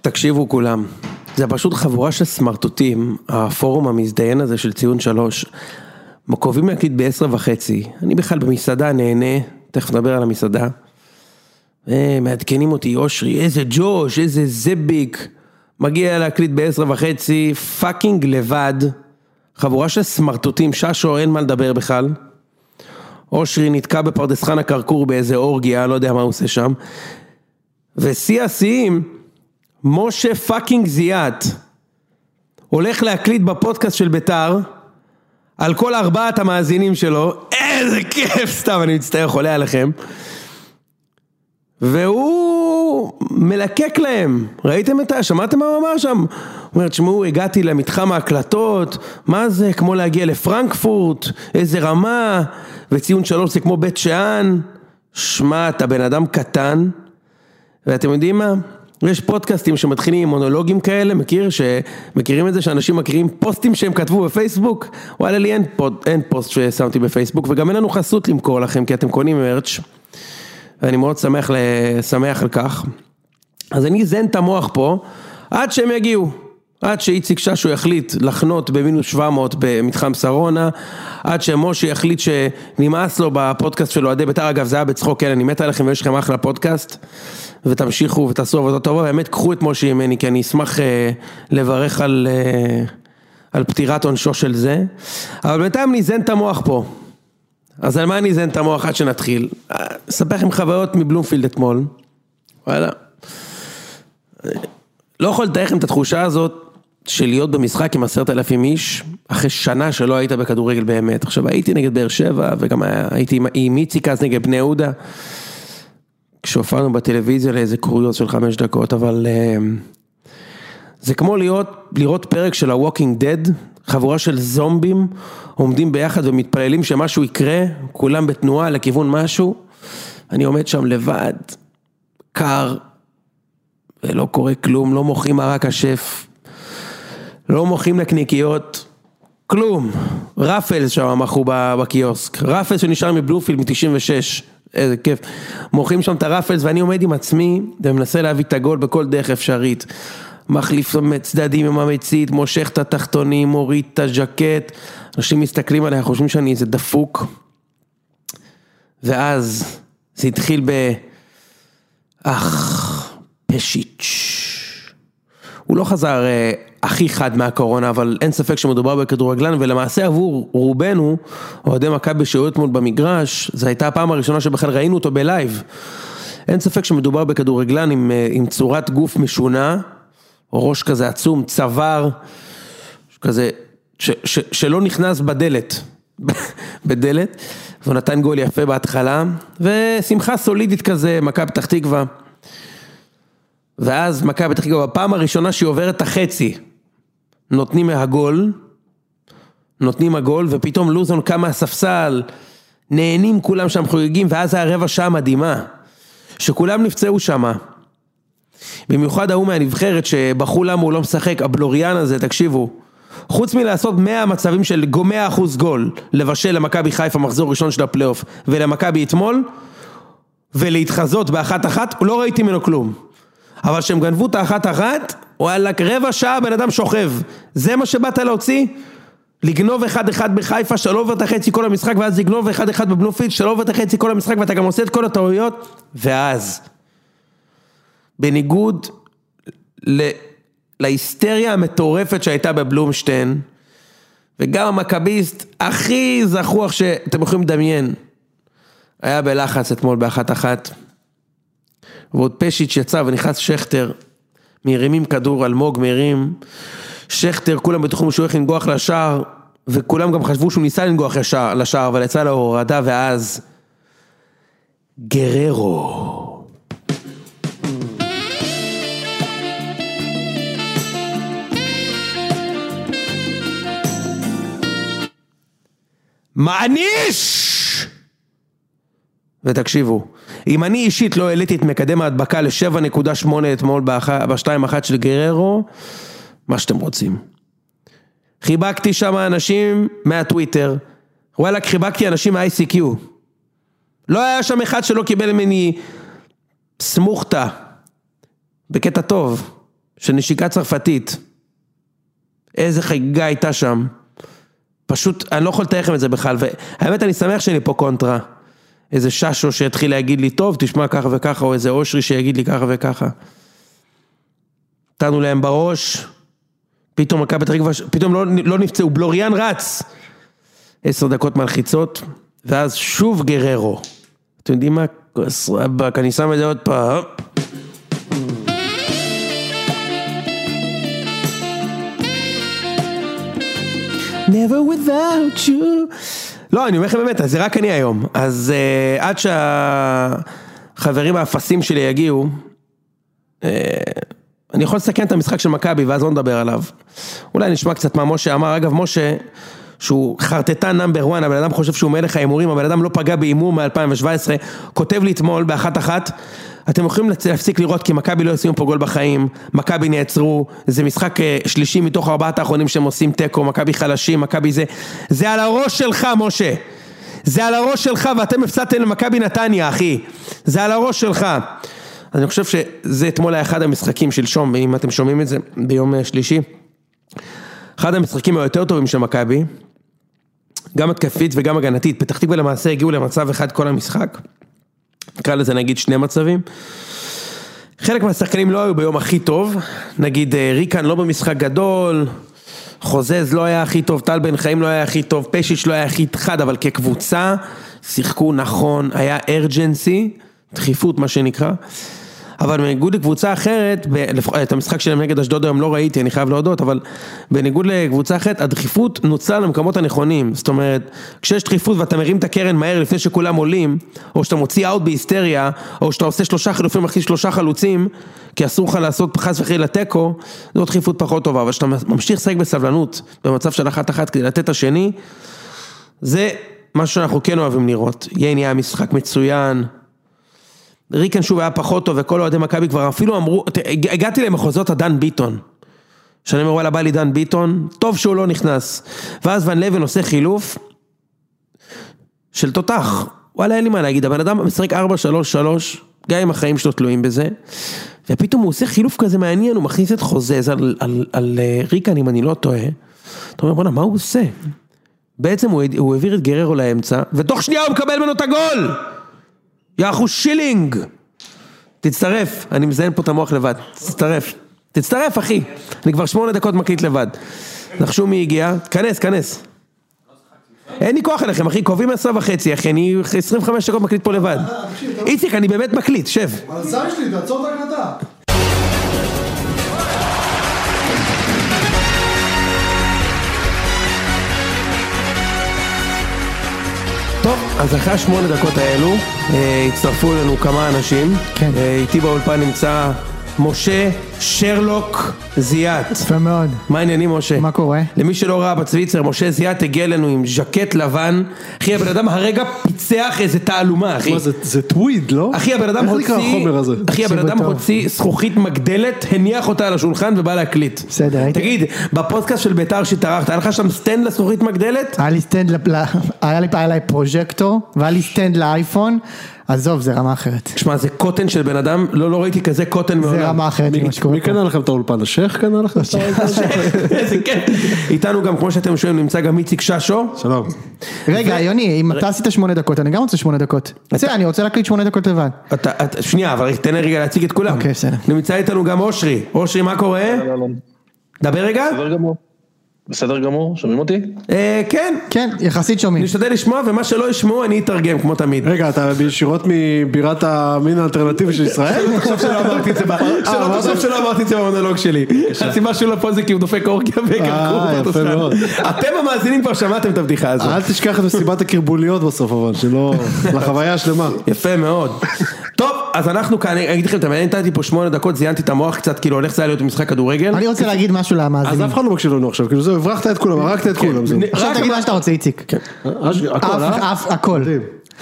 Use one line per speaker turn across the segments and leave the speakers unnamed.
תקשיבו כולם, זה פשוט חבורה של סמרטוטים, הפורום המזדיין הזה של ציון שלוש. קובעים להקליט בעשרה וחצי, אני בכלל במסעדה נהנה, תכף נדבר על המסעדה. אה, מעדכנים אותי, אושרי, איזה ג'וש, איזה זביק. מגיע להקליט בעשרה וחצי, פאקינג לבד. חבורה של סמרטוטים, ששו, אין מה לדבר בכלל. אושרי נתקע בפרדס חנה כרכור באיזה אורגיה, לא יודע מה הוא עושה שם. ושיא השיאים, משה פאקינג זיאת. הולך להקליט בפודקאסט של ביתר, על כל ארבעת המאזינים שלו, איזה כיף, סתם, אני מצטער, חולה עליכם. והוא מלקק להם, ראיתם את ה... שמעתם מה הוא אמר שם? הוא אומר, תשמעו, הגעתי למתחם ההקלטות, מה זה, כמו להגיע לפרנקפורט, איזה רמה, וציון שלוש זה כמו בית שאן. שמע, אתה בן אדם קטן, ואתם יודעים מה? יש פודקאסטים שמתחילים עם מונולוגים כאלה, מכיר? שמכירים את זה שאנשים מקריאים פוסטים שהם כתבו בפייסבוק? וואלה, לי אין, פוד, אין פוסט ששמתי בפייסבוק, וגם אין לנו חסות למכור לכם, כי אתם קונים מרץ', ואני מאוד שמח, ל... שמח על כך. אז אני אזן את המוח פה, עד שהם יגיעו. עד שאיציק ששו יחליט לחנות במינוס 700 במתחם שרונה, עד שמשה יחליט שנמאס לו בפודקאסט של אוהדי בית"ר, אגב זה היה בצחוק, כן, אני מת עליכם ויש לכם אחלה פודקאסט, ותמשיכו ותעשו עבודה טובה, באמת קחו את משה ממני, כי אני אשמח אה, לברך על, אה, על פטירת עונשו של זה, אבל בינתיים נזן את המוח פה. אז על מה נזן את המוח עד שנתחיל? אה, אספר לכם חוויות מבלומפילד אתמול, וואלה. לא יכול לתאר לכם את התחושה הזאת של להיות במשחק עם עשרת אלפים איש, אחרי שנה שלא היית בכדורגל באמת. עכשיו הייתי נגד באר שבע, וגם היה- הייתי עם- עם איציק אז נגד בני יהודה, כשהופענו בטלוויזיה לאיזה קוריוז של חמש דקות, אבל אה, זה כמו להיות, לראות פרק של ה-Walking Dead, חבורה של זומבים עומדים ביחד ומתפללים שמשהו יקרה, כולם בתנועה לכיוון משהו, אני עומד שם לבד, קר, ולא קורה כלום, לא מוכרים מרק השף, לא מוכרים נקניקיות, כלום. רפלס שם מכרו ב- בקיוסק, רפלס שנשאר מבלופילד מ-96, איזה כיף. מוכרים שם את הרפלס ואני עומד עם עצמי ומנסה להביא את הגול בכל דרך אפשרית. מחליף צדדים עם המצית, מושך את התחתונים, מוריד את הז'קט. אנשים מסתכלים עליי, חושבים שאני איזה דפוק. ואז זה התחיל ב... אך, פשיץ'. הוא לא חזר אה, הכי חד מהקורונה, אבל אין ספק שמדובר בכדורגלן, ולמעשה עבור רובנו, אוהדי מכבי שהיו אתמול במגרש, זו הייתה הפעם הראשונה שבכלל ראינו אותו בלייב. אין ספק שמדובר בכדורגלן עם, אה, עם צורת גוף משונה, ראש כזה עצום, צוואר, כזה, ש, ש, שלא נכנס בדלת, בדלת, והוא נתן גול יפה בהתחלה, ושמחה סולידית כזה, מכבי פתח תקווה. ואז מכבי פתח תקווה, בפעם הראשונה שהיא עוברת את החצי, נותנים הגול, נותנים הגול, ופתאום לוזון קם מהספסל, נהנים כולם שם חוגגים, ואז היה רבע שעה מדהימה, שכולם נפצעו שמה. במיוחד ההוא מהנבחרת שבחרו למה הוא לא משחק, הבלוריאן הזה, תקשיבו. חוץ מלעשות 100 מצבים של 100 אחוז גול, לבשל למכבי חיפה מחזור ראשון של הפלייאוף, ולמכבי אתמול, ולהתחזות באחת אחת, לא ראיתי ממנו כלום. אבל כשהם גנבו את האחת אחת, וואלכ, רבע שעה בן אדם שוכב. זה מה שבאת להוציא? לגנוב 1-1 בחיפה, שלא עובר את החצי כל המשחק, ואז לגנוב 1-1 בבלומפילד, שלא עובר את החצי כל המשחק, ואתה גם עושה את כל הטעויות, ואז. בניגוד ל... להיסטריה המטורפת שהייתה בבלומשטיין, וגם המכביסט הכי זחוח שאתם יכולים לדמיין, היה בלחץ אתמול באחת אחת. ועוד פשיץ' יצא ונכנס שכטר, מרימים כדור, אלמוג מרים, שכטר, כולם בטוחים שהוא הולך לנגוח לשער, וכולם גם חשבו שהוא ניסה לנגוח לשער, לשער אבל יצא להורדה, ואז... גררו. מעניש! ותקשיבו, אם אני אישית לא העליתי את מקדם ההדבקה ל-7.8 אתמול ב-2-1 של גררו, מה שאתם רוצים. חיבקתי שם אנשים מהטוויטר, וואלכ, חיבקתי אנשים מה-ICQ. לא היה שם אחד שלא קיבל ממני סמוכתה, בקטע טוב, של נשיקה צרפתית. איזה חגיגה הייתה שם. פשוט, אני לא יכול לתאר לכם את זה בכלל, והאמת אני שמח שאני פה קונטרה. איזה ששו שיתחיל להגיד לי, טוב, תשמע ככה וככה, או איזה אושרי שיגיד לי ככה וככה. נתנו להם בראש, פתאום מכבי פתח תקווה, פתאום לא, לא נפצעו, בלוריאן רץ. עשר דקות מלחיצות, ואז שוב גררו. אתם יודעים מה? כוס רבאק, אני שם את זה עוד פעם. never without you. לא, אני אומר לכם באמת, אז זה רק אני היום. אז uh, עד שהחברים האפסים שלי יגיעו, uh, אני יכול לסכם את המשחק של מכבי ואז לא נדבר עליו. אולי נשמע קצת מה משה אמר. אגב, משה, שהוא חרטטן נאמבר 1, הבן אדם חושב שהוא מלך ההימורים, הבן אדם לא פגע בהימור מ-2017, כותב לי אתמול באחת אחת, אתם יכולים לצ- להפסיק לראות כי מכבי לא ישימו פה גול בחיים, מכבי נעצרו, זה משחק אה, שלישי מתוך ארבעת האחרונים שהם עושים תיקו, מכבי חלשים, מכבי זה, זה על הראש שלך משה, זה על הראש שלך ואתם הפסדתם למכבי נתניה אחי, זה על הראש שלך. אז אני חושב שזה אתמול היה אחד המשחקים שלשום, אם אתם שומעים את זה ביום אה, שלישי. אחד המשחקים היותר טובים של מכבי, גם התקפית וגם הגנתית. פתח תקווה למעשה הגיעו למצב אחד כל המשחק. נקרא לזה נגיד שני מצבים. חלק מהשחקנים לא היו ביום הכי טוב, נגיד אה, ריקן לא במשחק גדול, חוזז לא היה הכי טוב, טל בן חיים לא היה הכי טוב, פשיץ' לא היה הכי חד, אבל כקבוצה שיחקו נכון, היה ארג'נסי, דחיפות מה שנקרא. אבל בניגוד לקבוצה אחרת, ב- לפח- את המשחק שלהם נגד אשדוד היום לא ראיתי, אני חייב להודות, אבל בניגוד לקבוצה אחרת, הדחיפות נוצלה למקומות הנכונים. זאת אומרת, כשיש דחיפות ואתה מרים את הקרן מהר לפני שכולם עולים, או שאתה מוציא אאוט בהיסטריה, או שאתה עושה שלושה חילופים, מכניס שלושה חלוצים, כי אסור לך לעשות חס וחלילה תיקו, זו דחיפות פחות טובה. אבל כשאתה ממשיך לשחק בסבלנות, במצב של אחת-אחת כדי לתת את השני, זה משהו שאנחנו כן אוהבים לראות. ייני היה משחק מצוין. ריקן שוב היה פחות טוב, וכל אוהדי מכבי כבר אפילו אמרו, ת- הג- הגעתי למחוזות הדן ביטון. שאני אומר, וואלה, בא לי דן ביטון, טוב שהוא לא נכנס. ואז ון לבן עושה חילוף של תותח. וואלה, אין לי מה להגיד, הבן אדם משחק 4-3-3, גם אם החיים שלו תלויים בזה. ופתאום הוא עושה חילוף כזה מעניין, הוא מכניס את חוזז על, על, על אה, ריקן, אם אני לא טועה. אתה אומר, בואנה, מה הוא עושה? בעצם הוא, הוא העביר את גררו לאמצע, ותוך שנייה הוא מקבל ממנו את הגול! יאחו שילינג! תצטרף, אני מזיין פה את המוח לבד, תצטרף. תצטרף אחי, אני כבר שמונה דקות מקליט לבד. נחשו מי הגיע, כנס, כנס. אין לי כוח אליכם אחי, קובעים עשרה וחצי אחי, אני 25 דקות מקליט פה לבד. איציק, אני באמת מקליט, שב.
על סמי שלי, תעצור את ההקלטה.
טוב, אז אחרי השמונה דקות האלו, אה, הצטרפו אלינו כמה אנשים.
כן.
אה, איתי באולפן נמצא משה שרלוק זיאת.
יפה מאוד.
מה העניינים משה?
מה קורה?
למי שלא ראה בצוויצר, משה זיאת הגיע אלינו עם ז'קט לבן. אחי, הבן אדם הרגע פיצח איזה תעלומה, אחי.
מה זה, זה טוויד, לא?
אחי, הבן אדם
איך
הוציא...
נקרא החומר הזה?
אחי, הבן
תקשיבו
אדם
טוב.
הוציא זכוכית מגדלת, הניח אותה על השולחן ובא להקליט.
בסדר, הייתי-
תגיד, בפודקאסט של ביתר שהתארחת, היה לך שם סטנד לזכוכית מגדלת?
היה לי סטנד, לפ- ל- היה לי- היה לי פרוז'קטור, והיה לי סטנד לאייפון, עזוב, זה רמה אחרת.
שמע, זה קוטן של בן אדם, לא, לא ראיתי כזה קוטן מעולם.
זה רמה אחרת ממה שקורה
מי
פה.
קנה לכם את האולפן? השייח קנה לכם את האולפן?
איזה כיף. איתנו גם, כמו שאתם שומעים, נמצא גם איציק ששו.
שלום.
רגע, יוני, אם אתה עשית שמונה דקות, אני גם רוצה שמונה דקות. בסדר, אני רוצה להקליט שמונה דקות לבד.
אתה, אתה, שנייה, אבל תן לי רגע להציג את כולם.
אוקיי, בסדר.
נמצא איתנו גם אושרי. אושרי, מה קורה?
אהלן.
דבר רגע.
בסדר גמור. בסדר גמור, שומעים אותי?
אה, כן,
כן, יחסית שומעים.
נשתדל לשמוע, ומה שלא ישמעו אני אתרגם כמו תמיד.
רגע, אתה ישירות מבירת המין האלטרנטיבי של ישראל? אה,
תחשוב שלא אמרתי את זה ב- שלא תחשוב שלא אמרתי את זה במונולוג שלי. הסיבה שהוא לא פה זה כי הוא דופק אורגיה וקרקור
אה, יפה
באוטוסטרדה.
מאוד.
אתם המאזינים כבר שמעתם את הבדיחה הזאת.
אל תשכח את מסיבת הקרבוליות בסוף אבל, שלא... לחוויה השלמה.
יפה מאוד. טוב, אז אנחנו כאן, אני אגיד לכם, אתה מעניין, נתתי פה שמונה דקות, זיינתי את המוח קצת, כאילו, הולך זה היה להיות משחק כדורגל.
אני רוצה להגיד משהו
אז
למאזינים.
אף אחד לא מקשיב לנו עכשיו, כאילו זהו, הברחת את כולם, הרגת את כולם, זהו.
עכשיו
רק
תגיד
מה-
מה שאתה רוצה, איציק.
אש- הכל,
אף,
אה?
אף, הכל.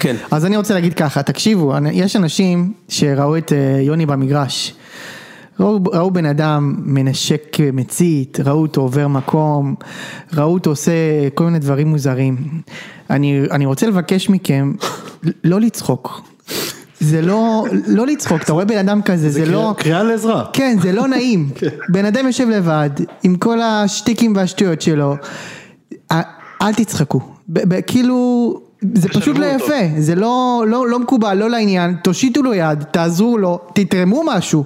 כן.
אז אני רוצה להגיד ככה, תקשיבו, אני- יש אנשים שראו את אה, יוני במגרש. ראו, ראו בן אדם מנשק מצית, ראו אותו עובר מקום, ראו אותו עושה כל מיני דברים מוזרים. אני, אני רוצה לבקש מכם לא לצחוק. זה לא, לא לצחוק, אתה רואה בן אדם כזה, זה
קריאה-
לא...
קריאה לעזרה.
כן, זה לא נעים. בן אדם יושב לבד, עם כל השטיקים והשטויות שלו. אה, אל תצחקו. ב- ב- כאילו, זה פשוט לא
אותו.
יפה. זה לא, לא, לא מקובל, לא לעניין. תושיטו לו יד, תעזרו לו, תתרמו משהו.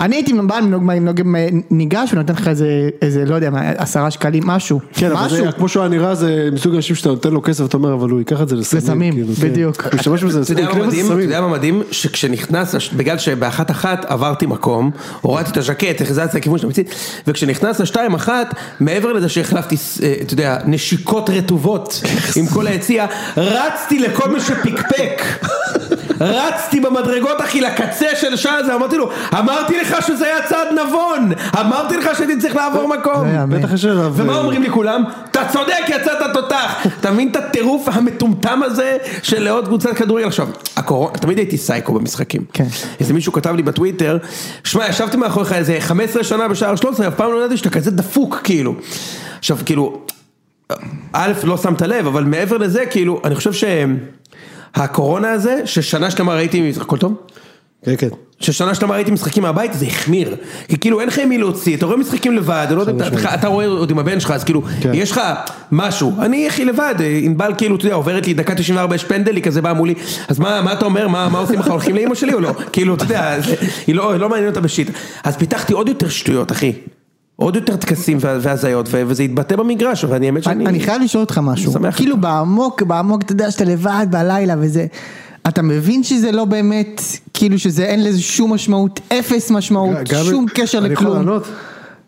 אני הייתי בא, נוג- נוג- ניגש ונותן לך איזה, איזה, לא יודע, מה, עשרה שקלים, משהו.
כן, אבל
משהו.
זה, כמו שהוא היה נראה, זה מסוג האנשים שאתה נותן לו כסף, אתה אומר, אבל הוא ייקח את זה לסמים.
לסמים,
כאילו, כן.
בדיוק.
הוא משתמש בזה,
אתה
הוא
יודע מה
יקנה בזה
מדהים? אתה
סמים.
יודע מה מדהים? שכשנכנס, הש- בגלל שבאחת אחת עברתי מקום, הורדתי את הז'קט, החזרתי לכיוון של המצית, וכשנכנס לשתיים אחת, מעבר לזה שהחלפתי, אה, אתה יודע, נשיקות רטובות עם כל היציע, רצתי לכל מי שפקפק. רצתי במדרגות אחי לקצה של שעה הזה, אמרתי לו, אמרתי לך שזה היה צעד נבון, אמרתי לך שהייתי צריך לעבור מקום.
לא יאמן.
בטח יש עליו...
ומה
אה,
אומרים לי כולם? אתה צודק, יצאת תותח. אתה מבין את הטירוף המטומטם הזה של לעוד קבוצת כדורגל? עכשיו, הקורונה, תמיד הייתי סייקו במשחקים.
כן.
איזה מישהו כתב לי בטוויטר, שמע, ישבתי מאחוריך איזה 15 שנה בשער 13, אף פעם לא ידעתי שאתה כזה דפוק, כאילו. עכשיו, כאילו, א', לא שמת לב, אבל מעבר לזה, כאילו, אני חושב שהקורונה הזה, ששנה שלמה ראיתי, הכל טוב?
כן, כן.
ששנה שלמה ראיתי משחקים מהבית, זה החמיר. כי כאילו אין לך עם מי להוציא, אתה רואה משחקים לבד, אתה לא יודע, אתה- אתה- אתה רואה עוד עם הבן שלך, אז כאילו,
כן.
יש לך משהו. אני אחי לבד, אה, ענבל כאילו, אתה יודע, עוברת לי דקה 94, יש פנדל, היא כזה באה מולי, אז מה מה אתה אומר, מה מה עושים לך, הולכים לאימא שלי או לא? כאילו, אתה יודע, זה- היא לא לא מעניין אותה בשיט. אז פיתחתי עוד יותר שטויות, אחי. עוד יותר טקסים וה- והזיות, ו- וזה התבטא במגרש, אבל אני האמת שאני...
אני, אני חייב לשאול אותך משהו,
שמח
כאילו בעמוק, בעמוק אתה יודע שאתה לבד בלילה וזה, אתה מבין שזה לא באמת, כאילו שזה אין לזה שום משמעות, אפס משמעות,
גם-
שום קשר
אני יכול
לכלום.
לענות?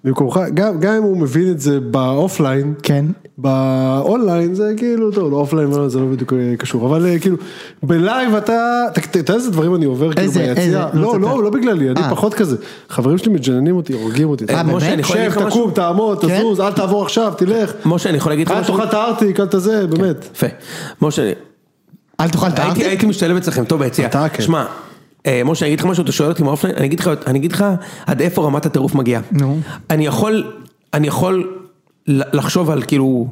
במקומך, גם גם אם הוא מבין את זה באופליין,
כן.
באונליין זה כאילו, טוב, לא אופליין לא, זה לא בדיוק אה, קשור, אבל אה, כאילו, בלייב אתה, ת- ת- אתה יודע איזה דברים אני עובר כאילו
איזה- איזה?
ביציע,
לא
לא,
תספר.
לא, לא בגללי, אני
אה.
פחות כזה, חברים שלי מג'ננים אותי, הורגים אותי,
אה,
באמת?
משה, אני יכול להגיד
שב,
לך משהו?
תקום, אה, תעמוד,
כן?
תזוז, אל תעבור עכשיו, תלך,
משה, אני יכול להגיד לך
אל
משהו?
תאכל את הארטיק, אל
כן.
תזה, באמת,
יפה. משה,
אל תאכל את
הייתי,
הארטיק?
הייתי משתלב אצלכם, טוב ביציע.
אתה כן.
שמע, אה, משה, אני אגיד לך משהו, אתה שואל אותי מהאופליין, אני אגיד לך, אני אגיד לך עד איפה רמת הטירוף מגיעה.
נו.
אני יכול, אני יכול ל- לחשוב על כאילו...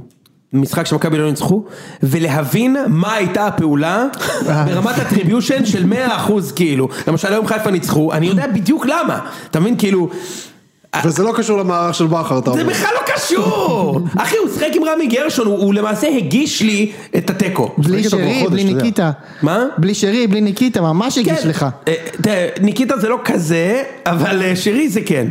משחק שמכבי לא ניצחו, ולהבין מה הייתה הפעולה ברמת הטריביושן של 100% כאילו. למשל היום חיפה ניצחו, אני יודע בדיוק למה. אתה מבין כאילו,
וזה לא קשור למערך של בכר, אתה
זה
אומר,
בכלל לא קשור! אחי, הוא שיחק עם רמי גרשון, הוא, הוא למעשה הגיש לי את התיקו.
בלי
ראיתי אותו כבר
שרי,
חודש,
בלי
אתה יודע.
ניקיטה.
מה?
בלי שרי, בלי ניקיטה, ממש הגיש לך.
אה, תראה, ניקיטה זה לא כזה, אבל אה, שירי זה כן.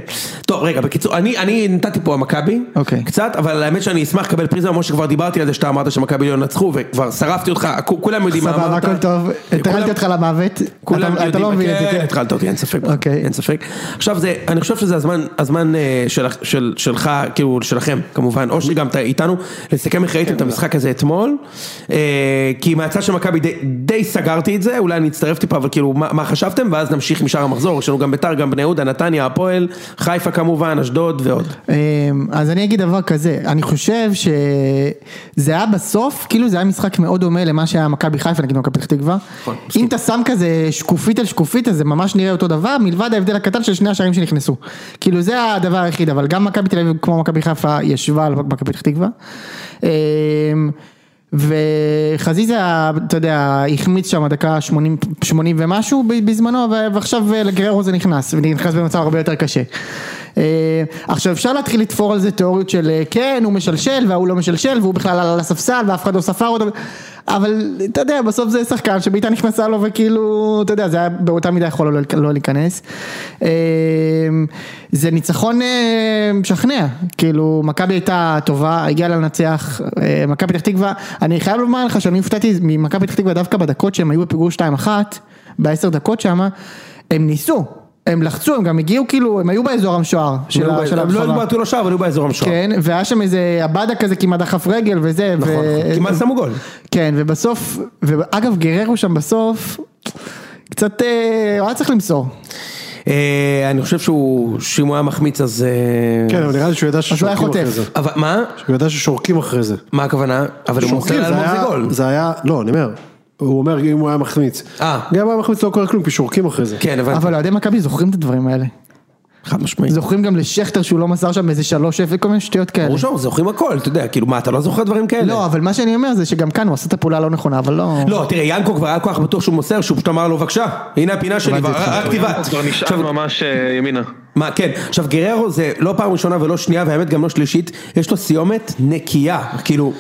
טוב, רגע, בקיצור, אני, אני נתתי פה המכבי,
אוקיי.
קצת, אבל האמת שאני אשמח לקבל פריזמה, למרות שכבר דיברתי על זה שאתה אמרת שמכבי לא ינצחו, וכבר שרפתי אותך, כו- כולם יודעים מה
סבבה,
אמרת.
הכל טוב,
כולם-
הטרלתי אותך למוות,
כולם
אתה- אתה
יודעים,
לא מבין את זה, כן.
התחלת אותי, אין ספק,
אוקיי.
אין ספק. עכשיו זה, אני חושב שזה הזמן, הזמן אה, של- של- שלך, כאילו שלכם, כמובן, או שגם אתה איתנו, לסכם איך
כן,
ראיתם את
לא.
המשחק הזה אתמול, אה, כי מהצד של מכבי די- די סגרתי את זה, אולי אני אצטרף טיפה, אבל כאילו, מה מה חשבתם, ואז נמשיך משאר המחזור, יש לנו גם ביתר, גם בני יהודה, נתניה, הפועל, חיפה כמובן, אשדוד ועוד.
אמ, אז אני אגיד דבר כזה, אני חושב שזה היה בסוף, כאילו זה היה משחק מאוד דומה למה שהיה מכבי חיפה, נגיד מכבי פתח תקווה.
נכון, מסכים.
אם אתה שם כזה שקופית על שקופית, אז זה ממש נראה אותו דבר, מלבד ההבדל הקטן של שני השערים שנכנסו. כאילו זה הדבר היחיד, אבל גם מכבי תל אביב, כמו מכבי חיפה, ישבה על מכבי פתח תקווה. אמ, וחזיזה, אתה יודע, החמיץ שם דקה 80, 80 ומשהו ב- בזמנו, ו- ועכשיו אה, לגררו זה נכנס, ונכנס במצב הרבה יותר קשה. אה, עכשיו אפשר להתחיל לתפור על זה תיאוריות של אה, כן, הוא משלשל וההוא לא משלשל והוא בכלל עלה לספסל ואף אחד לא ספר אותו, אבל אתה יודע, בסוף זה שחקן שבעיטה נכנסה לו וכאילו, אתה יודע, זה היה באותה מידה יכול לא, לא להיכנס. אה, זה ניצחון אה, משכנע, כאילו, מכבי הייתה טובה, הגיעה לה לנצח, אה, מכבי פתח תקווה, אני חייב לומר לך שאני הופתעתי ממכבי פתח תקווה דווקא בדקות שהם היו בפיגור 2-1, בעשר דקות שמה, הם ניסו. הם לחצו, הם גם הגיעו כאילו, הם היו באזור המשוער של ה- של
הם לא
הרחבה.
התבעטו לשער, אבל היו באזור המשוער.
כן, והיה שם איזה עבדה כזה כמעט דחף רגל וזה.
נכון, נכון. כמעט שמו גול.
כן, ובסוף, ואגב גררו שם בסוף, קצת, אה, הוא היה צריך למסור.
אה, אני חושב שהוא, שאם הוא היה מחמיץ אז... אה,
כן, אבל נראה לי שהוא ידע
הוא היה
ששורקים אחרי
חוטף.
זה,
אבל מה?
שהוא ידע ששורקים אחרי זה.
מה הכוונה? אבל הוא מוסר
שורקים,
לאלמוג
זה
זה
היה-
גול.
זה היה, לא, אני אומר, הוא אומר אם הוא היה מחמיץ.
אה.
גם אם הוא היה מחמיץ לא קורה כלום, כי שורקים אחרי זה.
כן, הבנתי.
אבל אוהדי מכבי זוכרים את הדברים האלה.
חד משמעית.
זוכרים גם לשכטר שהוא לא מסר שם איזה 3-0, כל מיני שטויות כאלה.
ברור שאנחנו זוכרים הכל, אתה יודע, כאילו מה, אתה לא זוכר דברים כאלה?
לא, אבל מה שאני אומר זה שגם כאן הוא עשה את הפעולה הלא נכונה, אבל לא...
לא, תראה, ינקו כבר היה כל כך בטוח שהוא מוסר, שהוא פשוט אמר לו, בבקשה, הנה הפינה שלי,
הבנתי אותך. אוקיי.
רק תבעט.
כבר נשאר
עכשיו,
ממש אה, ימינה.
מה, כן, עכשיו גררו זה לא פעם ראשונה ולא שנייה, והאמת גם לא שלישית, יש לו סיומת נקייה, כאילו,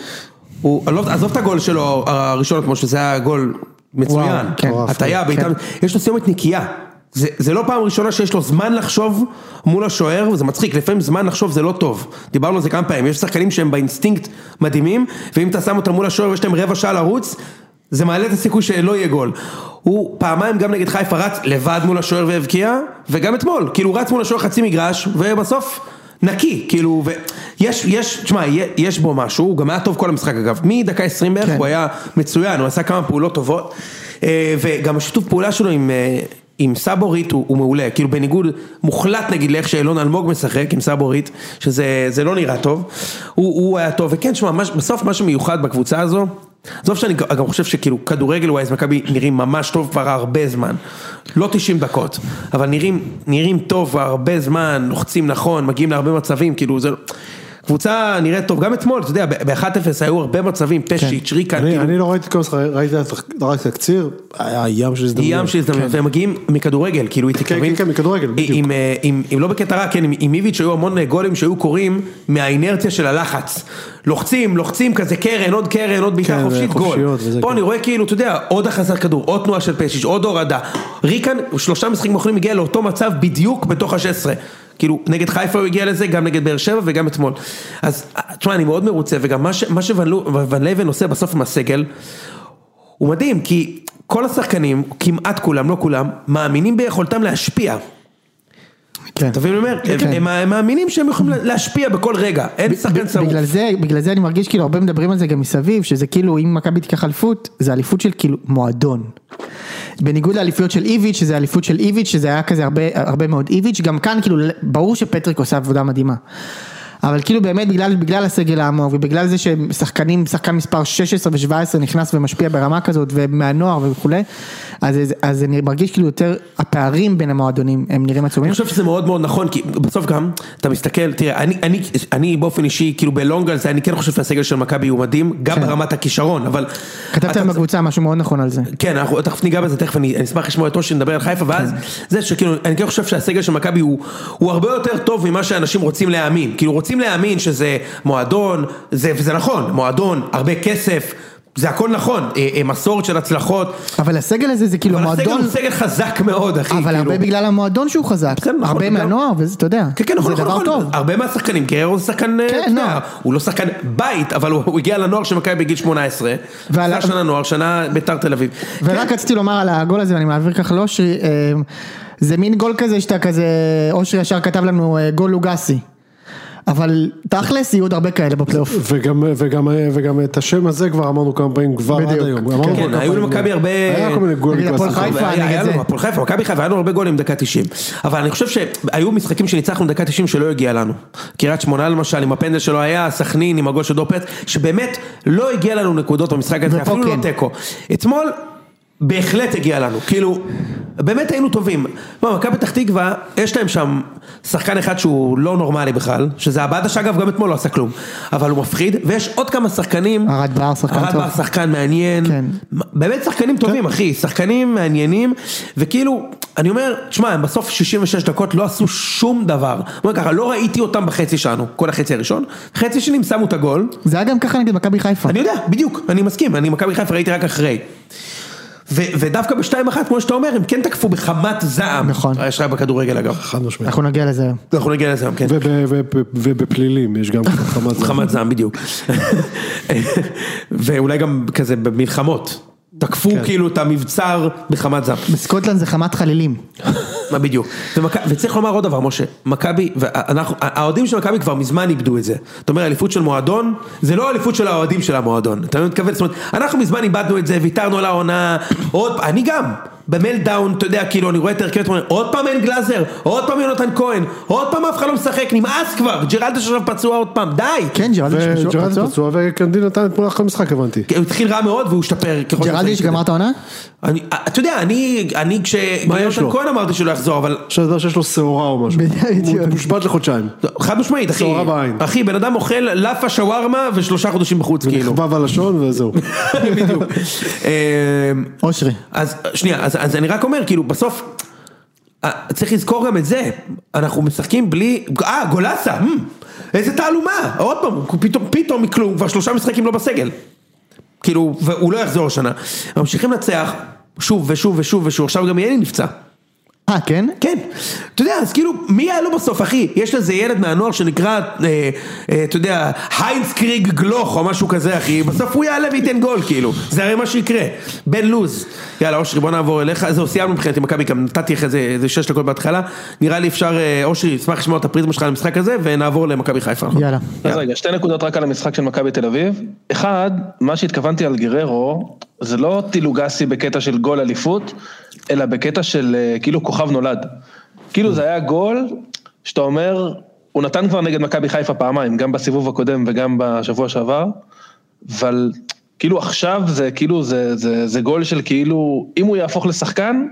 הוא, אני לא- עזוב את הגול שלו הראשון, כמו שזה היה גול מצוין,
וואו, כן.
הטעיה,
כן.
בעיטה, יש לו סיומת נקייה. זה, זה לא פעם ראשונה שיש לו זמן לחשוב מול השוער, וזה מצחיק, לפעמים זמן לחשוב זה לא טוב. דיברנו על זה כמה פעמים, יש שחקנים שהם באינסטינקט מדהימים, ואם אתה שם אותם מול השוער ויש להם רבע שעה לרוץ, זה מעלה את הסיכוי שלא יהיה גול. הוא פעמיים גם נגד חיפה רץ לבד מול השוער והבקיע, וגם אתמול, כאילו הוא רץ מול השוער חצי מגרש, ובסוף נקי, כאילו, ויש, יש, תשמע, יה- יש בו משהו, הוא גם היה טוב כל המשחק אגב, מדקה 20 בערך
כן.
הוא היה מצוין, הוא עשה כמה פעולות טובות, אה, וגם השיתוף פעולה שלו עם... אה, עם סבורית הוא, הוא מעולה, כאילו בניגוד מוחלט נגיד לאיך שאילון אלמוג משחק עם סבורית, שזה זה לא נראה טוב, הוא, הוא היה טוב, וכן שמע, מה ש- בסוף מה שמיוחד בקבוצה הזו, עזוב שאני ג- גם חושב שכאילו כדורגל ווייז מכבי נראים ממש טוב כבר הרבה זמן, לא 90 דקות, אבל נראים, נראים טוב כבר הרבה זמן, לוחצים נכון, מגיעים להרבה מצבים, כאילו זה... קבוצה נראית טוב, גם אתמול, אתה יודע, ב-1-0 היו הרבה מצבים, פשיץ', ריקה,
אני
כאילו,
אני לא ראיתי את כל המשחק, ראיתי את- רק את התקציר, היה ים של הזדמנויות.
ים של הזדמנויות, והם מגיעים מכדורגל, כאילו איציק,
כן,
אתה מבין?
כן, מכדורגל,
עם-
בדיוק.
עם, אה, עם- עם לא בקטע רע, כן, עם- עם איביץ' היו המון אה, גולים שהיו קורים מהאינרציה של הלחץ. לוחצים, לוחצים כזה קרן, עוד קרן, עוד בעיטה
כן,
חופשית, גול.
וחופשיות וזה,
פה
כן.
אני רואה כאילו, אתה יודע, עוד החזרת כדור, עוד תנועה של פשיץ', עוד הורדה. ריקן, שלושה משחקים האחרונים הגיע לאותו מצב בדיוק בתוך ה-16. כאילו, נגד חיפה הוא הגיע לזה, גם נגד באר שבע וגם אתמול. אז, אה, תשמע, אני מאוד מרוצה, וגם מה ש- מה שוון לו- ון לבן עושה בסוף עם הסגל, הוא מדהים, כי כל השחקנים, כמעט כולם, לא כולם, מאמינים ביכולתם להשפיע.
כן.
אתה מבין מה אני אומר?
כן.
הם- הם מאמינים שהם יכולים לה- להשפיע בכל רגע, אין שחקן שרוף.
בגלל זה, בגלל זה אני מרגיש כאילו הרבה מדברים על זה גם מסביב, שזה כאילו אם מכבי תיקח אליפות, זה אליפות של כאילו מועדון. בניגוד לאליפויות של איביץ', שזה אליפות של איביץ', שזה היה כזה הרבה, הרבה מאוד איביץ', גם כאן כאילו ברור שפטריק עושה עבודה מדהימה. אבל כאילו באמת בגלל, בגלל הסגל העמוק ובגלל זה ששחקנים, שחקן מספר 16 ו-17 נכנס ומשפיע ברמה כזאת ומהנוער וכולי, אז, אז אני מרגיש כאילו יותר, הפערים בין המועדונים הם נראים עצומים.
אני חושב שזה מאוד מאוד נכון, כי בסוף גם, אתה מסתכל, תראה, אני, אני, אני באופן אישי, כאילו בלונגל זה, אני כן חושב שהסגל של מכבי הוא מדהים, גם
כן.
ברמת הכישרון, אבל...
כתבת
אתה-
היום בקבוצה משהו מאוד נכון על זה.
כן, אנחנו תכף ניגע בזה, תכף אני אני אשמח לשמוע את אושי נדבר על חיפה,
כן.
ואז זה שכאילו, אני כן חושב שהסגל של מכבי הוא הוא הרבה יותר טוב ממה שאנשים רוצים להאמין. כאילו רוצים להאמין שזה מועדון, זה- וזה נכון, מועדון, הרבה כסף, זה הכל נכון, אה, אה, מסורת של הצלחות,
אבל הסגל הזה זה כאילו
אבל הסגל
המועדון,
הוא סגל חזק מאוד, אחי.
אבל
כאילו.
הרבה בגלל המועדון שהוא חזק,
בסדר, נכון,
הרבה
גם-
מהנוער וזה, אתה יודע,
כן, כן, נכון,
זה
נכון,
דבר
נכון.
טוב.
הרבה מהשחקנים, גררו זה שחקן, אה,
כן,
אתה יודע,
נוער.
הוא לא שחקן בית, אבל הוא הוא הגיע לנוער של מכבי בגיל 18,
ועל-
עשה שנה נוער, שנה ביתר תל אביב.
ורק רציתי לומר על הגול הזה ואני מעביר ככה לאושרי, אה, זה מין גול כזה שאתה כזה, אושרי ישר כתב לנו אה, גול לוגסי. אבל תכלס יהיו עוד הרבה כאלה בפלייאוף.
וגם, וגם, וגם את השם הזה כבר אמרנו כמה פעמים כבר עד
בדיוק.
היום.
כן,
אמרנו כבר
כן,
כמה
היו
פעמים.
למכבי הרבה...
היה כל מיני גולים.
נגיד הפועל
קלאסיים.
חיפה.
היה-
נגד
היה
זה.
לנו הפועל חיפה, מכבי חיפה, היה לנו הרבה גולים דקה 90. אבל אני חושב שהיו משחקים שניצחנו דקה 90 שלא הגיע לנו. קריית שמונה למשל, עם הפנדל שלו היה, סכנין עם הגול של דור פרץ, שבאמת לא הגיע לנו נקודות במשחק הזה,
ופה
אפילו לא
כן.
תיקו. אתמול בהחלט הגיע לנו, כאילו, באמת היינו טובים. מה, מכבי פתח תקווה, יש להם שם שחקן אחד שהוא לא נורמלי בכלל, שזה עבדה שאגב גם אתמול לא עשה כלום, אבל הוא מפחיד, ויש עוד כמה שחקנים.
ערד בר, שחקן
ערד
טוב.
בר, שחקן מעניין,
כן.
באמת שחקנים טובים אחי, שחקנים מעניינים, וכאילו, אני אומר, תשמע, הם בסוף 66 דקות לא עשו שום דבר. אני אומר ככה, לא ראיתי אותם בחצי שלנו, כל החצי הראשון, חצי שני הם שמו את הגול,
זה היה גם ככה נגד מכבי חיפה.
אני יודע, בדיוק, אני מסכים, אני מכבי חיפה ראיתי רק אחרי. ו- ודווקא בשתיים אחת, כמו שאתה אומר, הם כן תקפו בחמת זעם. אה,
נכון.
יש לך בכדורגל אגב.
חד משמעית.
אנחנו נגיע לזה היום.
אנחנו נגיע לזה גם כן.
וב- וב- וב- ובפלילים יש גם חמת זמן.
חמת זעם בדיוק. ואולי גם כזה במלחמות. תקפו
כן.
כאילו את המבצר בחמת זעם.
בסקוטלנד זה חמת חלילים.
מה בדיוק. ומכ... וצריך לומר עוד דבר, משה, מכבי, ואנחנו, האוהדים של מכבי כבר מזמן איבדו את זה. זאת אומרת, אליפות של מועדון, זה לא אליפות של לא האוהדים של המועדון. אתה מבין מה אני מתכוון? זאת אומרת, אנחנו מזמן איבדנו את זה, ויתרנו על העונה, עוד, אני גם. במלדאון, אתה יודע, כאילו, אני רואה את הרכבת, אומר, עוד פעם אין גלאזר, עוד פעם יונתן כהן, עוד פעם אף אחד לא משחק, נמאס כבר, ג'רלדה שעכשיו פצוע עוד פעם, די!
כן, ג'רלדיש פצוע?
וג'רלד פצוע וקנדין נתן את פולח המשחק הבנתי.
כי הוא התחיל רע מאוד והוא השתפר ככל
ג'רלדיש
שהסעיף
גמר את העונה?
התקדם. אני- אתה יודע, אני, אני כש...
מה יש לו?
יונתן כהן אמרתי שהוא לא יחזור, אבל
עכשיו אתה יודע שיש לו שעורה או משהו.
בדיוק.
הוא מושבת לחודשיים.
חד משמעית, אחי.
שעורה בעין.
אחי, בן אדם אוכל לאפה שווארמה ושלושה חודשים בחוץ, כאילו.
נחבא בלשון וזהו.
בדיוק. אמ,
אושרי.
אז שנייה, אז, אז אני רק אומר, כאילו, בסוף, אה, צריך לזכור גם את זה, אנחנו משחקים בלי, אה, גולסה, אמ, איזה תעלומה, עוד פעם, הוא פתאום, פתאום מכלום, הוא כבר שלושה משחקים לא בסגל. כאילו, והוא לא יחזור השנה. ממשיכים לנצח, שוב ושוב ושוב ושוב, עכשיו גם יאלי נפצע.
אה, כן?
כן, אתה יודע, אז כאילו, מי היה לו בסוף, אחי? יש לזה ילד מהנוער שנקרא, אה, אה, אתה יודע, היינס קריג גלוך או משהו כזה, אחי, בסוף הוא יעלה וייתן גול, כאילו, זה הרי מה שיקרה, בן לוז. יאללה, אושרי, בוא נעבור אליך, זהו, סיימנו מבחינתי מכבי, גם נתתי לך איזה איזה שש דקות בהתחלה, נראה לי אפשר, אה, אושרי, אשמח לשמוע את הפריזמה שלך על המשחק הזה, ונעבור למכבי חיפה. נכון?
יאללה.
יאללה.
אז רגע, שתי נקודות רק על המשחק של מכבי תל אביב. אחד, מה שהתכוונתי על גררו, זה לא טילוגסי בקטע של גול אליפות, אלא בקטע של אה, כאילו כוכב נולד. כאילו זה היה גול שאתה אומר, הוא נתן כבר נגד מכבי חיפה פעמיים, גם בסיבוב הקודם וגם בשבוע שעבר, אבל כאילו עכשיו זה כאילו, זה, זה, זה גול של כאילו, אם הוא יהפוך לשחקן,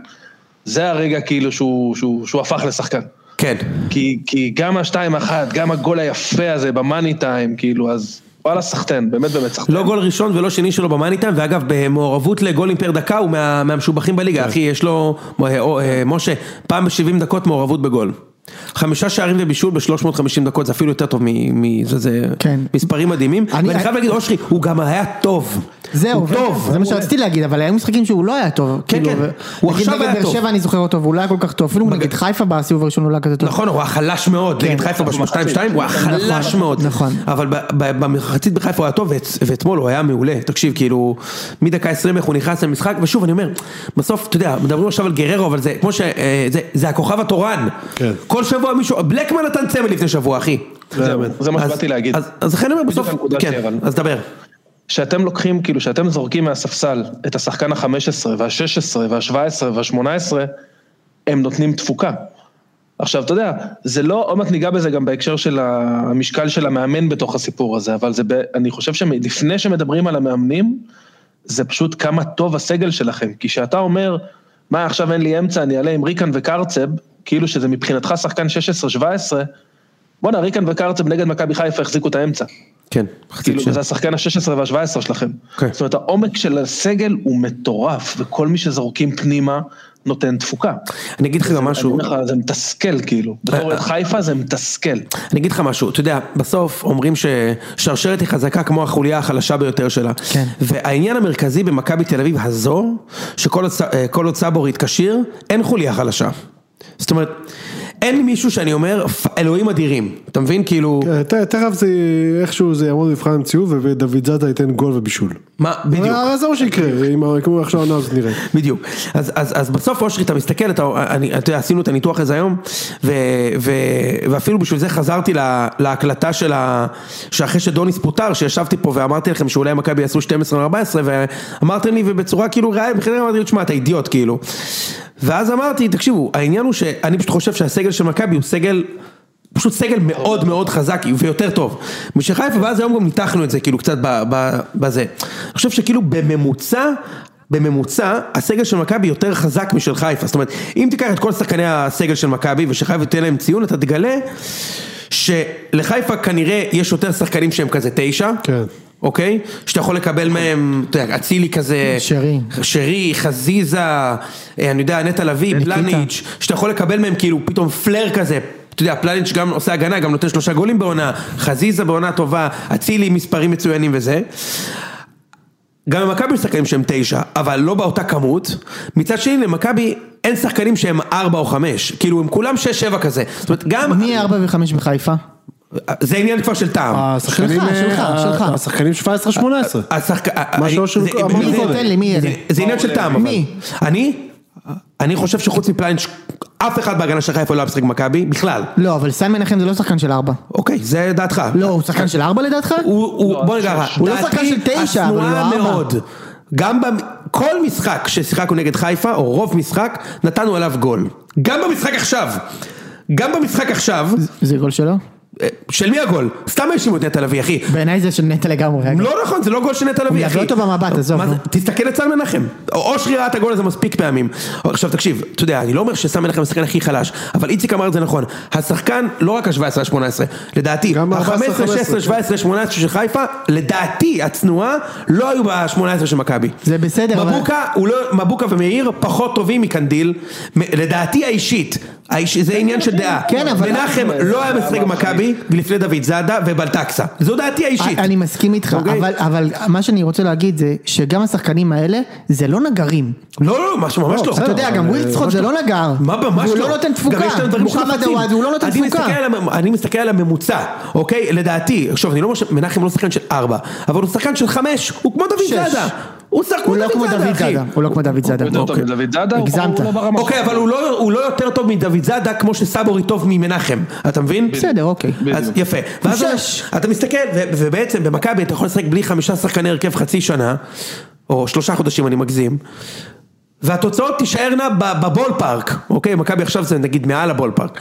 זה הרגע כאילו שהוא, שהוא, שהוא הפך לשחקן.
כן.
כי, כי גם השתיים אחת, גם הגול היפה הזה במאני טיים, כאילו, אז וואלה סחטיין, באמת באמת סחטיין.
לא גול ראשון ולא שני שלו במאניטיים, ואגב במעורבות לגולים פר דקה הוא מה, מהמשובחים בליגה,
כן.
אחי יש לו, אה, או, אה, משה, פעם ב-70 דקות מעורבות בגול. חמישה שערים ובישול ב-350 דקות זה אפילו יותר טוב מזה, זה
כן.
מספרים מדהימים.
אני-
ואני חייב להגיד, אושרי, הוא גם היה טוב.
זהו,
הוא טוב.
זה מה שרציתי להגיד, אבל היו משחקים שהוא לא היה טוב.
כן,
כאילו,
כן.
ו-
הוא
נגיד
עכשיו היה
נגד באר
טוב.
שבע אני זוכר אותו, והוא לא היה כל כך טוב, אפילו נגד חיפה בסיבוב הראשון הוא לא היה כזה טוב.
נכון, הוא היה חלש מאוד, נגד חיפה ב-2-2, הוא היה חלש מאוד.
כן, נכון.
אבל ב- ב- במחצית בחיפה הוא היה טוב, ואצ- ואתמול הוא היה מעולה. תקשיב, כאילו, מדקה 20 איך הוא נכנס למשחק, ושוב, אני אומר, בסוף, אתה יודע, מדברים עכשיו על גררו, אבל זה כמו ש... אה, זה- זה הכוכב התורן.
כן.
כל שבוע מישהו, בלקמן נתן צמל לפני שבוע, אחי.
זהו, זה מה
אז-
שבאתי להגיד.
אז- אז לכן אני אומר, בסוף,
הנקודה שלי,
כן,
אבל.
אז דבר.
שאתם לוקחים, כאילו, שאתם זורקים מהספסל את השחקן ה-15 וה-16 וה-17 וה-18, הם נותנים תפוקה. עכשיו, אתה יודע, זה לא, עוד מעט ניגע בזה גם בהקשר של המשקל של המאמן בתוך הסיפור הזה, אבל זה, ב- אני חושב שלפני שמדברים על המאמנים, זה פשוט כמה טוב הסגל שלכם. כי כשאתה אומר, מה, עכשיו אין לי אמצע, אני אעלה עם ריקן וקרצב, כאילו שזה מבחינתך שחקן 16-17, בואנה, ריקן וקרצב נגד מכבי חיפה החזיקו את האמצע.
כן, חצי
כאילו, זה השחקן ה-16 וה-17 שלכם.
כן.
זאת אומרת, העומק של הסגל הוא מטורף, וכל מי שזורקים פנימה נותן תפוקה.
אני אגיד לך גם משהו. אה,
אני אומר לך, זה מתסכל כאילו. בתור אוהד חיפה זה מתסכל.
אני אגיד לך משהו, אתה יודע, בסוף אומרים ששרשרת היא חזקה כמו החוליה החלשה ביותר שלה.
כן.
והעניין המרכזי במכבי תל אביב הזו, שכל עוד, צ- אה, כל עוד צבורית כשיר, אין חוליה חלשה. זאת אומרת, אין מישהו שאני אומר, "פ- אלוהים אדירים. אתה מבין? כאילו,
אה, ת- תכף זה איכשהו זה יעמוד במבחן המציאות ודוד זאדה ייתן גול ובישול.
מה, בדיוק.
אה, זה מה שיקרה, אם ה- כמו עכשיו העונה הזאת נראה.
בדיוק. אז, אז, אז בסוף אושרי, אתה מסתכל, אתה, אני, אתה יודע, עשינו את הניתוח הזה היום, ו, ו, ואפילו בשביל זה חזרתי לה, להקלטה של ה... שאחרי שדוניס פוטר, שישבתי פה ואמרתי לכם שאולי מכבי יעשו 12 או 14, ואמרתם לי, ובצורה כאילו רעה, מבחינתי אמרתי לי, תשמע, אתה אידיוט, כאילו. ואז אמרתי, תקשיבו, העניין הוא שאני פשוט חושב שהסגל של מכבי הוא סגל... פשוט סגל מאוד מאוד חזק ויותר טוב משל חיפה ואז היום גם ניתחנו את זה כאילו קצת ב- ב- בזה. אני חושב שכאילו בממוצע, בממוצע הסגל של מכבי יותר חזק משל חיפה. זאת אומרת אם תיקח את כל שחקני הסגל של מכבי ושחיפה תיתן להם ציון אתה תגלה שלחיפה כנראה יש יותר שחקנים שהם כזה תשע.
כן.
אוקיי? שאתה יכול לקבל מהם, אתה יודע, אצילי כזה,
שרי.
שרי, חזיזה, אה, אני יודע, נטע לביא,
אלקטה.
פלניץ', שאתה יכול לקבל מהם כאילו פתאום פלר כזה. אתה יודע, פלניץ' גם עושה הגנה, גם נותן שלושה גולים בעונה, חזיזה בעונה טובה, אצילי מספרים מצוינים וזה. גם למכבי יש שחקנים שהם תשע, אבל לא באותה כמות. מצד שני, למכבי אין שחקנים שהם ארבע או חמש. כאילו, הם כולם שש-שבע כזה. זאת אומרת, גם...
מי 4 ו-5 בחיפה?
זה עניין כבר של טעם.
השחקנים,
שלך,
אה,
שלך,
ה-
שלך.
השחקנים 17-18.
השחק... אה,
מה שאושר
זה-
אמר
זה-
קודם.
זה-
תן לי, מי אלה?
זה- זה עניין של טעם, אבל.
מי?
אני? אני חושב שחוץ מפליינש, אף אחד בהגנה של חיפה לא היה משחק במכבי, בכלל.
לא, אבל סן מנחם זה לא שחקן של 4.
אוקיי, זה דעתך.
לא, הוא שחקן של 4 לדעתך?
הוא, הוא,
לא,
בוא נגע,
שש.
ככה,
הוא לא שחקן
דעתי
של תשע, אבל הוא
השנואה
ארבע.
מאוד. גם במ... כל משחק ששיחקנו נגד חיפה, או רוב משחק, נתנו עליו גול. גם במשחק עכשיו. גם במשחק עכשיו,
זה גול שלו?
אה, של מי הגול? סתם האשימו את נטע לביא, אחי.
בעיניי זה של נטע לגמרי. אגב.
לא נכון, זה לא גול של נטע לביא,
הוא
אחי.
יביא אותו במבט, עזוב,
מה זה-
נו.
תסתכל לצד מנחם. או- אושרי ראה את הגול הזה מספיק פעמים. עכשיו תקשיב, אתה יודע, אני לא אומר שסם מנחם השחקן הכי חלש, אבל איציק אמר את זה נכון. השחקן, לא רק ה-17, ה-18, לדעתי,
גם ה-
15,
15,
16, 17, 18 של חיפה, לדעתי, הצנועה, לא היו ב-18 של מכבי.
זה בסדר, אבל-
מבוקה, הוא לא, מבוקה ומאיר פחות טובים מקנדיל, מ- לדעתי האישית. האיש, זה עניין של דעה.
כן, אבל-
מנחם לא היה משחק במכבי לפני דוד זאדה ובלטקסה. זו דעתי האישית.
אני מסכים איתך,
אוקיי?
אבל- אבל מה שאני רוצה להגיד זה שגם השחקנים האלה זה לא נגרים.
לא, לא, משהו ממש לא.
אתה יודע, גם ווילד סחוט זה לא נגר.
מה ממש
והוא
לא.
לא נותן
גם יש
תפוקה.
להם דברים
מוחמד
שלוחצים.
עוואד הוא לא נותן
אני
תפוקה.
מסתכל על המ- אני מסתכל על הממוצע, אוקיי? לדעתי, עכשיו, אני לא אומר שמנחם הוא לא שחקן של ארבע, אבל הוא שחקן של חמש, הוא כמו דוד
שש.
זאדה. הוא שחק
הוא לא כמו
דוד
דוד
זאדה, אחי.
זאדה. הוא לא כמו דוד זאדה.
הוא יותר טוב
אוקיי.
מדוד זאדה, הוא
הגזמת.
הוא לא ברמה
אוקיי,
שלו.
אבל הוא לא- הוא לא יותר טוב מדוד זאדה כמו שסבורי טוב ממנחם, אתה מבין?
בסדר, אוקיי.
אז יפה. ואז
שש.
אתה מסתכל, ו- ובעצם במכבי אתה יכול לשחק בלי חמישה שחקני הרכב חצי שנה, או שלושה חודשים אני מגזים, והתוצאות תישארנה ב- בבול פארק, אוקיי? מכבי עכשיו זה נגיד מעל הבול פארק.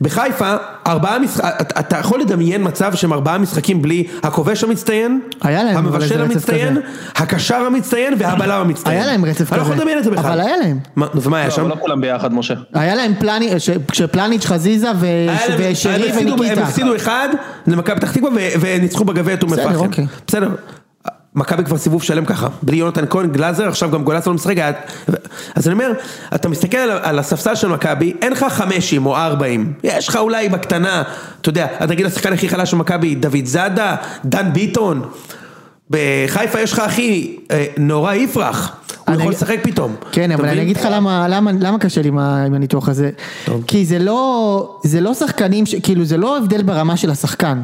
בחיפה, ארבעה משחקים, אתה יכול לדמיין מצב שהם ארבעה משחקים בלי הכובש המצטיין,
היה להם אבל
המבשל
איזה רצף
המצטיין, הקשר המצטיין והבלם המצטיין.
היה להם רצף
אני לא יכול
כזה.
לדמיין את זה בכלל.
אבל היה להם.
מה- נו, ומה היה
לא,
שם?
אבל לא כולם ביחד, משה.
היה להם פלני, אה, ש- כשפלניץ' חזיזה ו-
היה להם- הם
ושרי
הפסידו- הם
וניקיטה.
הפסידו אחד למכבי פתח תקווה ו- וניצחו בגביע את אום
בסדר,
אל-פחם.
אוקיי.
בסדר. מכבי כבר סיבוב שלם ככה, בלי יונתן כהן, גלאזר, עכשיו גם גולאסר לא משחק, היה- אז אני אומר, אתה מסתכל על, ה- על הספסל של מכבי, אין לך חמשים או ארבעים, יש לך אולי בקטנה, אתה יודע, אתה תגיד השחקן הכי חלש של מכבי, דוד זאדה, דן ביטון, בחיפה יש לך אחי, אה, נורא יפרח, הוא
אני-
יכול לשחק פתאום.
כן,
אתה
אבל אני
מבין?
אגיד לך למה, למה, למה קשה לי עם ה- עם הניתוח הזה. כי זה לא, זה לא שחקנים, ש, כאילו זה לא הבדל ברמה של השחקן.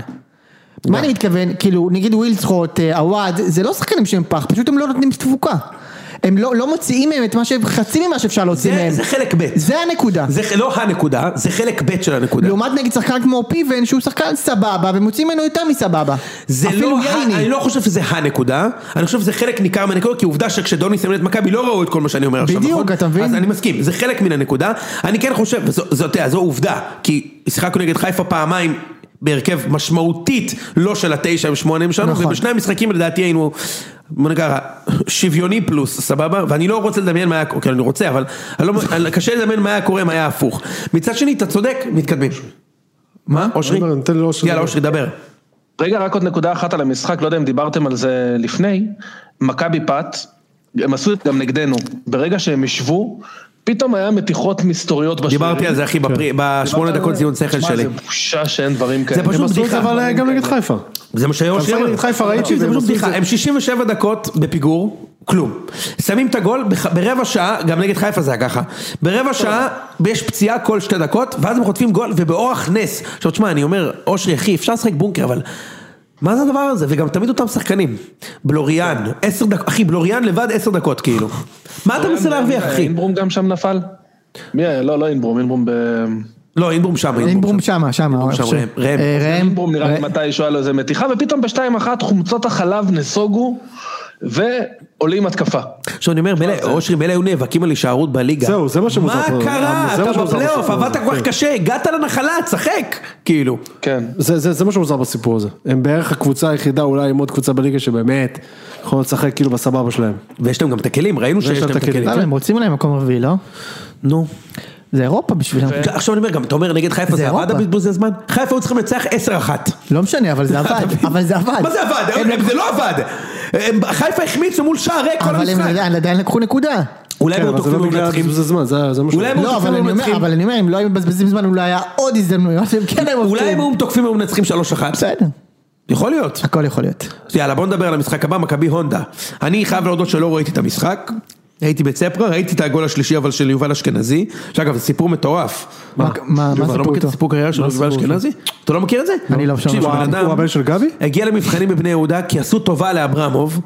מה
לא.
אני מתכוון? כאילו, נגיד ווילדסחוט, אה, עוואד, זה לא שחקנים שהם פח, פשוט הם לא נותנים תפוקה. הם לא, לא מוציאים מהם את מה שהם, חצי ממה שאפשר להוציא
זה,
מהם.
זה חלק ב',
זה הנקודה.
זה ח- לא הנקודה, זה חלק ב' של הנקודה.
לעומת נגיד שחקן כמו פיבן, שהוא שחקן סבבה, ומוציאים ממנו יותר מסבבה.
זה
אפילו
לא, ה-
ייני.
אני לא חושב שזה הנקודה, אני חושב שזה חלק ניכר מהנקודה, כי עובדה שכשדוני סמל את מכבי לא ראו את כל מה שאני אומר עכשיו,
בדיוק,
נכון?
אתה מבין?
אז אני מסכים, זה חלק מן הנקודה, אני כן חושב, וזו, זו, אתה יודע, זו עובדה, כי שיחקנו נגד חיפה פעמיים. בהרכב משמעותית לא של התשע עם שמונה עם שלנו,
נכון.
ובשני המשחקים לדעתי היינו, בוא נקרא, שוויוני פלוס, סבבה? ואני לא רוצה לדמיין מה היה, אוקיי, אני רוצה, אבל אני לא, אני- קשה לדמיין מה היה קורה אם היה הפוך. מצד שני, אתה צודק, מתקדמים. מה? אושרי?
אני אומר, נותן לאושרי
יאללה,
לדבר.
אושרי, דבר.
רגע, רק עוד נקודה אחת על המשחק, לא יודע אם דיברתם על זה לפני. מכבי פת, הם עשו את זה גם נגדנו. ברגע שהם ישבו, פתאום היה מתיחות מסתוריות בשביל.
דיברתי על זה אחי בפרי- בשמונה דקות זיון שכל שלי.
זה בושה שאין דברים כאלה.
פשוט
הם עשו את זה
בדיחה.
אבל אה, גם נגד חיפה.
זה מה
אתה
שיושר
משחק נגד חיפה, ראיתי את זה,
זה
הם
פשוט
עשו את
בדיחה.
זה.
הם 67 דקות בפיגור, כלום. שמים את הגול בח- ברבע שעה, גם נגד חיפה זה היה ככה. ברבע שעה יש פציעה כל שתי דקות, ואז הם חוטפים גול ובאורח נס. עכשיו תשמע, אני אומר, אושרי אחי, אפשר לשחק בונקר, אבל... מה זה הדבר הזה? וגם תמיד אותם שחקנים. בלוריאן, עשר דקות, אחי, בלוריאן לבד עשר דקות כאילו. מה אתה
לא
מנסה להרוויח אחי?
אינברום גם שם נפל? מי היה? לא, לא אינברום, אינברום ב...
לא, אינברום שם,
אינברום שמה, שמה.
אינברום שם,
אוקיי.
ראם, ראם.
אה,
אינברום נראה לי
ראם.
מתישהו היה לו איזה מתיחה, ופתאום בשתיים אחת חומצות החלב נסוגו, ועולים התקפה.
עכשיו אני אומר, מילא- אושרי, מילא היו נאבקים על הישארות בליגה.
לא, זהו, זה מה שמוזר פה.
מה קרה?
זה מה
אתה
שמוזר
בפלייאוף,
בסיפור הזה.
עבדת כל כך
כן.
קשה, הגעת לנחלה, צחק! כאילו.
כן.
זה, זה, זה מה שמוזר בסיפור הזה. הם בערך הקבוצה היחידה, אולי עם עוד קבוצה בליגה שבאמת יכולה לשחק כאילו בסבבה שלהם.
ויש להם גם את הכלים, ראינו שיש להם את הכלים.
למה, לא, הם רוצים אולי מקום רביעי, לא?
נו.
זה אירופה בשבילם.
עכשיו אני אומר, גם אתה אומר נגד חיפה
זה
זה עבד
אירופה.
הבזבוז הזמן? חיפה היו צריכים לנצח 10-1.
לא משנה, אבל זה עבד, אבל זה עבד.
מה זה עבד? הם- הם- זה לא עבד. הם- חיפה החמיצו מול שער ריק כל
אבל הם
המשחק.
עדיין- עדיין לקחו נקודה.
אולי
כן,
הם
אבל זה
תוקפים
לא בגלל
ומנצחים.
זה זמן, זה, זה מה
אולי הם
ש-
היו
לא, אבל
תוקפים
אני אומר,
ומנצחים.
אבל אני אומר, אם לא היו מבזבזים זמן, אולי היה עוד הזדמנויות, הם כן היו
אולי
מבקיעים.
הם היו תוקפים ומנצחים 3-1.
בסדר,
יכול להיות.
הכל יכול להיות.
יאללה בוא נדבר על המשחק הבא, מכבי הונדה. אני חייב להודות שלא ראיתי את המשחק, הייתי בצפרה, ראיתי את הגול השלישי אבל של יובל אשכנזי, שאגב זה סיפור מטורף.
מה- מה מה
אתה לא
סיפור
מכיר את
איתו?
הסיפור קריירה של יובל אשכנזי? אתה לא מכיר את זה?
אני לא,
תקשיב,
שומע.
הבן
הוא
אדם
הבן של גבי?
הגיע למבחנים בבני יהודה כי עשו טובה לאברמוב,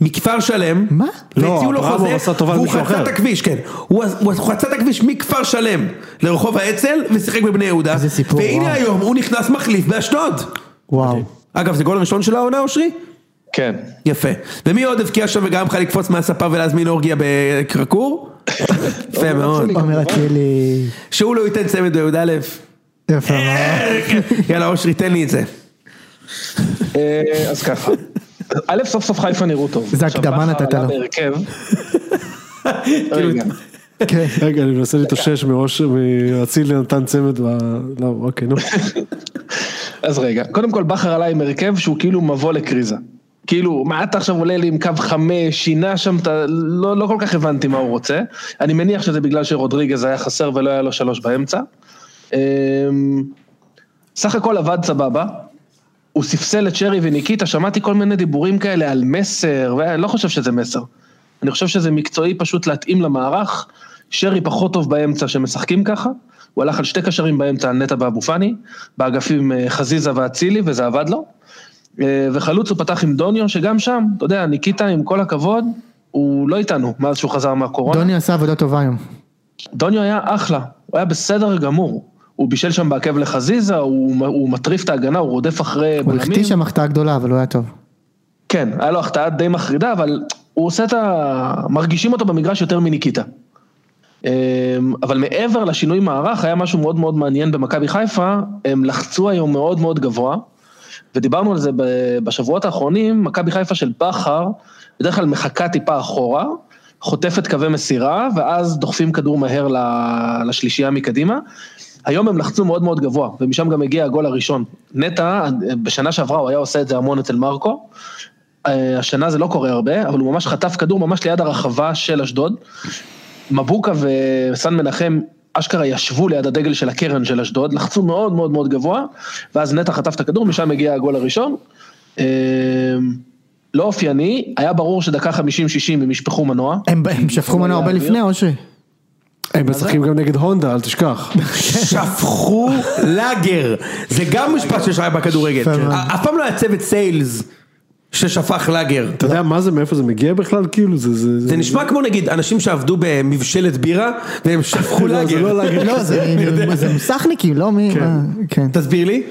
מכפר שלם.
מה?
לא,
והציעו לו
אברמוב
חוזה,
עשה טובה
והוא
למישהו
חצה
אחר.
את הכביש, כן. הוא הוא חצה את הכביש מכפר שלם לרחוב האצ"ל ושיחק בבני יהודה.
איזה סיפור,
והנה
וואו.
היום הוא נכנס מחליף באשדוד.
וואו.
אגב, זה גול ראשון של העונה, אושרי?
כן.
יפה. ומי עוד הבקיע שם וגרם לך לקפוץ מהספה ולהזמין אורגיה בקרקור? יפה מאוד.
עומר אצילי,
שהוא לא ייתן צמד בי"א.
יפה מאוד.
יאללה אושרי, תן לי את זה.
אה, אז ככה. א', סוף סוף חיפה נראו טוב.
זה
עכשיו,
הקדמה
בכר
נתת
עלה
לו.
בהרכב.
כאילו,
רגע.
כן.
לא. רגע, אני מנסה להתאושש מראש, מאצילי נתן צמד, ב- לא, אוקיי, נו.
אז רגע, קודם כל בכר עלה עם הרכב שהוא כאילו מבוא לקריזה. כאילו, מה אתה עכשיו עולה לי עם קו חמש, שינה שם, אתה, לא, לא כל כך הבנתי מה הוא רוצה. אני מניח שזה בגלל שרודריגז היה חסר ולא היה לו שלוש באמצע. אמ, סך הכל עבד סבבה. הוא ספסל את שרי וניקיטה, שמעתי כל מיני דיבורים כאלה על מסר, ואני לא חושב שזה מסר. אני חושב שזה מקצועי פשוט להתאים למערך. שרי פחות טוב באמצע שמשחקים ככה. הוא הלך על שתי קשרים באמצע, על נטע ואבו פאני, באגפים אה, חזיזה ואצילי, וזה עבד לו. אה, וחלוץ הוא פתח עם דוניו, שגם שם, אתה יודע, ניקיטה, עם כל הכבוד, הוא לא איתנו מאז שהוא חזר מהקורונה.
דוני עשה עבודה טובה היום.
דוניו היה אחלה, הוא היה בסדר גמור. הוא בישל שם בעקב לחזיזה, הוא, הוא מטריף את ההגנה, הוא רודף אחרי
הוא החטיא שם החטאה גדולה, אבל הוא היה טוב.
כן, היה לו החטאה די מחרידה, אבל הוא עושה את ה... מרגישים אותו במגרש יותר מניקיטה. אמ, אבל מעבר לשינוי מערך, היה משהו מאוד מאוד מעניין במכבי חיפה, הם לחצו היום מאוד מאוד גבוה, ודיברנו על זה ב- בשבועות האחרונים, מכבי חיפה של בכר, בדרך כלל מחכה טיפה אחורה, חוטפת קווי מסירה, ואז דוחפים כדור מהר ל- לשלישייה מקדימה. היום הם לחצו מאוד מאוד גבוה, ומשם גם הגיע הגול הראשון. נטע, בשנה שעברה הוא היה עושה את זה המון אצל מרקו, אה, השנה זה לא קורה הרבה, אבל הוא ממש חטף כדור ממש ליד הרחבה של אשדוד. מבוקה וסן מנחם אשכרה ישבו ליד הדגל של הקרן של אשדוד, לחצו מאוד מאוד מאוד גבוה, ואז נטע חטף את הכדור, משם הגיע הגול הראשון. אה, לא אופייני, היה ברור שדקה 50-60 הם ישפכו מנוע.
הם הם שפכו ממנו הרבה לפני, אושרי.
הם משחקים גם נגד הונדה, אל תשכח.
שפכו לאגר. זה גם משפט שיש היה בכדורגל.
יפה מאוד.
אף פעם לא היה צוות סיילס ששפך לאגר.
אתה יודע מה זה, מאיפה זה מגיע בכלל? כאילו, זה... זה-
זה נשמע כמו נגיד אנשים שעבדו במבשלת בירה והם שפכו
לא, זה
לאגר.
לא לאגר.
לא, זה זה מוסכניקים, לא מי... מה- כן.
תסביר לי.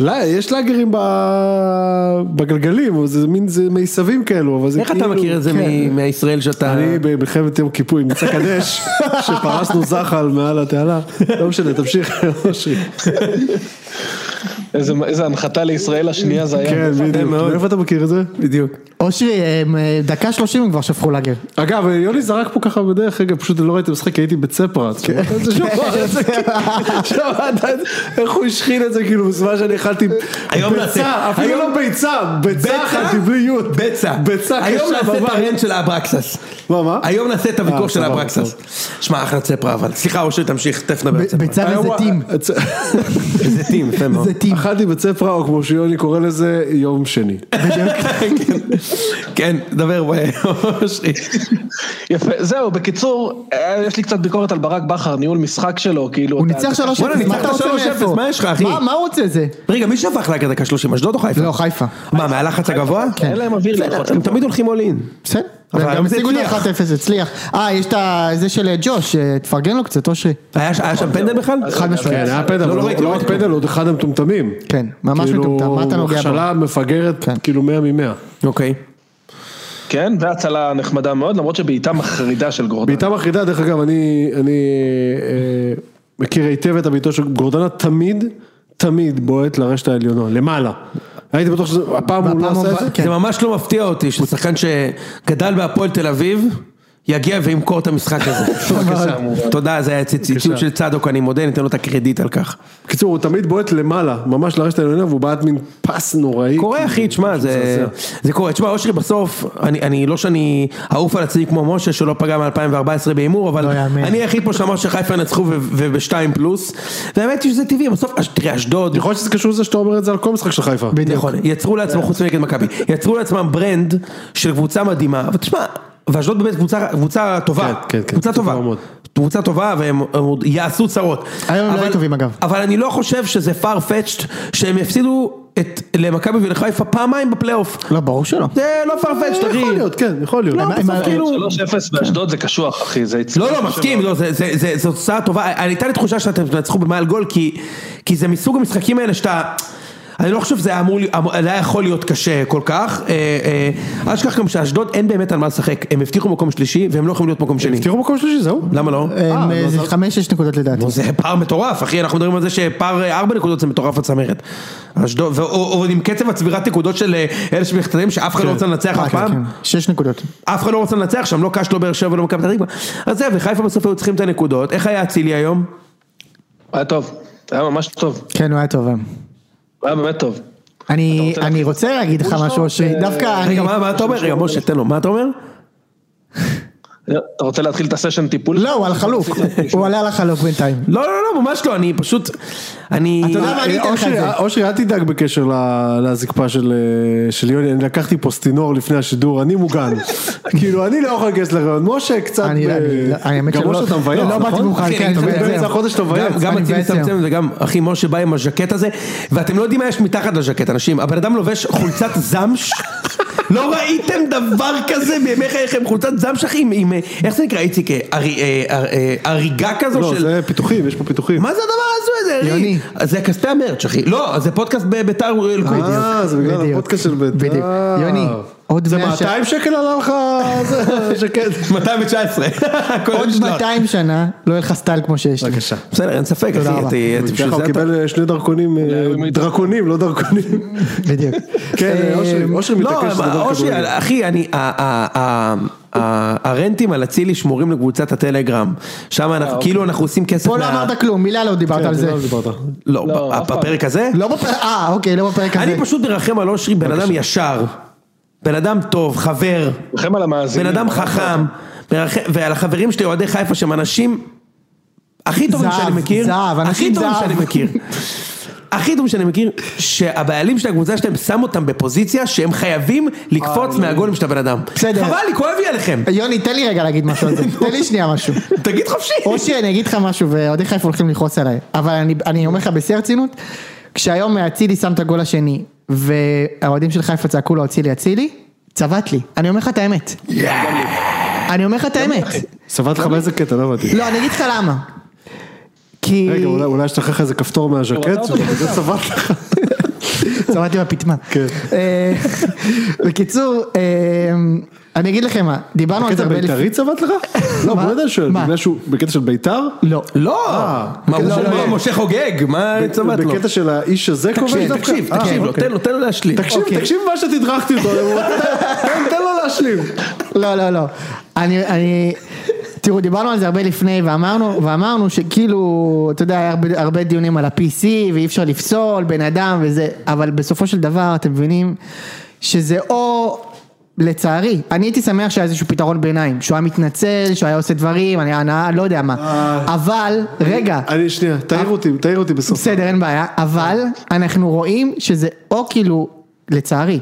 לא, יש לאגרים ב- בגלגלים, זה מין, זה מיסבים כאלו, אבל זה כאילו-
איך אתה מכיר את זה
כן.
מ- מהישראל שאתה...
אני במלחמת יום כיפור עם מצא קדש, שפרסנו זחל מעל התעלה, לא משנה, תמשיך, אושרי.
כן,
איזה, איזה הנחתה לישראל השנייה זה היה.
כן, בדיוק.
מאוד.
מאיפה אתה מכיר את זה?
בדיוק.
אושרי, הם, אה, דקה שלושים הם כבר שפכו לאגר.
אגב, יוני זרק פה ככה בדרך, רגע, פשוט לא ראיתי משחק, כי הייתי בצפרה. אתה
כן.
שמעת את זה? שמעת את זה? שמעת את זה? איך הוא השחיל את זה, כאילו, בזמן שאני אכלתי
היום נעשה-
ביצה, אפילו
היום-
לא ביצה, ביצה
בצע?
אכלתי בלי יוד.
בצע.
ביצה
היום
קשה
נעשה את
בבית.
הרנט של האברקסס.
מה, מה?
היום נעשה את
אה,
הוויכוח של
סבבה,
האברקסס. שמע, אחלה צפרה אבל. סליחה, אושרי, תמשיך, תכף נדבר על אה,
ב-
צפרה.
בצד
היום
איזה
ה-
טים.
הצ-
זה טים, יפה מאוד.
זה טים.
אכלתי בצפרה, או כמו שיוני קורא לזה, יום שני.
כן, דבר אושרי.
יפה, זהו, בקיצור, אה, יש לי קצת ביקורת על ברק בכר, ניהול משחק שלו, כאילו...
הוא
אתה-
ניצח 3-0,
בואנה,
מה אתה
ניצחת
רוצה
3-0,
מאיפה?
מה יש לך, אחי?
מה מה הוא רוצה זה?
רגע, מי שפך לה דקה 30, אשדוד או חיפה?
לא, חיפה.
מה, מהלחץ הגבוה?
אין להם אוויר ללחוץ.
הם תמיד הולכים all in.
בסדר.
אבל
והם
היום
גם
זה
השיגו את
הצליח.
ה-1-0, הצליח. אה, יש את ה- זה של אה, ג'וש, אה, תפרגן לו קצת, אושרי.
היה היה שם פנדל בכלל?
חד משמעית.
כן, היה פדל,
לא, לא
לא
ראיתי, לא
לא רק
ראיתי.
פדל, עוד אחד המטומטמים.
כן, ממש מטומטם, מה אתה
כאילו,
נוגע בו?
הכשלה מפגרת,
כן.
כאילו 100 מ-100.
אוקיי.
כן, והצלה נחמדה מאוד, למרות שבעיטה מחרידה של גורדון.
בעיטה מחרידה, דרך אגב, אני, אני אה, מכיר היטב את הבעיטות של גורדנה, תמיד, תמיד בועט לרשת העליונה, למעלה. הייתי בטוח שהפעם הוא לא
והפעם
עשה את
הוא-
זה.
כן.
זה ממש לא מפתיע אותי ששחקן שגדל בהפועל תל אביב יגיע וימכור את המשחק הזה.
בבקשה, מובן.
תודה, זה היה ציטוט של צדוק, אני מודה, ניתן לו את הקרדיט על כך.
בקיצור, הוא תמיד בועט למעלה, ממש לרשת העליונה, והוא בעט מין פס נוראי.
קורה אחי, תשמע, זה, זה קורה. תשמע, אושרי בסוף, אני, אני לא שאני אעוף על עצמי כמו משה שלא פגע מ-2014 בהימור, אבל
לא יאמן.
אני היחיד פה שאמר שחיפה ינצחו ו- ובשתיים פלוס, והאמת היא שזה טבעי, בסוף, אש- תראה,
נכון.
אשדוד,
יכול להיות שזה קשור לזה שאתה אומר את זה על כל משחק של חיפה.
נכון, יצרו לעצמם, חוץ מנגד מכבי, יצרו לעצמם ברנד של קבוצה מדהימה, אבל תשמע, ואשדוד באמת קבוצה, קבוצה טובה,
כן, כן, כן,
קבוצה
טובה
טובה,
מאוד.
קבוצה טובה והם הם עוד יעשו צרות.
היום הם לא
אבל-
היו טובים, אגב.
אבל אני לא חושב שזה farfetched שהם יפסידו את, למכבי ולחיפה פעמיים בפלייאוף.
לא, אה, ברור שלא.
זה לא farfetched, אחי.
יכול להיות, כן, יכול להיות.
לא,
הם-
בסוף
הם-
כאילו...
3-0 באשדוד זה קשוח, אחי, זה הצליח.
לא, לא, מסכים, לא, זה- זה- זה- זו תוצאה טובה, הייתה לי תחושה שאתם תנצחו במעל גול, כי- כי זה מסוג המשחקים האלה שאתה... אני לא חושב שזה היה אמור, לי- אמור- זה היה יכול להיות קשה כל כך. אה, אה, אל תשכח גם שאשדוד אין באמת על מה לשחק. הם הבטיחו מקום שלישי והם לא יכולים להיות מקום שני.
תראו מקום שלישי, זהו.
למה לא?
הם,
לא,
אה, זה
זה-
חמש, שש נקודות לדעתי.
נו, זה פער מטורף, אחי, אנחנו מדברים על זה שפער אה, ארבע נקודות זה מטורף הצמרת. אשדוד, ו- או או עם קצב הצבירת נקודות של אה, אלה שמכתבים שאף אחד לא רוצה לנצח
אה,
אף
כן,
פעם.
כן. שש נקודות.
אף אחד לא רוצה לנצח שם, לא קש, לא באר שבע, לא מכבי פתח תקווה. אז זהו, וחיפה בסוף היו צריכים את הנקודות. איך היה אצילי היום?
היה טוב, היה ממש טוב,
כן, הוא היה טוב. היום.
היה באמת טוב.
אני
אתה רוצה
אני רוצה להגיד אה, לך משהו, אושרי, דווקא אני...
רגע, מה מה אתה אומר? רגע, משה, תן לו, מה אתה אומר?
אתה רוצה להתחיל את הסשן טיפול?
לא, הוא על חלוק. הוא עלה על החלוק בינתיים.
לא, לא, לא, ממש לא, אני פשוט... אני...
אתה יודע מה, אני אתן לך את
אה, אושרי,
זה.
אושרי, אל תדאג בקשר ל- לזקפה של אה, של יוני, אני לקחתי פוסטינור לפני השידור, אני מוגן. כאילו, אני לא יכול להיכנס לרעיון, משה קצת...
אני-
ב-
אני- לא, האמת
גם
שלא-
משה אתה מבייס,
לא, לא
נכון?
באתי מוכן,
אחי,
כן,
אתה
אני מבאס.
באמצע החודש אתה מבייס.
גם- גם
אני
אצילי
מבאס היום.
מצמצם וגם אחי משה בא עם הז'קט הזה ואתם לא יודעים מה יש מתחת לז'קט אנשים הבן אדם לובש חולצת זמש לא ראיתם דבר כזה בימי חייכם חולצת זמש אחי עם- עם אה, איך זה נקרא איציק אה, ארי- אה, אה, אה, הריגה כזו
לא,
של
זה פיתוחים, יש פה פיתוחים.
מה זה הדבר הזה זה
יוני.
יוני זה כספי המרץ' אחי לא זה פודקאסט בביתר אלקוט
אה, זה בגלל
בדיוק.
הפודקאסט של בית"ר.
בדיוק. יוני, עוד
זה
מאה שנה-
200 שקל עלה לך? זה כן. שקט.
219 הכל
עוד
משלוח.
200 שנה לא יהיה לך סטייל כמו שיש לי.
בבקשה.
בסדר אין ספק
תודה
אחי אתה-
רבה.
אתה- בשביל
ככה
זה
הוא
אתה-
קיבל שני דרכונים, אה, דרקונים, לא דרכונים.
בדיוק.
כן,
אה,
אושרי, אושרי מתעקש
לא,
לדבר
אושרי,
כדורגל.
אחי, אני, ה- ה- ה- ה- הרנטים על אצילי שמורים לקבוצת הטלגרם. שם אנחנו, כאילו אנחנו עושים כסף
פה לא אמרת כלום, מילה לא דיברת על זה.
לא דיברת.
לא,
לא,
ב-
אף פעם.
בפרק הזה?
לא בפרק, אה, אוקיי, לא בפרק הזה.
אני פשוט מרחם על אושרי, בן אדם ישר. בן אדם טוב, חבר.
לכם על
בן
המאזינים.
אדם חכם. מרחם- ועל החברים שלי, אוהדי חיפה, שהם אנשים הכי טובים
זהב,
שאני מכיר.
זהב,
הכי
אנשים
טובים
זהב.
שאני מכיר. הכי טוב שאני מכיר, שהבעלים של הקבוצה שלהם שם אותם בפוזיציה שהם חייבים לקפוץ מהגולים של הבן אדם.
בסדר.
חבל לי, כואב לי עליכם.
יוני, תן לי רגע להגיד משהו על זה. תן לי שנייה משהו.
תגיד חופשי.
אושרי, אני אגיד לך משהו, ואוהדי חיפה הולכים לכעוס עליי. אבל אני- אני אומר לך בשיא הרצינות, כשהיום אצילי שם את הגול השני, והאוהדים של חיפה צעקו לו אצילי אצילי, צבט לי. אני אומר לך את האמת. אני אומר לך את האמת.
סבלת לך באיזה קטע, לא הבנתי.
לא, אני אגיד לך למה. כי...
רגע, לא אולי- אולי יש לך איזה כפתור מהז'קט, זה סבלת לך.
צבט לי בפטמה.
כן.
אה, בקיצור, אה, אני אגיד לכם מה, דיברנו על זה
בקטע
הרבה לפני...
בית"רי צבט לך? לא,
מה?
באמת אני שואל,
מה?
בגלל שהוא בקטע של בית"ר?
לא.
לא, מה,
לא,
משה-
לא,
מה,
לא.
משה חוגג, מה צבט לו?
בקטע של האיש הזה כובש
תקשיב,
דווקא?
תקשיב,
אה,
תקשיב לו,
אוקיי.
תן לו, תן לו להשלים.
תקשיב,
אוקיי.
תקשיב מה שתדרכתי אותו, תן- תן לו להשלים.
לא, לא, לא. אני, אני... תראו, דיברנו על זה הרבה לפני, ואמרנו, ואמרנו שכאילו, אתה יודע, היה הרבה, הרבה דיונים על ה-PC, ואי אפשר לפסול בן אדם וזה, אבל בסופו של דבר, אתם מבינים שזה או... לצערי, אני הייתי שמח שהיה איזשהו פתרון ביניים, שהוא היה מתנצל, שהוא היה עושה דברים, אני הנאה, לא יודע מה, אבל, רגע,
אני, שנייה,
אה.
תעיר אותי, תעיר אותי בסוף.
בסדר, אין בעיה, אבל אנחנו רואים שזה או כאילו, לצערי,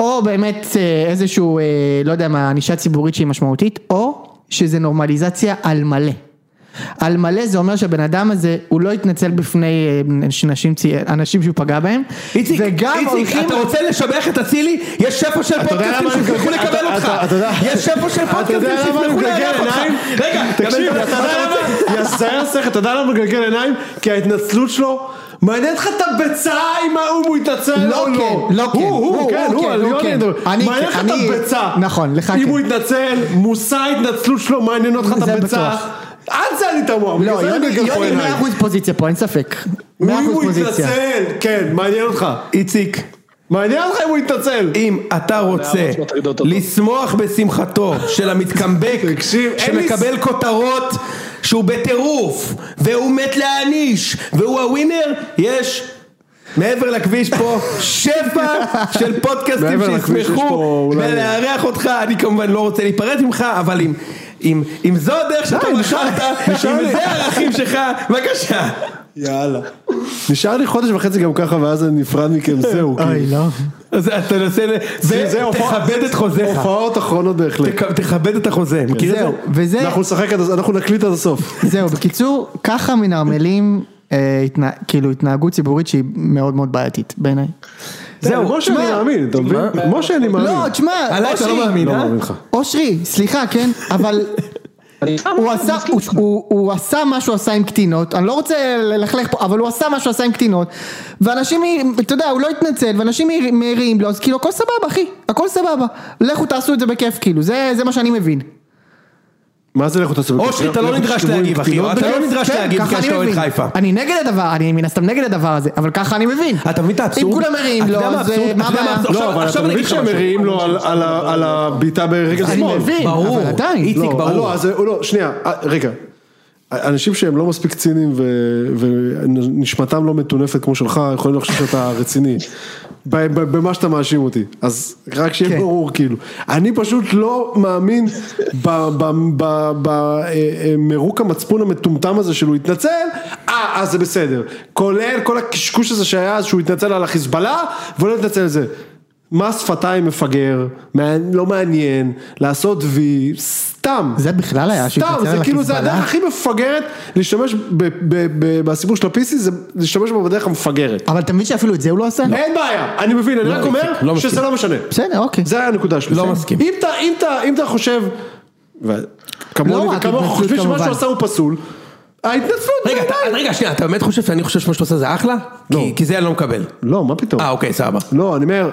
או באמת אה, איזשהו, אה, לא יודע מה, ענישה ציבורית שהיא משמעותית, או שזה נורמליזציה על מלא. על מלא זה אומר שהבן אדם הזה, הוא לא התנצל בפני אה, נשים, צי- אנשים שהוא פגע בהם.
איציק,
וגם
איציק,
הולכים-
אתה רוצה לשבח את אצילי? יש שפע של פודקאסטים
למה אני
שישמחו
מגלגל-
לקבל
אתה-
אותך.
אתה- אתה יודע-
יש שפע של פודקאסטים
למה אני
שישמחו
מגלגל
לארח אותך.
עיניים?
רגע,
תקשיב,
אתה
אתה יודע למה? יא זייר שכל, אתה יודע למה מגלגל עיניים? כי ההתנצלות שלו... מעניין אותך את הביצה אם ההוא הוא התנצל
לא
או לא.
כן, לא כן.
הוא, הוא, כן, הוא, על
הוא
יוני
כן.
אני מדבר.
אני-
מעניין לך את
אני-
הביצה.
נכון, לך
אם
כן.
הוא התנצל, מושא ההתנצלות שלו, מעניין אותך את
זה
הביצה.
בטוח.
עד זה אני תמוה. בגלל
לא,
זה אני
יוני-
מגלגל פה
יוני 100%
עיניים.
פוזיציה פה, אין ספק. 100%
הוא- אם הוא
פוזיציה.
התנצל, כן, מעניין אותך.
איציק,
מעניין אותך אם הוא התנצל.
אם אתה רוצה
לא תגיד אותו.
לשמוח בשמחתו של המתקמבק,
תקשיב, אין לי
שמקבל כותרות שהוא בטירוף, והוא מת להעניש, והוא הווינר, יש מעבר לכביש פה שפע של פודקאסטים
מעבר לכביש יש פה
שישמחו
אולי-
ולארח אותך, אני כמובן לא רוצה להיפרד ממך, אבל אם... אם, אם זו הדרך שאתה בחרת, אם זה הערכים שלך, בבקשה.
יאללה. נשאר לי חודש וחצי גם ככה, ואז אני נפרד מכם, זהו.
אוי,
כאילו.
לא.
אז אתה נושא, ל- זה,
זה הופעה- כן.
תכבד את חוזיך,
הופעות אחרונות בהחלט.
תכ- תכבד את החוזה, מכיר את זה?
זהו, וזה...
אנחנו נשחק עד הסוף, אנחנו נקליט עד הסוף.
זהו, בקיצור, ככה מנרמלים, אה, התנה, כאילו, התנהגות ציבורית שהיא מאוד מאוד בעייתית בעיניי.
זהו, משה אני
תשמע.
מאמין, אתה מבין? משה אני מאמין.
לא, תשמע,
עליי אתה לא
אושרי,
מאמין,
לא
אה?
מאמין לך.
אושרי, סליחה, כן, אבל
אני איתך,
הוא
אני
עשה,
מסכים
הוא,
איתך.
הוא, הוא עשה מה שהוא עשה עם קטינות, אני לא רוצה ללכלך פה, אבל הוא עשה מה שהוא עשה עם קטינות, ואנשים, אתה יודע, הוא לא התנצל, ואנשים מעיר- מעירים לו, אז כאילו הכל סבבה אחי, הכל סבבה, לכו תעשו את זה בכיף כאילו, זה, זה מה שאני מבין.
מה זה לכו תעשו?
אושרי, אתה לא נדרש להגיב, אחי, אתה לא נדרש
כן,
להגיב
ככה
כי
אני
אתה אוהד
מבין.
חיפה.
אני נגד הדבר, אני מן הסתם נגד הדבר הזה, אבל ככה אני מבין.
אתה מבין את האבסורד?
אם כולם מראים
אתה
לו,
יודע מה
אז
האבסורד?
אה, מה
אתה יודע מה
הבעיה?
האבסורד?
לא, אבל
עכשיו
אתה
אני
מבין
אגיד לך
שהם
משהו.
מריעים לו על- על ה- על הבעיטה ברגל
אני
שמאל.
מבין.
ברור,
אבל עדיין.
איציק,
לא,
ברור.
לא, אז הוא לא, שנייה, אה, רגע. אנשים שהם לא מספיק ציניים ו- ונשמתם לא מטונפת כמו שלך, יכולים לחשוב שאתה רציני. ב- ב- במה שאתה מאשים אותי. אז רק שיהיה
כן.
ברור, כאילו. אני פשוט לא מאמין במירוק אה, המצפון המטומטם הזה שהוא התנצל, אה, אז זה בסדר. כולל כל הקשקוש הזה שהיה אז שהוא התנצל על החיזבאללה, ולא התנצל על זה. מס שפתיים מפגר, מע- לא מעניין, לעשות וי, סתם.
זה
לא,
בכלל היה
סתם,
שהתנצל
זה
על
כאילו, זה
החיזבאללה?
הדרך הכי מפגרת להשתמש ב- ב- ב- בסיפור של ה-PC, זה להשתמש בו בדרך המפגרת.
אבל אתה מבין שאפילו את זה הוא לא עשה?
אין בעיה, אני מבין, אני רק
מסכים, לא
אומר שזה
מסכים.
לא משנה.
בסדר, אוקיי.
זה היה הנקודה שלי.
לא
בסדר?
מסכים.
אם אתה- אם אתה- אם אתה חושב, ו-
לא,
כמוני
רק
וכמוך
התנצלות,
חושבים שמה
כמובן.
שהוא עשה הוא פסול, ההתנצלות,
רגע, אתה- רגע, שנייה, אתה באמת חושב שאני חושב שמה שאתה עושה זה אחלה?
לא.
כי- כי זה אני לא מקבל.
לא, מה פתאום.
אה, אוקיי, סבבה.
לא, אני אומר,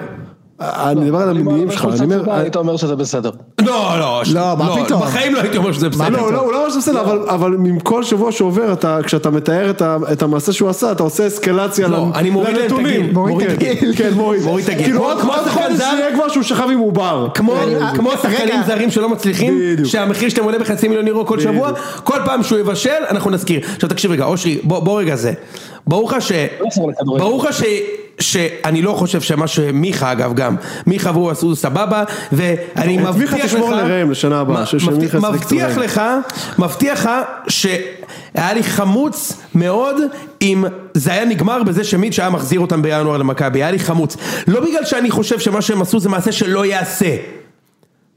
אני מדבר על המניעים שלך, אני אומר,
היית אומר שזה בסדר.
לא, לא, ש-
לא, מה פתאום?
בחיים לא הייתי אומר שזה בסדר.
לא, לא, הוא לא אומר שזה בסדר, אבל- אבל עם כל שבוע שעובר, אתה- כשאתה מתאר את ה- את המעשה שהוא עשה, אתה עושה אסקלציה
לא,
לנ-
אני מוריד להם את
לנתונים.
הגיל.
מוריד את
כן,
הגיל.
כן, מוריד.
מוריד את הגיל.
כאילו,
כמו-
עוד
כמו
עוד
השחקן
חודש
זר.
יהיה כבר שהוא שכב עם עובר.
כמו- אה,
אני-
כמו
רגע.
שחקנים זרים שלא מצליחים,
בדיוק.
שהמחיר שלהם עולה בחצי מיליון אירו כל שבוע, כל פעם שהוא יבשל, אנחנו נזכיר. עכשיו תקשיב רגע, אושרי, בוא בוא רגע זה. ברור לך ש...
לא חזר לכדורגל.
ברור לך ש... שאני לא חושב שמה שמיכה אגב גם, מיכה והוא עשו סבבה, ואני
את
מבטיח לך...
מיכה תשמור לראם לשנה הבאה,
מ-
ש- שמיכה
מבטיח-
ישחק
מבטיח
טוב.
לך, מבטיח לך שהיה לי חמוץ מאוד אם זה היה נגמר בזה שמיץ' היה מחזיר אותם בינואר למכבי, היה לי חמוץ. לא בגלל שאני חושב שמה שהם עשו זה מעשה שלא ייעשה.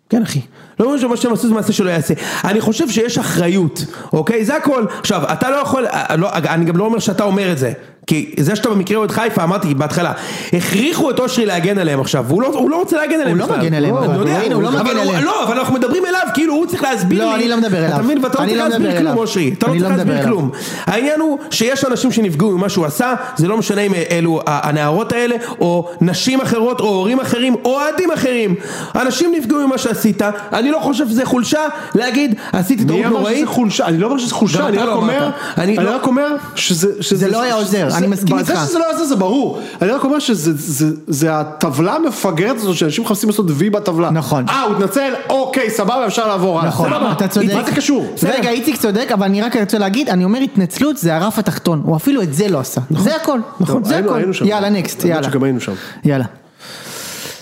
כן אחי. לא אומר שמה שהם עשו זה מעשה שלא יעשה. אני חושב שיש אחריות, אוקיי? זה הכל. עכשיו, אתה לא יכול, אה, לא, אני גם לא אומר שאתה אומר את זה. כי זה שאתה במקרה אוהד חיפה, אמרתי בהתחלה, הכריחו את אושרי להגן עליהם עכשיו, והוא לא, הוא לא רוצה להגן עליהם
לא
בכלל.
מגן עליהם, אבל.
אני יודע,
הנה, הוא לא
אבל
מגן עליהם.
לא, אבל אנחנו מדברים אליו, כאילו הוא צריך להסביר לי.
לא, אני לא מדבר אליו.
אתה מבין, ואתה לא
אני
צריך
לא
להסביר
מדבר
כלום,
אליו.
אושרי. אתה לא
אני
צריך
לא מדבר
להסביר
אליו.
כלום. העניין הוא שיש אנשים שנפגעו ממה שהוא עשה, זה לא משנה אם אלו ה- הנערות האלה, או נשים אחרות, או הורים אחרים, או אוהדים אחרים. אנשים נפגעו ממה שעשית, אני לא חושב שזה חולשה להגיד, עשיתי טעות
מי אמר שזה
נוראית.
חולשה? אני לא אומר שזה חולשה,
גם
אני
אתה
רק
לא
אומר,
אמרת. אני
אני
לא-
רק אומר שזה... שזה-
זה לא היה עוזר,
שזה-
אני מסכים
זה
איתך.
שזה לא היה עוזר זה ברור, אני רק אומר שזה זה- זה הטבלה המפגרת הזאת שאנשים מחפשים לעשות וי בטבלה.
נכון.
אה, הוא התנצל, אוקיי, סבבה, אפשר לעבור הלאה.
נכון,
סבבה.
אתה צודק.
מה זה קשור?
רגע, איציק צודק, אבל אני רק רוצה להגיד, אני אומר התנצלות זה הרף התחתון, הוא אפילו את זה לא עשה. זה הכל, נכון,
טוב,
זה
היינו-
הכל.
היינו שם.
יאללה, נקסט,
האמת
יאללה.
שגם היינו שם.
יאללה.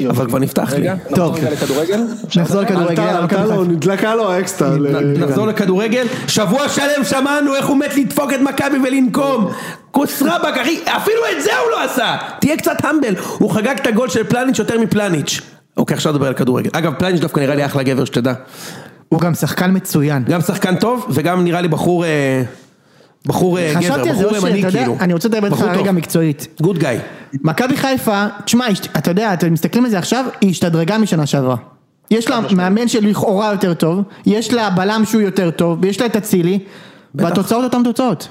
אוקיי.
אבל כבר נפתח לי.
רגע,
טוב.
נחזור רגע לכדורגל.
נחזור לכדורגל.
עלתה-
יאללה, מכבי
עלתה
חיפה.
לו, נדלקה לו האקסטה. ל-
נחזור לכדורגל, שבוע שלם שמענו איך הוא מת לדפוק את מכבי ולנקום. כוס רבאק אחי, אפילו את זה הוא לא עשה! תהיה קצת המבל, הוא חגג את הגול של פלניץ' יותר מפלניץ'. אוקיי, עכשיו נדבר על כדורגל. אגב, פלניץ' דווקא נראה לי אחלה גבר, שתדע.
הוא גם שחקן מצוין.
גם שחקן טוב, וגם נראה לי בחור... אה, בחור אה, גבר,
חשבתי על זה,
בחור
אושרי,
ימני
אתה יודע,
כאילו.
אני רוצה לדבר איתך
בחור טוב.
רגע מקצועית.
גוד גאי.
מכבי חיפה, תשמע, היא השת- אתה יודע, אתם מסתכלים על זה עכשיו, היא השתדרגה משנה שעברה. יש לה מאמן שלכאורה יותר טוב, יש לה בלם שהוא יותר טוב, ויש לה את אצילי, והתוצאות אותן תוצאות.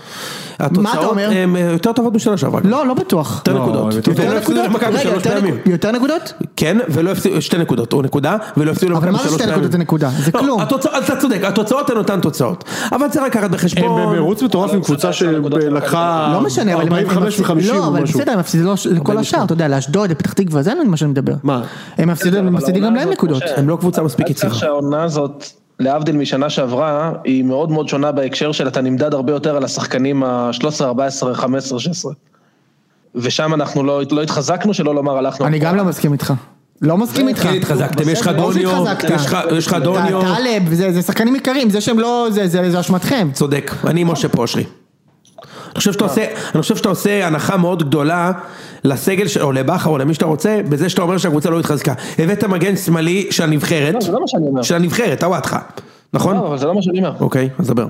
מה אתה
התוצאות
אומר?
הן אה, יותר טובות משנה שעברה.
לא, לא בטוח.
יותר נקודות.
יותר
הם לא הפסידו
נקודות?
למכבי
רגע,
שלוש
יותר
פעמים.
נקודות? יותר נקודות?
כן, ולא הפסידו, שתי נקודות, או נקודה, ולא הפסידו
אבל
למכבי
מה זה
שלוש
שתי
פעמים.
נקודות ונקודה? זה
לא,
כלום.
התוצא- אתה צודק, התוצאות הן אותן תוצאות. אבל צריך לקחת
הם
בחשבון...
במרוץ מטורף
לא,
עם קבוצה
אה,
שלקחה
לא משנה, אבל... אם-
45
אם-
ו-50
לא,
או
אבל
משהו.
בסדר, הם הפסידו לש- לכל השאר, אתה יודע, לאשדוד, לפתח תקווה, זה מה שאני מדבר.
מה?
הם הפסידו- הם
אבל
מפסידים גם
העונה
להם
הזאת,
נקודות.
משה,
הם לא קבוצה מספיק
אל תשכח
יציבה.
שהעונה הזאת, להבדיל משנה שעברה, היא מאוד מאוד שונה בהקשר של אתה נמדד הרבה יותר על השחקנים ה-13, 14, 15, 16. ושם אנחנו לא, לא התחזקנו, שלא לומר הלכנו.
אני גם לא מסכים איתך. לא מסכים איתך. לא,
כן התחזקתם, יש לך
בסדר,
ברור
דוניו,
שהתחזקת.
יש לך- יש לך
אתה-
דוניו,
טלב, זה זה שחקנים יקרים, זה שהם לא... זה- זה זה אשמתכם.
צודק, אני משה פה אושרי. אני חושב שאתה עושה- אני חושב שאתה עושה הנחה מאוד גדולה לסגל, של- או לבכר, או למי שאתה רוצה, בזה שאתה אומר שהקבוצה לא התחזקה. הבאת מגן שמאלי של הנבחרת,
לא, זה לא מה שאני אומר.
של הנבחרת, הוואטחה, נכון?
לא, אבל זה לא מה שאני אומר.
אוקיי, אז דבר.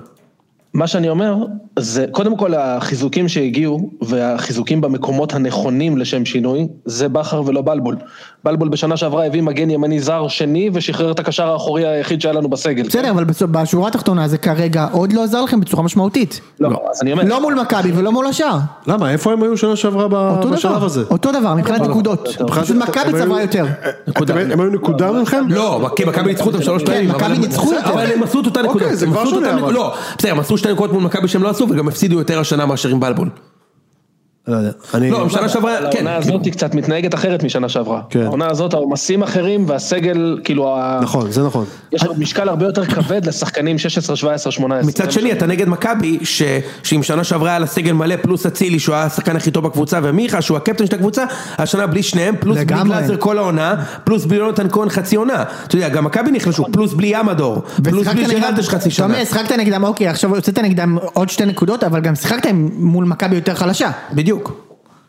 מה שאני אומר, זה קודם כל החיזוקים שהגיעו, והחיזוקים במקומות הנכונים לשם שינוי, זה בכר ולא בלבול. בלבול בשנה שעברה הביא מגן ימני זר שני, ושחרר את הקשר האחורי היחיד שהיה לנו בסגל.
בסדר, אבל בסוף- בשורה התחתונה זה כרגע עוד לא עזר לכם בצורה משמעותית.
לא, אז אני אומר,
לא מול מכבי ולא מול השאר.
למה, איפה הם היו שנה שעברה
אה,
ב-
אותו
בשלב
דבר,
הזה?
אותו דבר, מבחינת נקודות.
מבחינת-
פשוט מכבי
הם היו-
אה,
צברה יותר.
נקודה.
אתם- הם היו נקודה ממכם?
לא, כי מכבי ניצחו אותם שלוש פעמים. אבל
מכבי
הם-
ניצחו יותר.
אבל הם עשו את אותה
אוקיי,
נקודה.
זה כבר שונה, אבל.
לא, בסדר, הם עשו שתי נקודות מול מכבי שהם לא עשו, וגם הפסידו יותר השנה מאשר עם בלבול.
לא יודע. אני...
לא, הם שנה שעברה, כן.
העונה הזאת היא קצת מתנהגת אחרת משנה שעברה.
כן.
העונה הזאת העומסים אחרים והסגל, כאילו, ה-
נכון, זה נכון.
יש לו משקל הרבה יותר כבד לשחקנים 16, 17, 18.
מצד שני, אתה נגד מכבי, ש- שעם שנה שעברה היה לה סגל מלא, פלוס אצילי, שהוא היה השחקן הכי טוב בקבוצה, ומיכה, שהוא הקפטן של הקבוצה, השנה בלי שניהם, פלוס בלי
לגמרי.
גלאזר כל העונה, פלוס בלי יונתן כהן חצי עונה. אתה יודע, גם מכבי נחלשו, פלוס בלי ימדור, פלוס
ושיחקת
בלי
נגדם-
ג'רלדש חצי
אתה
שנה.
אומר, שיחקת נגדם, אוקיי, עכשיו הוצאת נגדם עוד שתי נקודות, אבל גם שיחקת עם- מול מכבי יותר חלשה.
בדיוק,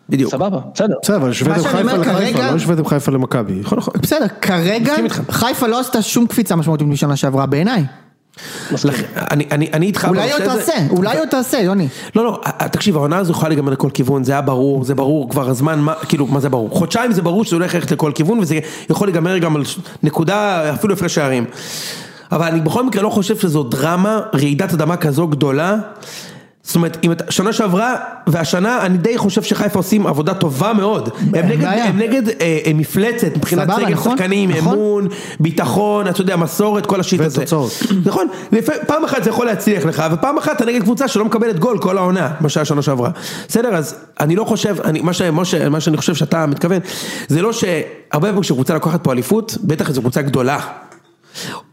בדיוק.
סבבה, בסדר.
בסדר, אבל השוויתם
שאני
חיפה
אומר
לחיפה,
כרגע-
לא השוויתם חיפה למכבי.
נכון, נכון.
בסדר, כרגע
מסכים איתך.
חיפה לא עשתה שום קפיצה משמעותית משנה שעברה בעיניי.
לכן, אני- אני אני איתך.
אולי
בנושא
עוד
הזה.
תעשה, אולי עוד תעשה, יוני.
לא, לא, א- א- תקשיב, העונה הזו יכולה להיגמר לכל כיוון, זה היה ברור, זה ברור כבר הזמן, מה, כאילו, מה זה ברור? חודשיים זה ברור שזה הולך ללכת לכל כיוון, וזה יכול להיגמר גם על ש- נקודה, אפילו הפרש שערים. אבל אני בכל מקרה לא חושב שזו דרמה, רעידת אדמה כזו גדולה. זאת אומרת, אם אתה, שנה שעברה והשנה, אני די חושב שחיפה עושים עבודה טובה מאוד. הם נגד,
בעיה.
הם נגד אה, אה, מפלצת מבחינת
סבבה,
סגל
נכון,
שחקנים,
נכון.
אמון, ביטחון, אתה יודע, מסורת, כל השיט הזה.
ותוצאות.
נכון, לפ- פעם אחת זה יכול להצליח לך, ופעם אחת אתה נגד קבוצה שלא מקבלת גול כל העונה, מה שהיה שנה שעברה. בסדר, אז אני לא חושב, אני, מה, ש, מה, ש, מה שאני חושב שאתה מתכוון, זה לא שהרבה פעמים כשקבוצה לוקחת פה אליפות, בטח זו קבוצה גדולה.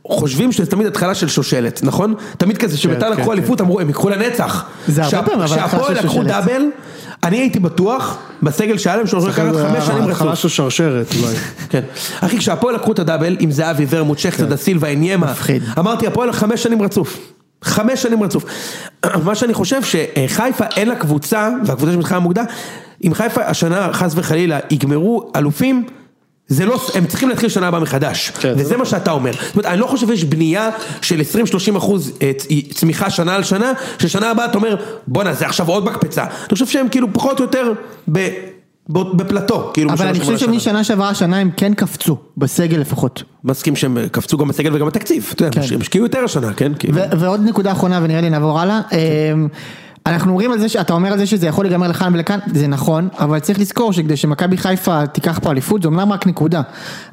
חושבים שזה תמיד התחלה של שושלת, נכון? תמיד כזה שביתר
כן,
לקחו
כן.
אליפות, אמרו הם יקחו לנצח.
זה הרבה
שה-
פעמים, אבל התחלה של
שהפועל לקחו
שושלת.
דאבל, אני הייתי בטוח, בסגל שהיה להם, שהולכים לקחת חמש שנים רצוף.
התחלה של שרשרת אולי.
כן. אחי, כשהפועל לקחו את הדאבל, עם זהבי, ורמוט, שכטר, דה סילבה, עניימה,
כן. מפחיד.
אמרתי, הפועל חמש שנים רצוף. חמש שנים רצוף. מה שאני חושב שחיפה אין לה קבוצה, והקבוצה שמתחילה מוקדם, אם חיפה השנה, חס וחלילה, יגמרו אלופים, זה לא, הם צריכים להתחיל שנה הבאה מחדש,
כן, זה
וזה מה שאתה אומר. זאת אומרת, אני לא חושב שיש בנייה של 20-30 אחוז אה, צמיחה שנה על שנה, ששנה הבאה אתה אומר, בואנה, זה עכשיו עוד מקפצה. אני חושב שהם כאילו פחות או יותר ב- ב- בפלטו, כאילו,
אבל
משנה
אני חושב
לשנה.
שמשנה שעברה השנה הם כן קפצו, בסגל לפחות.
מסכים שהם אה, קפצו גם בסגל וגם בתקציב, אתה יודע,
כן.
הם השקיעו יותר השנה, כן? כאילו.
ו- ועוד נקודה אחרונה ונראה לי נעבור הלאה.
כן.
אמ, אנחנו אומרים על זה, שאתה אומר על זה שזה יכול להיגמר לכאן ולכאן, זה נכון, אבל צריך לזכור שכדי שמכבי חיפה תיקח פה אליפות, זה אומנם רק נקודה,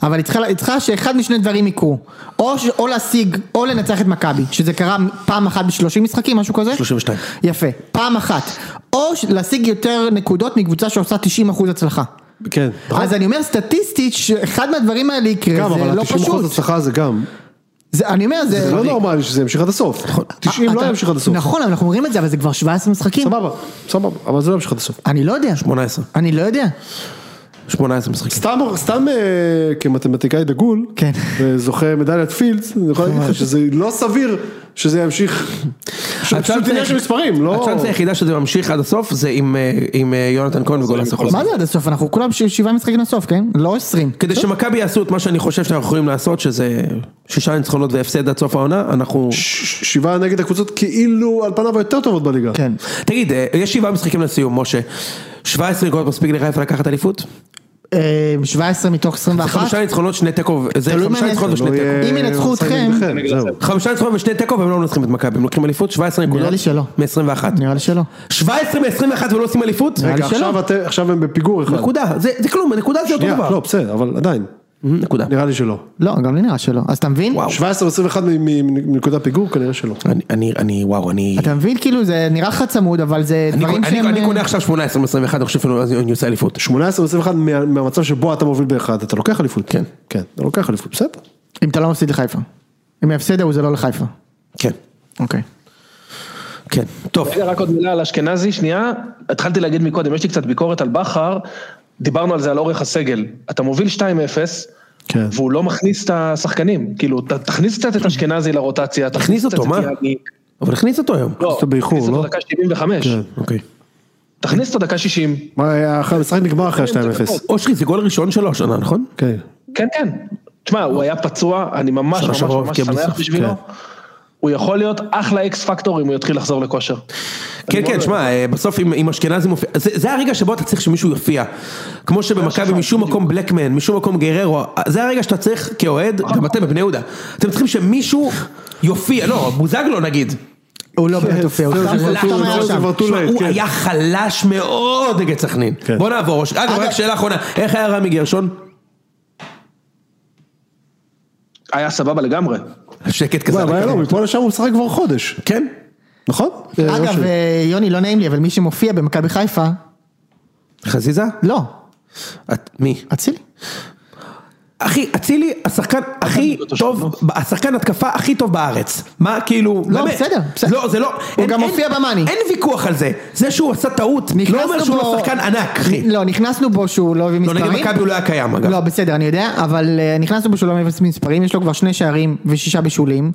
אבל היא צריכה, היא צריכה שאחד משני דברים יקרו, או, ש- או להשיג, או לנצח את מכבי, שזה קרה פעם אחת בשלושים משחקים, משהו כזה?
32.
יפה, פעם אחת, או ש- להשיג יותר נקודות מקבוצה שעושה 90% הצלחה.
כן.
אז אני אומר סטטיסטית שאחד מהדברים האלה יקרה,
גם,
זה
אבל
לא
ה-90%
פשוט.
הצלחה זה גם.
זה, אני אומר, זה...
זה לא נורמלי שזה ימשיך עד הסוף. 90 לא
אתה-
היה ימשיך עד הסוף.
נכון, אבל אנחנו אומרים את זה, אבל זה כבר 17 משחקים.
סבבה, סבבה, אבל זה לא ימשיך עד הסוף.
אני לא יודע.
18.
אני לא יודע.
18 משחקים.
סתם, סתם אה, כמתמטיקאי דגול,
כן.
וזוכה מדליית פילדס, אני יכול להגיד לך שזה לא סביר שזה ימשיך, ש- פשוט עניין של מספרים, לא...
הצ'אנס היחידה שזה ממשיך עד הסוף זה עם, אה, עם אה, יונתן כהן וגולס החולסון.
מה זה עד הסוף? אנחנו כולם ש- שבעה משחקים לסוף, כן? לא 20.
כדי שמכבי יעשו את מה שאני חושב שאנחנו יכולים לעשות, שזה שישה ניצחונות והפסד עד סוף העונה, אנחנו...
ש- ש- שבעה נגד הקבוצות כאילו על פניו היותר טובות בליגה.
כן.
תגיד, אה, יש שבעה משחקים לסיום, משה. 17 נקודות מספיק לחיפה לקחת אליפות?
אה, 17 מתוך
זה
21.
חמישה ניצחונות, שני תיקו, זה
תלוי
חמישה
מה
ניצחונות
לא
ושני תיקו.
יהיה
אם ינצחו
משחק
אתכם-
נגדכם, זהו.
חמישה ניצחונות ושני תיקו והם לא מנצחים את מכבי, הם לוקחים אליפות, 17 נקודות.
נראה לי שלא.
מ-21.
נראה לי שלא.
17 מ-21 ולא עושים אליפות?
רגע, עכשיו אתם- עכשיו הם בפיגור אחד.
נקודה, זה, זה כלום, נקודה זה אותו
שנייה,
דבר.
לא, בסדר, אבל עדיין,
נקודה.
נראה לי שלא.
לא, גם לי נראה שלא. אז אתה מבין?
וואו.
17 או 21 מ- מ- מנקודת פיגור כנראה שלא.
אני, אני, אני, וואו, אני...
אתה מבין? כאילו זה נראה לך צמוד, אבל זה
אני,
דברים
אני,
שהם...
אני
אה,
קונה עכשיו 18 מ-21, אני חושב שאני עושה אליפות.
18 או 21 מה- מהמצב שבו אתה מוביל באחד, אתה לוקח אליפות. כן. כן, אתה לוקח אליפות, בסדר.
אם אתה לא מפסיד לחיפה. אם ההפסד ההוא זה לא לחיפה.
כן,
אוקיי.
כן. טוב,
רגע, רק עוד מילה על אשכנזי, שנייה. התחלתי להגיד מקודם, יש לי קצת ביקורת על בכר, דיברנו על זה על אורך הסגל. אתה מוביל 2-0,
כן.
והוא לא מכניס את השחקנים. כאילו, ת, תכניס קצת את אשכנזי לרוטציה,
תכניס
קצת
אותו,
את
מה?
יעני.
אבל הכניס אותו היום.
לא,
אותו באיחור,
תכניס
לא?
אותו דקה 75.
כן.
אוקיי.
תכניס אותו דקה 60.
מה היה, אחרי- המשחק נגמר אחרי ה-2-0.
אושרי, זה גול ראשון שלו השנה, נכון?
כן.
כן, כן. תשמע, הוא היה פצוע, אני ממש
שנה
ממש
שעברה הוא
ממש
הבקיע בסוף,
שמח בשבילו. הוא יכול להיות אחלה אקס פקטור אם הוא יתחיל לחזור לכושר.
כן, כן, שמע, אה, בסוף אם, אם אשכנזי מופיע, זה, זה הרגע שבו אתה צריך שמישהו יופיע. כמו שבמכבי משום מקום בלקמן, משום מקום גררו, זה הרגע שאתה צריך כאוהד, גם אתם בבני יהודה, אתם צריכים שמישהו יופיע, לא, בוזגלו נגיד.
הוא לא באמת הופיע, הוא
זה
סתם
ורטול,
סתם היה
זה
שם.
ורטול.
שמע,
לייט,
הוא
כן.
היה חלש מאוד נגד סכנין.
כן.
בוא נעבור, אגב, רק שאלה אחרונה, איך היה רמי גרשון?
היה סבבה לגמרי.
שקט כזה.
וואי, הבעיה לא, מפה לשם הוא משחק כבר חודש,
כן?
נכון? אה, לא
אגב,
משנה.
אה, יוני, לא נעים לי, אבל מי שמופיע במכבי חיפה,
חזיזה?
לא,
את- מי?
אצילי.
אחי, אצילי, השחקן הכי
אותו
טוב, השחקן התקפה הכי טוב בארץ. מה, כאילו,
לא,
באמת.
בסדר, בסדר.
לא, זה לא... אין-
גם
אין-
מופיע במאני.
אין ויכוח על זה. זה שהוא עשה טעות, לא אומר
נכנסנו
שהוא
בו-
לא שחקן ענק, אחי.
לא, נכנסנו בו שהוא לא הביא
לא,
מספרים.
נגד מכבי הוא לא היה קיים, אגב.
לא, בסדר, אני יודע, אבל אה, נכנסנו בו שהוא לא מביא מספרים, יש לו כבר שני שערים ושישה בישולים,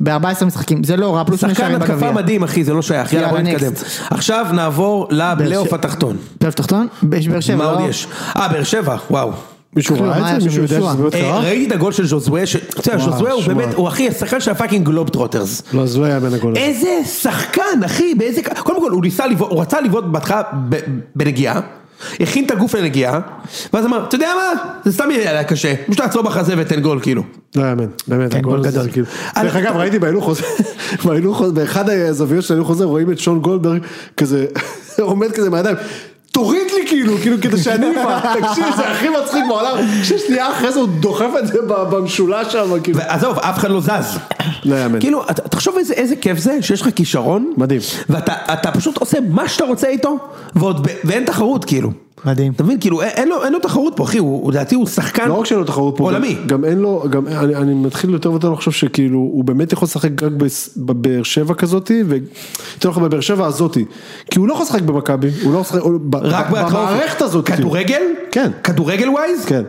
ב-14 משחקים, זה לא רע, פלוס שני
שחקן
שערים
התקפה
בגביע.
מדהים, אחי, זה לא שייך. יאללה, בוא
יאללה,
נתקדם. עכשיו נעבור לפלייאוף התחתון.
פלייאוף תחתון? יש באר שבע,
מה
לא?
עוד יש? אה, באר שבע, וואו.
מישהו
כלום, מה
ראה
היה שם
את זה? מישהו יודע
יהושע?
שזה באמת
אה,
קרה?
ראיתי את הגול של ז'וזווה, ש- אתה יודע,
אוקיי. וואו,
ז'וזווה הוא
שמע.
באמת, הוא אחי השחקן של הפאקינג גלוב טרוטרס.
לא, אז לא היה בין הגול.
איזה שחקן, אחי, באיזה... ק- קודם כל, הוא ניסה לבעוט, הוא רצה לבעוט בהתחלה ב- בנגיעה, הכין את הגוף לנגיעה, ואז אמר, אתה יודע מה? זה סתם יהיה היה קשה, פשוט תעצור בחזה ותן גול, כאילו.
לא יאמן, באמת, הגול
גול
גדול
זה-
כאילו.
על-
דרך אגב, ראיתי בהילוך חוזר, בהילוך חוזר, באחד הזוויות של ההילוך חוזר, רואים את שון גולדברג כזה, עומד כזה מהידיים. תוריד לי כאילו, כאילו כדי שאני אבא, תקשיב, זה הכי מצחיק בעולם, כששנייה אחרי זה הוא דוחף את זה ב- במשולש שם, כאילו.
ועזוב, אף אחד לא זז.
לא יאמן.
כאילו, אתה- תחשוב איזה- איזה כיף זה שיש לך כישרון.
מדהים.
ואתה אתה פשוט עושה מה שאתה רוצה איתו, ועוד ב- ואין תחרות, כאילו.
מדהים.
אתה מבין, כאילו, אין- אין לו- אין לו תחרות פה, אחי, הוא הוא- לדעתי הוא שחקן
לא רק שאין לו תחרות פה,
עולמי.
גם- גם אין לו, גם אני, אני מתחיל יותר ויותר לחשוב שכאילו הוא באמת יכול לשחק רק בס- בבאר שבע כזאתי, ויותר לך בבאר שבע הזאתי, כי הוא לא יכול לשחק במכבי, הוא לא יכול לשחק, הוא- ב-
רק
ב-
בהתקפה.
במערכת הזאת, כאילו.
כדורגל?
כן.
כדורגל ווייז?
כן.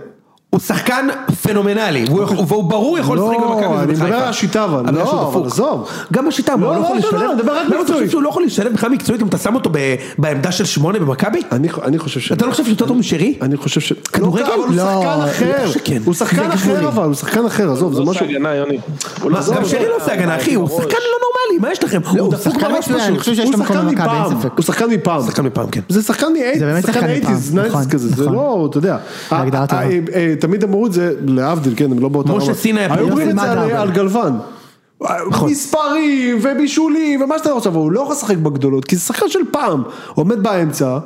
הוא שחקן פנומנלי, והוא יכול- והוא ברור יכול
לא,
לשחק במכבי
אני
ובחיפה.
מדבר על השיטה, אבל.
הבעיה
לא,
שהוא
אבל
דפוק.
עזוב.
גם השיטה, אבל
לא,
הוא לא
לא,
יכול
לא,
להשתלב.
לא, אני מדבר רק
למה אתה חושב
מקצועית.
שהוא לא יכול להשתלב בכלל מקצועית אם אתה שם אותו ב- בעמדה של שמונה במכבי?
אני, אני חושב ש...
אתה לא חושב שהוא יותר טוב משרי?
אני חושב ש...
כדורגל?
לא, אבל הוא
לא,
שחקן
אני
אחר.
חושב שכן.
הוא שחקן אחר אבל, הוא שחקן אחר, עזוב, זה
לא עושה
משהו...
הגנה, יוני. הוא אה, לא
מה,
עושה
גם שרי
הגנה.
לא עושה הגנה, אחי, הוא שחקן לא נורמלי, מה יש לכם? הוא
הוא לא
דפוק
שחקן
בראש
מצוין, אני
פשוט.
חושב שיש
הוא
לו מקום
שחקן
במכבי, אין
מפעם,
ספק.
הוא שחקן מפעם.
שחקן מפעם, כן.
זה שחקן מ-80's,
זה באמת שחקן מפעם,
80's, 90's
נכון,
כזה, זה
נכון.
לא, אתה יודע.
ההגדרה
אה,
טובה.
אה, אה, תמיד אמרו את זה, להבדיל, כן, הם לא באותה
משה סיני היה
היו
פה,
אומרים את
יוסי
זה על-
מדר.
על גלוון.
נכון.
מספרים ובישולים ומה שאתה רוצה, אבל הוא לא יכול לשחק בגדולות, כי זה שחקן של פעם. עומד באמצע,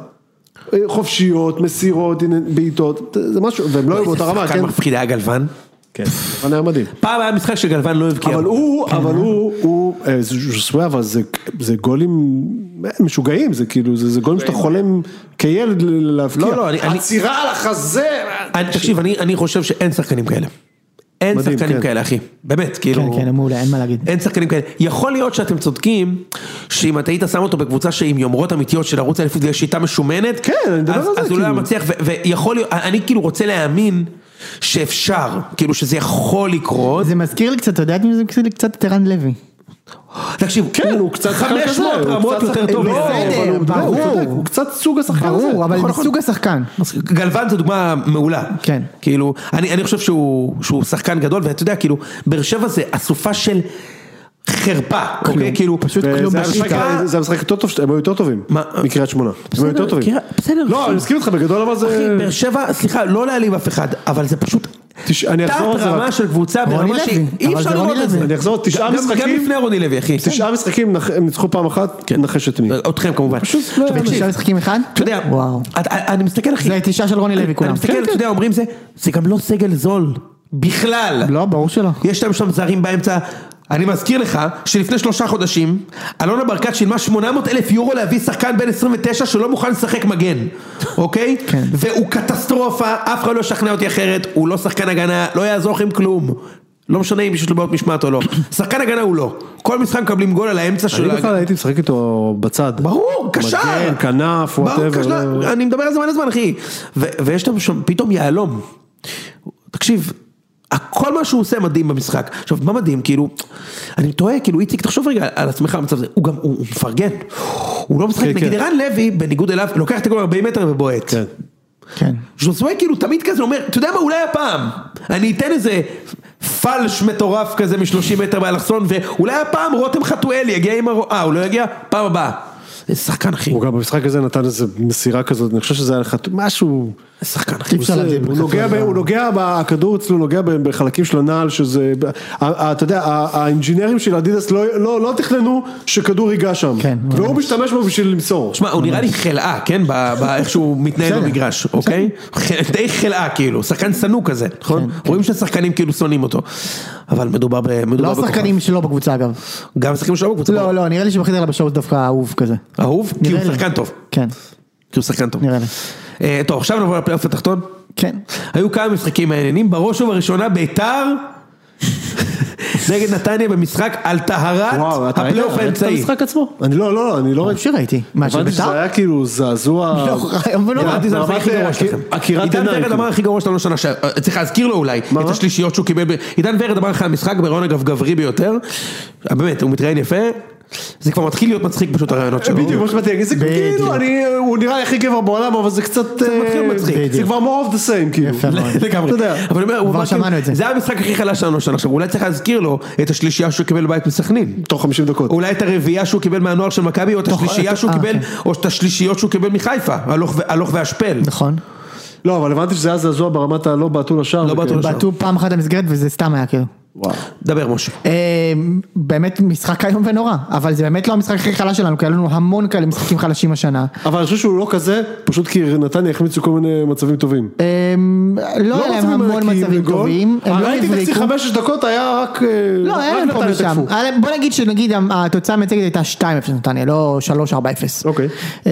אה, חופשיות, מסירות, הנה, בעיטות, זה משהו, והם לא היו באותה רמה,
שחקן
כן?
מפחיד היה גלוון.
כן, היה מדהים.
פעם היה משחק שגלוון לא הבקיע.
אבל
בו.
הוא, אבל הוא, הוא, אה, זה ז'וסווה, אבל זה- זה גולים אה, משוגעים, זה כאילו, זה זה גולים שאתה חולם כילד ל- ל- להבקיע.
לא, לא, אני- אני-
עצירה על החזה.
אני- תקשיב, אני אני חושב שאין שחקנים כאלה. אין
מדהים,
שחקנים
כן.
כאלה, אחי. באמת,
כן,
כאילו...
כן, מעולה, אין מה להגיד.
אין שחקנים כאלה. יכול להיות שאתם צודקים, שאם אתה היית שם אותו בקבוצה שעם יומרות אמיתיות של ערוץ האליפות, יש שיטה משומנת,
כן, אני מדבר
אז,
על זה,
אז הוא לא היה
כאילו.
מצליח, ו- ויכול להיות, אני כאילו רוצה להאמין שאפשר, כאילו שזה יכול לקרות.
זה מזכיר לי קצת, אתה יודע את מי זה מזכיר לי קצת את ערן לוי.
תקשיב,
כן, הוא קצת שחקן כזה,
500
הוא
רמות
קצת
יותר
שחקן-
טוב.
לא,
מזה.
אבל הוא-
ברור.
הוא צודק, הוא קצת סוג השחקן הזה.
ברור, אבל
נכון,
בסוג השחקן.
גלוון זו דוגמה מעולה.
כן.
כאילו, אני, אני חושב שהוא, שהוא שחקן גדול, ואתה יודע, כאילו, באר שבע זה אסופה של חרפה, אוקיי? כאילו,
פשוט
וזה
כלום
היה המשחק-
בשיטה.
אה, זה המשחק יותר טוב, שלהם, הם היו יותר טובים,
מה?
מקריית שמונה, הם היו יותר טובים.
קריית- בסדר,
לא,
אחי.
אני מסכים איתך בגדול, אבל
אחי,
זה...
באר שבע, סליחה, לא להעליב אף אחד, אבל זה פשוט
תש- אני אחזור על זה רק.
תת-רמה של קבוצה
רוני
ברמה
לוי,
שאי
אבל
אפשר
זה רוני
לראות את
לוי.
זה.
אני אחזור, תשעה
גם- גם
משחקים-
לפני רוני לוי, אחי.
תשעה משחקים, נח- הם ניצחו פעם אחת,
כן.
נחש את מי.
אתכם כמובן.
פשוט לא
עכשיו,
יאמן.
תקשיב,
תשעה משחקים אחד?
אתה יודע,
וואו.
את- אני מסתכל אחי,
זה תשעה של רוני לוי
אני
כולם.
כן,
מסתכל, אתה יודע, אומרים זה, זה גם לא סגל זול, בכלל.
לא, ברור שלא.
יש להם שם זרים באמצע. אני מזכיר לך שלפני שלושה חודשים, אלונה ברקת שילמה 800 אלף יורו להביא שחקן בן 29 שלא מוכן לשחק מגן, אוקיי?
כן.
והוא קטסטרופה, אף אחד לא ישכנע אותי אחרת, הוא לא שחקן הגנה, לא יעזור לכם כלום. לא משנה אם יש לו בעיות משמעת או לא. שחקן הגנה הוא לא. כל משחק מקבלים גול על האמצע של...
אני
ההגנה.
בכלל הייתי משחק איתו בצד.
לא ברור, קשר.
מגן, כנף,
ברור,
whatever,
קשר.
לא-
אני מדבר על זה מלא זמן, אחי. ו- ויש לנו שם פתאום יהלום. תקשיב, כל מה שהוא עושה מדהים במשחק. עכשיו, מה מדהים, כאילו, אני תוהה, כאילו, איציק, תחשוב רגע על עצמך במצב הזה, הוא גם, הוא, הוא מפרגן. הוא לא משחק,
כן,
נגיד
כן.
ערן לוי, בניגוד אליו, לוקח את הגול 40 מטר ובועט.
כן.
כן.
ז'וזווה כאילו תמיד כזה אומר, אתה יודע מה, אולי הפעם, אני אתן איזה פלש מטורף כזה מ-30 מטר באלכסון, ואולי הפעם רותם חתואל יגיע עם הרו... אה, הוא לא יגיע? פעם הבאה. איזה שחקן אחי,
הוא גם במשחק הזה נתן איזה מסירה כזאת, אני חושב שזה היה לך משהו...
איזה שחקן אחי.
אפשר
זה-
להגיד
הוא
בחתואל
נוגע, ב,
גם.
הוא נוגע, ב- הכדור אצלו נוגע ב- בחלקים של הנעל, שזה, ב- ה- ה- אתה יודע, ה- האינג'ינרים של אדידס לא, לא, לא תכננו שכדור ייגע שם,
כן,
והוא
ממש.
משתמש בו בשביל למסור.
שמע, הוא נראה לי חלאה, כן? ב- ב- איך שהוא מתנהל
בסדר.
במגרש, אוקיי? ח- די חלאה כאילו, שחקן שנוא כזה, נכון?
כן,
רואים שהשחקנים כאילו שונאים אותו. אבל מדובר ב... מדובר
לא
בכוכב.
השחקנים שלו בקבוצה אגב.
גם השחקנים שלו בקבוצה.
לא, לא, נראה לי שבחדר לבשל הוא דווקא אהוב כזה.
אהוב? כי הוא
נראה לי.
שחקן טוב.
כן,
כי הוא שחקן טוב.
נראה לי.
אה, טוב, עכשיו נעבור לפלייאוף התחתון.
כן.
היו כמה משחקים מעניינים, בראש ובראשונה ביתר נגד נתניה במשחק על
וואו,
טהרת
אתה ראית
הפלייאוף
ראית את
האמצעי.
המשחק עצמו? אני לא, לא, לא, אני לא
ברור
ראיתי.
שראיתי. מה, של
הבנתי
בית"ר?
שזה היה כאילו זעזוע.
לא, אבל לא
הבנתי זה המשחק הכי
ברמת,
גרוע
אה,
שלכם.
עקירת
עידן
עיניים.
ורד
כאילו.
אמר הכי גרוע שלנו שנה שעברה, אה, צריך להזכיר לו אולי,
מה,
את
מה?
השלישיות שהוא קיבל, ב- עידן ורד אמר אחרי המשחק בראיון אגב גברי ביותר, אה, באמת, הוא מתראיין יפה, זה כבר מתחיל להיות מצחיק פשוט הרעיונות שלו.
בדיוק, מה שבאתי להגיד, זה
בדיוק.
כאילו, אני, הוא נראה לי הכי גבר בעולם, אבל זה קצת... זה
מתחיל מצחיק.
זה כבר more of the same, כאילו.
יפה מאוד.
לגמרי,
אתה יודע.
אבל אני אומר, הוא
כבר
אמר כאילו,
שמענו את זה.
זה היה המשחק הכי חלש שלנו שנה שעברה, אולי צריך להזכיר לו את השלישייה שהוא קיבל בבית בסכנין.
תוך 50 דקות.
אולי את הרביעייה שהוא קיבל מהנוער של מכבי, או את השלישייה שהוא
אה,
קיבל,
כן.
או את השלישיות שהוא קיבל מחיפה, הלוך ו- הלוך והשפל.
נכון.
לא, אבל הבנתי שזה היה זעזוע ברמת הלא בעטו לשער.
לא בעטו
וכאלה.
לשער.
בעטו פעם אחת למסגרת וזה סתם היה כאילו.
וואו.
דבר משה.
אה, באמת משחק איום ונורא, אבל זה באמת לא המשחק הכי חלש שלנו, כי היה לנו המון כאלה משחקים חלשים השנה.
אבל אני חושב שהוא לא כזה, פשוט כי נתניה החמיצו כל מיני מצבים טובים.
אה, לא היה להם המון
נקיים
מצבים
לגול.
טובים, הם לא
ראיתי תקציב
הבריקו.
5-6 דקות היה רק... אה,
לא, היה
רק
להם פה
נתניה
ושם.
תקפו.
היה להם- בוא נגיד שנגיד התוצאה המייצגת הייתה 2-0 נתניה, לא 3-4-0.
אוקיי.
אה,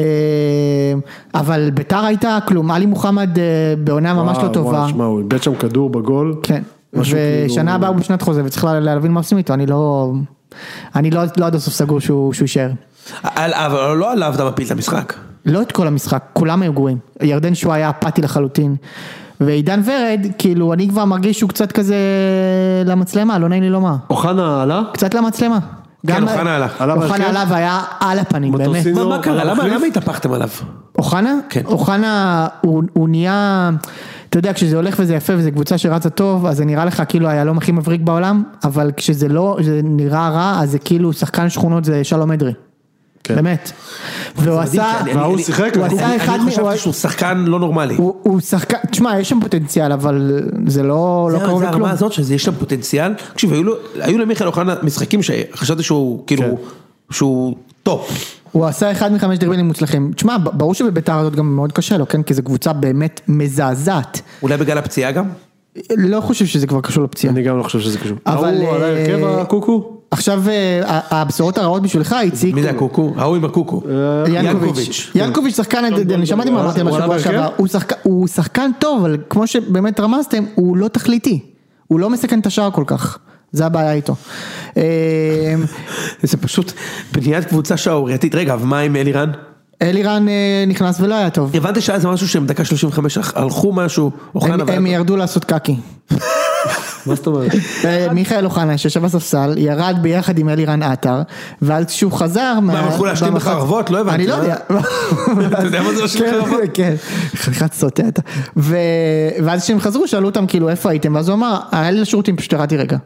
אבל ביתר הייתה כלום, עלי מוחמד אה, בעונה ממש לא
וואו,
טובה.
וואו, שמע, הוא איבד שם כדור בגול.
כן.
משהו כאילו-
ושנה הבאה הוא בשנת חוזה וצריך לה- להבין מה עושים איתו, אני לא... אני לא לא עד הסוף סגור שהוא שהוא יישאר.
על- אבל לא עליו אתה מפיל את המשחק.
לא את כל המשחק, כולם היו גרועים. ירדן שואה היה אפאתי לחלוטין. ועידן ורד, כאילו, אני כבר מרגיש שהוא קצת כזה למצלמה, לא נעים לי לומר.
אוחנה עלה?
קצת למצלמה. גם-
כן, אוחנה עלה.
עלה בהרכב?
אוחנה עלה והיה על הפנים, באמת.
כן. מטוסים.
מה
לא,
מה קרה?
אבל
למה
מחליף?
למה התהפכתם עליו?
אוחנה?
כן.
אוחנה הוא, הוא נהיה, אתה יודע, כשזה הולך וזה יפה וזו קבוצה שרצה טוב, אז זה נראה לך כאילו היהלום הכי מבריק בעולם, אבל כשזה לא, זה נראה רע, אז זה כאילו שחקן שכונות זה שלום אדרי.
כן.
באמת. והוא עשה,
אני-
וההוא
אני-
שיחק?
הוא
אני-
עשה אחד,
אני
מ- הוא-
חשבתי שהוא שחקן לא נורמלי.
הוא הוא שחקן, תשמע, יש שם פוטנציאל, אבל זה לא לא
זה
קרוב
זה
לכלום.
הרמה הזאת שיש שם פוטנציאל. תקשיב, היו לו- היו למיכאל אוחנה משחקים שחשבתי שהוא כאילו,
כן.
שהוא טופ.
הוא עשה אחד מחמש דרבלים מוצלחים. תשמע, ב- ברור שבביתר הזאת גם מאוד קשה לו, כן? כי זו קבוצה באמת מזעזעת.
אולי בגלל הפציעה גם?
לא חושב שזה כבר קשור לפציעה.
אני גם לא חושב שזה קשור.
כן. אבל,
ההוא עלה
אה,
הרכב הקוקו?
עכשיו אה, ה- הבשורות הרעות בשבילך, איציק,
מי זה הקוקו? ההוא עם הקוקו. ינקוביץ'.
אה, ינקוביץ', ינקוביץ' שחקן, אני שמעתי מה אמרתם
הוא עלה
בשבוע
בהרכב?
שעבר, הוא שחק- הוא שחקן טוב, אבל כמו שבאמת רמזתם, הוא לא תכליתי, הוא לא מסכן את השער כל כך, זה הבעיה איתו. אה,
זה פשוט בניית קבוצה שערורייתית. רגע, אבל מה עם אלירן?
אלירן אה, נכנס ולא היה טוב,
הבנתי שהיה איזה משהו שהם דקה 35 הח- הלכו משהו,
הם-
אוחנה
הם
והיה-
ירדו לעשות קקי.
מה זאת אומרת?
אה, מיכאל אוחנה שישב בספסל, ירד ביחד עם אלירן עטר, ואז כשהוא חזר... מה,
הם הלכו להשלים
במחצ-
בחרבות? לא הבנתי,
אני לא
מה?
יודע.
אתה יודע מה זה להשלים
כן,
בחרבות?
כן, חתיכת סוטה אתה. ו- ואז כשהם חזרו, שאלו אותם כאילו, איפה הייתם? ואז הוא אמר, היה לי לשירותים, פשוט ירדתי רגע.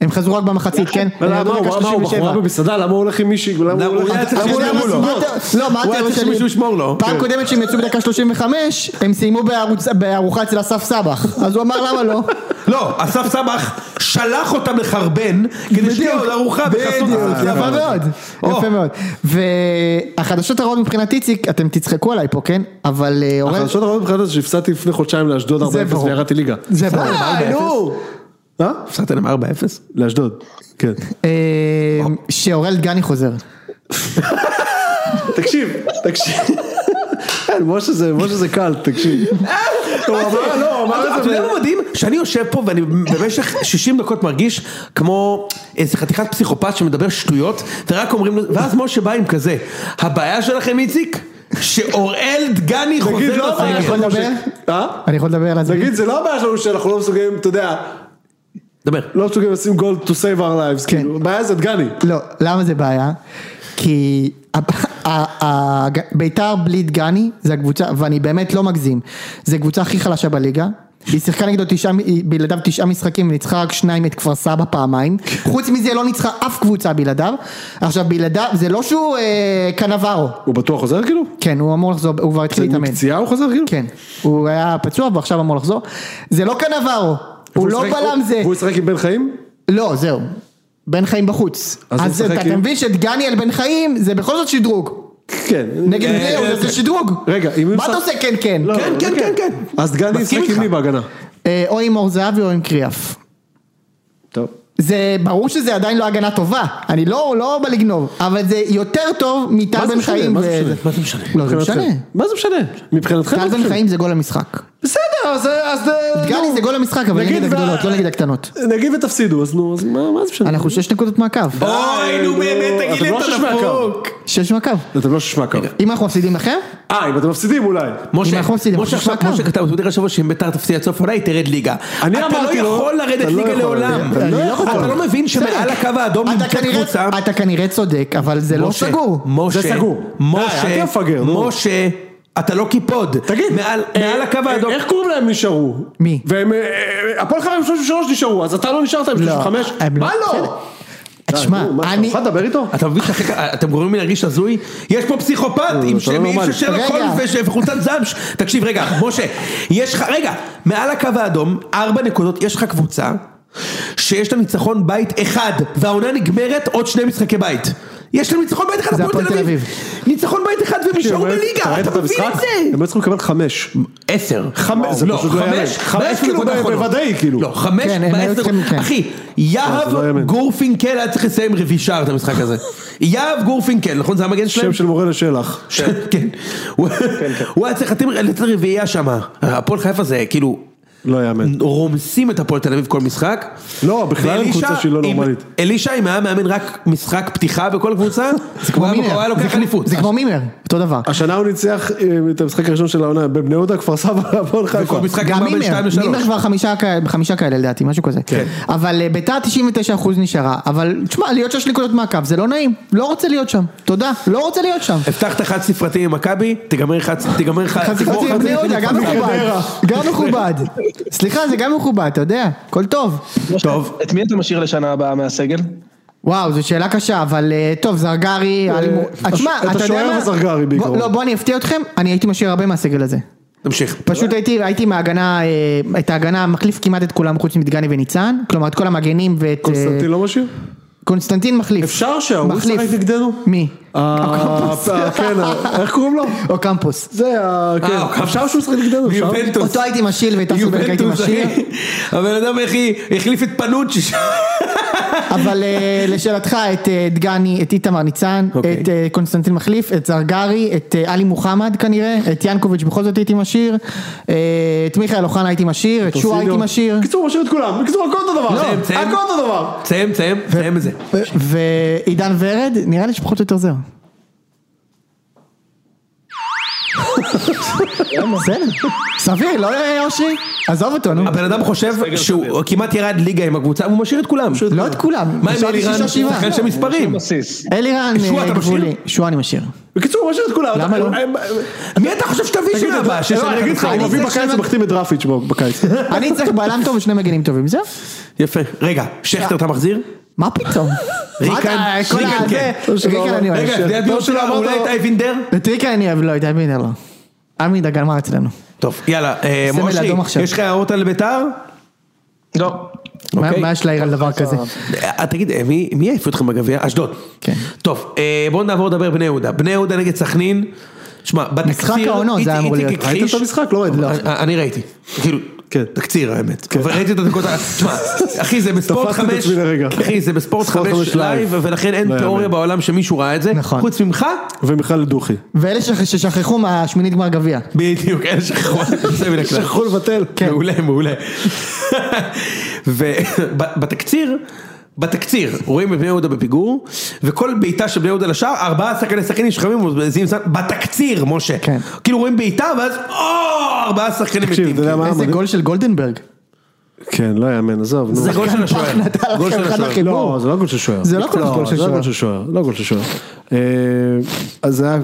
הם חזרו רק במחצית,
נכון.
כן?
לא,
הם
למה
ירדו
הוא-
דקה
לא, מה, הוא
37.
בחורה במסעדה? למה הוא הולך עם מישהי? למה
הוא
הולך-
היה צריך
למה
אתה
הוא
יודע
הולך
מה
שישמרו לו.
מולו?
הסיבות- לא, מה
הוא היה
התיאוריה
צריך
שלי?
מישהו ישמור לו. כן.
פעם קודמת שהם יצאו בדקה 35, הם סיימו בערוץ- בארוחה אצל אסף סבח. אז הוא אמר, למה לא?
לא, אסף סבח שלח אותם לחרבן כדי שתהיה עוד ארוחה בחסות
בדיוק,
אסף
יפה
סבח.
מאוד,
או.
יפה מאוד. והחדשות הרעות מבחינת איציק, אתם תצחקו עליי פה, כן? אבל אה, אורן...
החדשות הרעות מבחינת זה שהפסדתי לפני חודשיים לאשדוד 4-0
זה ברור.
וירדתי ליגה.
זה ברור.
אה, נו!
אה?
הפסדת להם 4-0?
לאשדוד. כן.
אה, שאורל דגני חוזר.
תקשיב, תקשיב. כן, משה זה- משה זה קל, תקשיב. הוא אמר, לא, הוא אמר את
אתה
זה.
יודע מה מדהים? שאני יושב פה ואני במשך 60 דקות מרגיש כמו איזה חתיכת פסיכופת שמדבר שטויות, ורק אומרים, לו- ואז משה בא עם כזה, הבעיה שלכם איציק? שאוראל דגני
תגיד,
חוזר
לא הבעיה
אני
לסגל.
יכול
שלנו
לדבר?
ש- אה?
אני יכול לדבר על זה?
תגיד, זה לא הבעיה שלנו שאנחנו לא מסוגלים, אתה יודע,
דבר.
לא מסוגלים לשים גול to save our lives.
כן.
כאילו, הבעיה זה דגני.
לא, למה זה בעיה? כי ה- ה- ה- ביתר בלי דגני זה הקבוצה, ואני באמת לא מגזים, זה הקבוצה הכי חלשה בליגה. היא שיחקה נגדו תשעה, היא בלעדיו תשעה משחקים וניצחה רק שניים את כפר סבא פעמיים. חוץ מזה לא ניצחה אף קבוצה בלעדיו. עכשיו בלעדיו, זה לא שהוא אה, קנברו.
הוא בטוח חוזר כאילו?
כן, הוא אמור לחזור, הוא כבר התחיל
זה
להתאמן.
מפציעה הוא חוזר כאילו?
כן, הוא היה פצוע ועכשיו אמור לחזור. זה לא קנברו, הוא
והוא
לא
ישחק-
בלם זה.
והוא ישחק עם בן חיים?
לא, זהו. בן חיים בחוץ.
אז הוא
אז
משחק כאילו?
אתה אתה
עם-
מבין שאת דניאל בן חיים זה בכל זאת שדרוג.
כן.
נגד
כן,
בני
כן.
זה שדרוג.
רגע, אם הוא
מה אתה
משחק-
עושה כן כן?
לא,
כן,
לא,
כן, כן, כן.
אז גנדי
מסכים
ישחק עם
איתך.
מי בהגנה?
אה, או עם אור זהבי או עם קריאף.
טוב.
זה ברור שזה עדיין לא הגנה טובה, אני לא, לא בא לגנוב, אבל זה יותר טוב מטל
מה זה
בן
משנה?
חיים.
מה זה
ו-
משנה?
מה זה משנה?
לא, זה משנה.
מבחינתכם. מה זה משנה? מבחינתכם
טל
זה
בן
משנה.
חיים זה גול המשחק.
בסדר, אז... אז-
דגני
נו.
זה גול המשחק, אבל
נגיד
נגד
ו-
הגדולות, לא נגד הקטנות.
נגיד ותפסידו, אז נו, אז מה מה זה משנה?
אנחנו שש נקודות מהקו.
אוי, נו אה, באמת, תגיד לי,
אתם לא
אתה
שש מהקו.
דפוק.
שש מהקו.
אתם לא שש מהקו.
אם אנחנו מפסידים לכם,
אה, אם אתם מפסידים אולי.
אם
משה,
אנחנו מפסידים,
משה
אנחנו
עכשיו,
נשמע
משה
קו.
כתב בטוויטר השבוע שאם ביתר תפסיד עד סוף העונה היא תרד ליגה.
אני
אתה לא
אמרתי לו,
יכול
אתה
לרדת
לא
ליגה
יכול,
לעולם.
אתה לא יכול.
אתה לא מבין שמעל הקו
לא
האדום
אתה
נמצאת
כנראה-
קבוצה.
אתה כנראה צודק, אבל זה לא
משה,
סגור.
משה,
זה סגור. די, אל
משה,
תהיה מפגר, נו.
משה, אתה לא קיפוד.
תגיד,
מעל מעל הקו
אה,
האדום.
איך קוראים להם נשארו?
מי?
והם, אה, אה, הפועל חיפה עם 33 נשארו, אז אתה לא נשארת עם
לא,
35?
הם לא-
מה
בסדר.
לא? די,
תשמע,
נו, מה, אתה
אני...
מוכן לדבר איתו?
אתה מבין שאחרי כ- אתם גורמים לי להרגיש הזוי? יש פה פסיכופת עם
אתה לא
שמי
נורמלי.
ששרלוק
רגע.
הולמס וש- וחולצת זבש. תקשיב רגע, משה, יש לך, רגע, מעל הקו האדום, ארבע נקודות, יש לך קבוצה שיש לה ניצחון בית אחד, והעונה נגמרת עוד שני משחקי בית. יש להם ניצחון בית אחד,
זה
הפועל תל אביב. ניצחון בית אחד והם נשארו בליגה, אתה מבין את זה?
הם היו צריכים לקבל חמש.
עשר.
חמש, זה
לא,
פשוט לא ייאמן.
חמש,
חמש
בעשר דקות
כאילו ב-
האחרונות.
בוודאי, כאילו.
לא, חמש
כן, הם היו
בעשר דקות.
צריכים, כן.
אחי,
לא, זה לא
יהב
ייאמן.
גורפינקל היה צריך לסיים רביעי שער את המשחק הזה. יהב גורפינקל, נכון? זה המגן
כן.
שלהם?
שם של כן. מורה לשלח.
ש- כן. הוא- הוא היה צריך להתאים- לתת רביעייה שם. הפועל חיפה זה כאילו...
לא יאמן.
רומסים את הפועל תל אביב כל משחק.
לא, בכלל הם
ואלישע,
קבוצה שהיא לא
אם-
נורמלית.
אלישע, אם היה מאמן רק משחק פתיחה בכל קבוצה,
זה כמו
הוא היה-
מימר.
הוא היה
זה
לוקח
כמו-
אליפות.
זה כמו מימר, אותו דבר.
השנה הוא ניצח אה, את המשחק הראשון של העונה בבני יהודה, כפר סבא, הפועל חיפה.
כל משחק
גם
נגמר בין
מימר,
שתיים לשלוש.
מימר כבר חמישה, כ- חמישה כאלה לדעתי, משהו כזה.
כן.
אבל אה, ביתר 99% נשארה, אבל תשמע, להיות שש נקודות מהקו זה לא נעים, לא רוצה להיות שם, תודה, לא רוצה להיות שם.
הבטחת חד ספרתי עם מכבי, תיגמר חד תיגמר חד
חצי
תגמור
חצי
חד
עם בני
ספרתי
יהודה,
עם
גם
מכבי.
מכובד, גם מכובד. סליחה, זה גם מכובד, אתה יודע, הכל טוב.
טוב.
את מי אתה משאיר לשנה הבאה מהסגל?
וואו, זו שאלה קשה, אבל אה, טוב, זרגרי,
אה,
אלימור-
הש-
תשמע,
את
אתה יודע מה?
השוער וזרגרי
בוא-
בעיקרון.
לא, בוא אני אפתיע אתכם, אני הייתי משאיר הרבה מהסגל הזה.
תמשיך.
פשוט הייתי, הייתי מההגנה, אה, את ההגנה מחליף כמעט את כולם חוץ מדגני וניצן, כלומר את כל המגנים ואת... אה,
קונסטנטין לא משאיר?
קונסטנטין מחליף.
אפשר שההוא
מחליף.
ישחק נגדנו?
מי?
אה, אה, כן, אה, איך קוראים לו?
או קמפוס.
זה, ה-
אה, הוא
כן.
קם-
אפשר שהוא ישחק נגדנו, אפשר?
מיובנטוס.
אותו הייתי משיל ואת אסלבנק הייתי
מיובנטוס,
משאיר,
אחי. הבן אדם איך היא החליף את פנוצ'י. שם.
אבל אה, לשאלתך את אה, דגני, את איתמר ניצן,
אוקיי.
את אה, קונסטנטין מחליף, את זרגרי, את אה, עלי מוחמד כנראה, את ינקוביץ' בכל זאת הייתי משאיר, אה, את מיכאל אוחנה הייתי משאיר, את שועה הייתי
סיניור.
משאיר,
בקיצור, משאיר את כולם. בקיצור, הכל אותו דבר.
תסיים, תסיים.
הכל אותו דבר.
תסיים, תסיים, תסיים את זה.
ועידן ורד, נראה לי שפחות או יותר זהו. בסדר, סביר, לא אה, אושרי? עזוב אותו, נו.
הבן אדם חושב שהוא כמעט ירד ליגה עם הקבוצה, הוא משאיר את כולם.
לא את כולם,
מה עם
נשאר לי
אלירן?
שישה, שבעה. לא.
שחקן של
הוא
מספרים.
בסיס.
אלירן
שועה
אה,
אתה משאיר?
גבולי, שועה אני משאיר.
בקיצור, משאיר את כולם.
למה לא?
אה, אה, אה,
מי אתה חושב שתביא
תגיד,
שנה
אתה-
הבאה? שיש
לא,
לך
אני אגיד לך,
אחד?
הוא
אני
מביא
צריך
בקיץ
לשנות-
ומחתים את דרפיץ' ב- בקיץ.
אני צריך בלם טוב ושני מגנים טובים, זהו.
יפה. רגע, שכטר אתה מחזיר?
מה פתאום? מה אתה- אה,
ריקן,
כל
ריקן
הזה-
כן.
ריקן אני אוהב.
רגע, זה הדיון שלו, אולי את אייבינדר?
את ריקן אני אוהב, לא, את אייבינדר לא. אייבינדר גמר אצלנו.
טוב, יאללה. אה,
סמל אדום
מושי,
עכשיו.
יש לך הערות על ביתר?
לא.
מה
אוקיי.
מה יש להעיר על דבר כזה?
אה, תגיד, אה, מי מי העיף אתכם בגביע? אשדוד.
כן.
טוב, אה, בואו נעבור לדבר בני יהודה. בני יהודה נגד סכנין. שמע, בתקציר,
משחק העונות זה
איציק-
היה אמור
איציק
להיות.
הכחיש-
ראיתם את המשחק? לא ראיתי.
לא, אה, אני ראיתי. כאילו,
כן.
תקציר האמת. אבל ראיתי את הדקות, ה- שמע, אחי זה בספורט
תפסתי את
חמש,
עצמי לרגע.
אחי זה בספורט
ספורט
חמש
חמש
לייב,
לייב.
ולכן
לא
אין תיאוריה
יאמן.
בעולם שמישהו ראה את זה,
נכון.
חוץ ממך,
ומיכל דוכי.
ואלה שש- ששכחו מהשמינית גמר גביע.
בדיוק, אין שכחו, זה מן הכלל.
שכחו לבטל.
כן.
מעולה, מעולה. ובתקציר, בתקציר, רואים את בני יהודה בפיגור, וכל בעיטה של בני יהודה לשער, ארבעה שחקני שחקנים שחמים, בתקציר, משה.
כן.
כאילו רואים בעיטה, ואז, או, ארבעה שחקנים
תקשיב,
מתים.
אתה יודע מה?
איזה
מדהים?
גול של גולדנברג.
כן, לא יאמן, עזוב. נו.
זה גול של השוער.
נתן לכם
גול של
אחד
השוער.
לכם.
לא, זה לא גול של שוער.
זה לא כל כך גול של
זה לא
שוער.
גול של שוער. לא גול של שוער. אה, אז זה היה...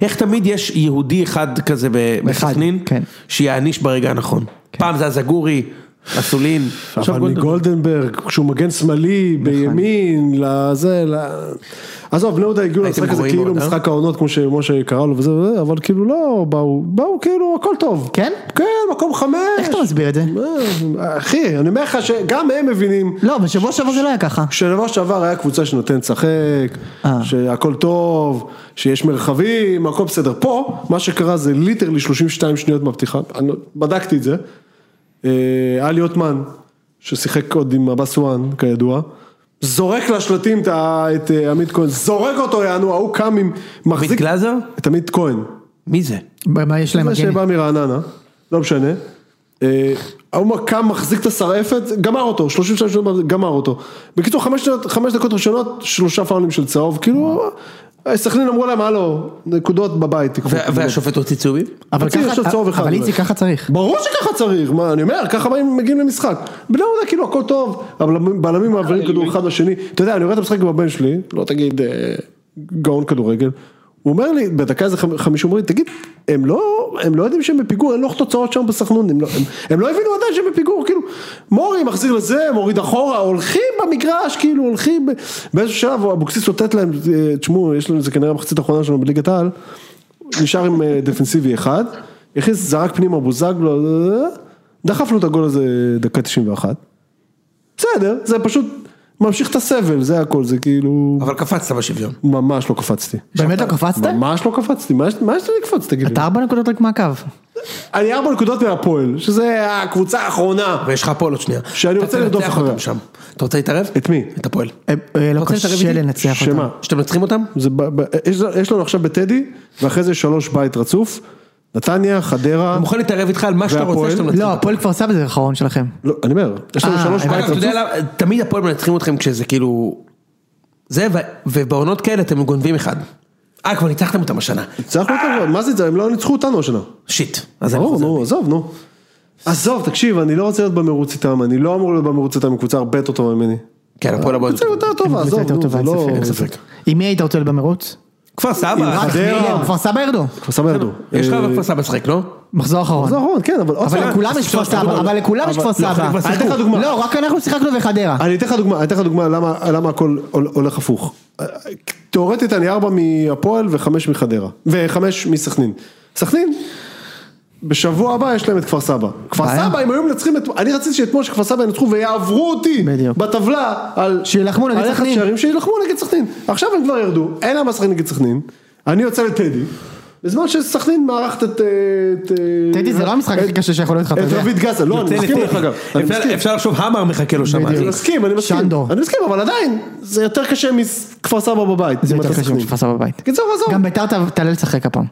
איך תמיד יש יהודי אחד כזה ב-
אחד,
בסכנין,
כן.
שיעניש ברגע הנכון. פעם זה הזגורי, אסולין. עכשיו נכון.
אבל
גולדברג.
מגולדנברג, כשהוא מגן שמאלי, בימין, לזה, ל... עזוב, בני יהודה הגיעו
הייתם
למשחק הזה
גרועים
כאילו
מאוד, אה?
משחק העונות, כמו שמשה קרא לו וזה וזה, אבל כאילו לא, באו, באו כאילו הכל טוב.
כן?
כן, מקום חמש.
איך אתה מסביר את זה?
אה, אחי, אני אומר לך שגם הם מבינים.
לא, אבל שבוע שעבר זה לא היה ככה.
שבוע שעבר היה קבוצה שנותנת לשחק,
אה.
שהכל טוב, שיש מרחבים, הכל בסדר. פה, מה שקרה זה ליטרלי 32 שניות מהפתיחה, אני לא- בדקתי את זה. אה, עלי עותמן, ששיחק עוד עם עבאס וואן, כידוע, זורק לשלטים את ה- את אה, עמית כהן, זורק אותו, יענו, ההוא קם עם... מחזיק-
עמית גלאזר?
את עמית כהן.
מי זה?
מה יש להם
זה
מגן?
שבא מרעננה, לא משנה. אה, ההוא קם, מחזיק את השרעפת, גמר אותו, 32 שניות, גמר אותו. בקיצור, חמש, שניות- חמש דקות ראשונות, שלושה פאולים של צהוב, כאילו, אה, סכנין אמרו להם, הלו, נקודות בבית, תיקחו.
וה- והשופט הוציא צהובים?
אבל
רציתי
ככה-
לשאול צהוב אחד,
אבל
אולי.
איציק, ככה צריך.
ברור שככה צריך, מה אני אומר, ככה באים- מגיעים למשחק. בני יהודה כאילו הכל טוב, הבלמים- בלמים מעבירים כדור אחד לשני, אתה יודע, אני רואה את המשחק עם הבן שלי, לא תגיד אה, גאון כדורגל, הוא אומר לי, בדקה איזה חמ- חמישים, הוא אומר לי, תגיד, הם לא, הם לא יודעים שהם בפיגור, אין לך תוצאות שם בסכנון, הם לא, הם, הם לא הבינו עדיין שהם בפיגור, כאילו, מורי מחזיר לזה, מוריד אחורה, הולכים במגרש, כאילו, הולכים, ב- באיזשהו שלב אבוקסיס אותת להם, אה, תשמעו, יש לנו, זה כנראה המחצית האחרונה שלנו בליגת העל, נשאר עם אה, דפנסיבי אחד, הכניס, זרק פנימה בוזגלו, אה, דחף לו את הגול הזה דקה 91. בסדר, זה פשוט ממשיך את הסבל, זה הכל, זה כאילו,
אבל קפצת בשוויון.
ממש לא קפצתי.
באמת לא קפצת?
ממש כאילו. לא קפצתי, מה יש מה יש לי לקפוץ, תגיד לי?
אתה ארבע נקודות רק מהקו.
אני ארבע נקודות מהפועל, שזה הקבוצה האחרונה.
ויש לך הפועל עוד שנייה.
שאני רוצה
אתה תנצח
לרדוף אחריה.
אותם שם. אתה רוצה להתערב?
את מי?
את הפועל.
אה, אה, לא
רוצה להתערב
קשה
איתי?
לנצח אותם.
שמה? לא.
שאתם מנצחים אותם?
זה ב- ב- יש- יש לנו עכשיו בטדי, ואחרי זה שלוש בית רצוף, נתניה, חדרה,
אני מוכן להתערב איתך על מה שאתה רוצה
והפועל?
שאתם מנצחים
לא,
אותם.
הפועל כפר סבא זה האחרון שלכם.
לא, אני אומר, יש לנו
אה,
שלוש
אגב,
בית
אתה
רצוף.
יודע למה, תמיד הפועל מנצחים אתכם כשזה כאילו... זה, ו- ובעונות כאלה אתם גונבים אחד. אה, כבר ניצחתם אותם השנה.
צריך להיות, מה זה זה, הם לא ניצחו אותנו השנה.
שיט. אז אני
ברור,
חוזר.
נו, עזוב, נו. עזוב, תקשיב, אני לא רוצה להיות במרוץ איתם, אני לא אמור להיות במרוץ איתם, קבוצה הרבה יותר טובה ממני.
כן, הפועל הבא.
קבוצה יותר
קבוצה
טובה, עזוב,
יותר
נו,
טובה,
זה
אין
לא...
ספק, אין
ספק.
עם מי היית רוצה להיות במרוץ?
כפר סבא.
עם
אחי.
חדרה.
אה, כפר סבא ירדו.
כפר סבא ירדו.
יש לך
אה,
בכפר סבא לשחק, לא?
מחזור אחרון.
זה אחרון, כן, אבל עוד
אבל
פעם,
לכולם יש כפר סבא, אבל לכולם יש כפר סבא.
כבר
לא, אני אתן לך דוגמה.
לא, רק אנחנו שיחקנו בחדרה.
אני אתן לך דוגמה, אני אתן לך דוגמה למה למה הכל הול- הולך הפוך. תאורטית אני ארבע מהפועל וחמש מחדרה, וחמש מסכנין. סכנין, בשבוע הבא יש להם את כפר סבא. כפר
בעיה.
סבא, אם היו מנצחים את... אני רציתי שאתמול שכפר סבא ינצחו ויעברו אותי.
בדיוק.
בטבלה על...
שילחמו נגד
על יחס
סכנין.
שערים שילחמו נגד סכנין. עכשיו הם כבר ירדו, אין להם לשחק נגד סכנין. אני יוצא לטדי. בזמן שסכנין מארחת את... אה, את, אה,
טדי, זה לא המשחק הכי קשה שיכול להיות לך, אתה
את
יודע.
רביד גסה, לא, אני מסכים לך אגב. אני
אפשר-
מסכים.
אפשר לחשוב המר מחכה לו שם.
אני
אחי.
מסכים, אני מסכים.
שנדו.
אני מסכים, אבל עדיין, זה יותר קשה מכפר סבא בבית.
זה
אם
יותר
אתה
קשה
סכנין.
מכפר סבא בבית.
קיצור, עזוב.
גם ביתר ת- תעלה לשחק הפעם.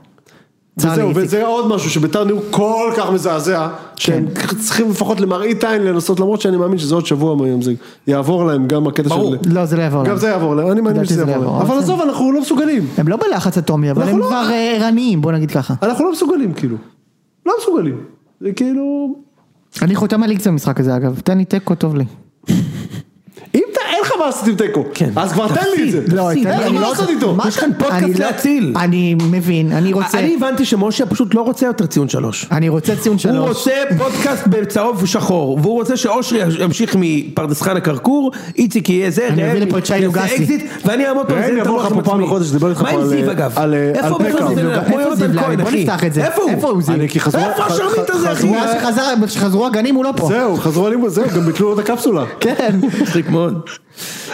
צר לי,
וזהו,
איציק. כן.
וזה עוד משהו שביתר נראו כל כך מזעזע, שהם צריכים לפחות למראית עין לנסות, למרות שאני מאמין שזה עוד שבוע מהיום, זה יעבור להם גם הקטע של...
ברור.
לא, זה לא יעבור.
גם
להם.
זה יעבור להם, אני מאמין
לדעתי
שזה
זה
יעבור
יעבור,
להם. אבל
אוקיי.
עזוב, אנחנו לא מסוגלים.
הם לא בלחץ אטומי, אבל
אנחנו
הם
לא-
כבר אה, ערניים, בוא נגיד ככה.
אנחנו לא מסוגלים, כאילו. לא מסוגלים. זה כאילו...
אני חותם על איקס במשחק הזה אגב, תן לי תיקו טוב לי.
אם אתה- אין לך מה לעשות עם תיקו,
כן.
אז כבר תן לי את זה.
לא,
אין
תן לי,
לך
אני
מה
לא
לעשות
רוצה-
איתו.
מה
יש כאן
אתה-
פודקאסט
אני לא-
להציל.
אני מבין, אני רוצה,
אני הבנתי שמשה פשוט לא רוצה יותר ציון שלוש.
אני רוצה ציון
הוא
שלוש.
רוצה פודקאסט בצהוב ושחור, והוא רוצה שאושרי ימשיך מפרדס חנה כרכור, איציק יהיה זה,
אני
ראם
אביא לפה את שי
יעשה
לוגסי.
אקזיט, ואני אעמוד פה,
ראם
וזה את
יבוא לך
המוח
פה
עם
פעם
עצמי.
בחודש, לדבר איתך
מה עם
פה על-
זיו אגב?
על- אה,
איפה
על
בכלל
פקאם?
זיו
זיו
אגב? כמו
איפה
יונתן
זיו
כהן,
אגב? בוא
אחי.
נפתח את זה.
איפה הוא?
איפה הוא, זיו?
אני כי חזרו-
איפה
ח-
השרמית
ח-
הזה, אחי?
חזרו-
מאז שחזר- כשחזרו הגנים הוא לא פה.
זהו, חזרו אלימות, זהו, גם ביטלו לו את הקפסולה.
כן.
מצחיק מאוד.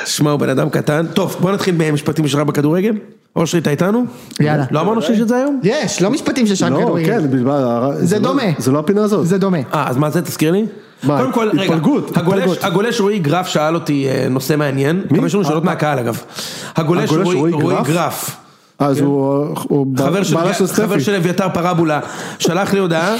שמע, הוא בן אדם קטן. טוב, בוא נתחיל במשפטים שלך בכדורגל. אושרי, אתה איתנו?
יאללה.
לא אמרנו שיש את זה היום?
יש, לא משפטים של שעה
לא,
כדורגל.
כן, בלבד,
זה
לא-
דומה.
זה לא הפינה הזאת.
זה דומה.
אה, אז מה זה? תזכיר לי.
מה,
קודם כל, רגע,
התפלגות,
הגולש-
התפלגות.
הגולש רועי גרף שאל אותי אה, נושא מעניין. גם יש לנו שאלות מהקהל אגב. הגולש
הגולש
רועי
רועי
רועי
גרף?
גרף.
אז הוא הוא
חבר של,
בעלה של
חבר
סטפי.
של אביתר פרבולה, שלח לי הודעה,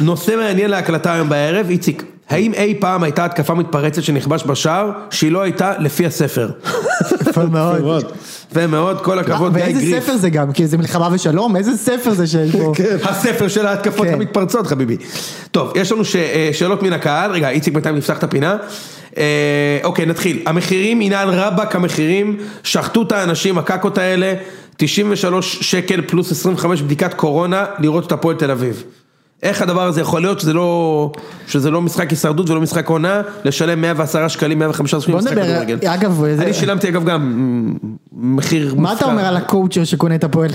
נושא מעניין להקלטה היום בערב, איציק, האם אי פעם הייתה התקפה מתפרצת שנכבש בשער, שהיא לא הייתה לפי הספר?
יפה מאוד.
מאוד.
ומאוד, כל הכבוד, גיא
לא, ואיזה
גריף.
ספר זה גם, כי זה מלחמה ושלום, איזה ספר זה שיש בו.
הספר של ההתקפות
כן.
המתפרצות, חביבי. טוב, יש לנו ש- אה, שאלות מן הקהל, רגע, איציק בינתיים נפתח את הפינה. אה, אוקיי, נתחיל. המחירים, עניין רבאק המחירים, שחטו את האנשים, הקקות האלה, 93 שקל פלוס 25 בדיקת קורונה, לראות את הפועל תל אביב. איך הדבר הזה יכול להיות שזה לא, שזה לא משחק הישרדות ולא משחק עונה, לשלם 110 שקלים, 115 שקלים
בוא
למשחק
נדבר,
כדורגל.
אגב, זה-
אני שילמתי אגב גם מ, מחיר
מה אתה אומר על הקואוצ'ר שקונה את הפועל?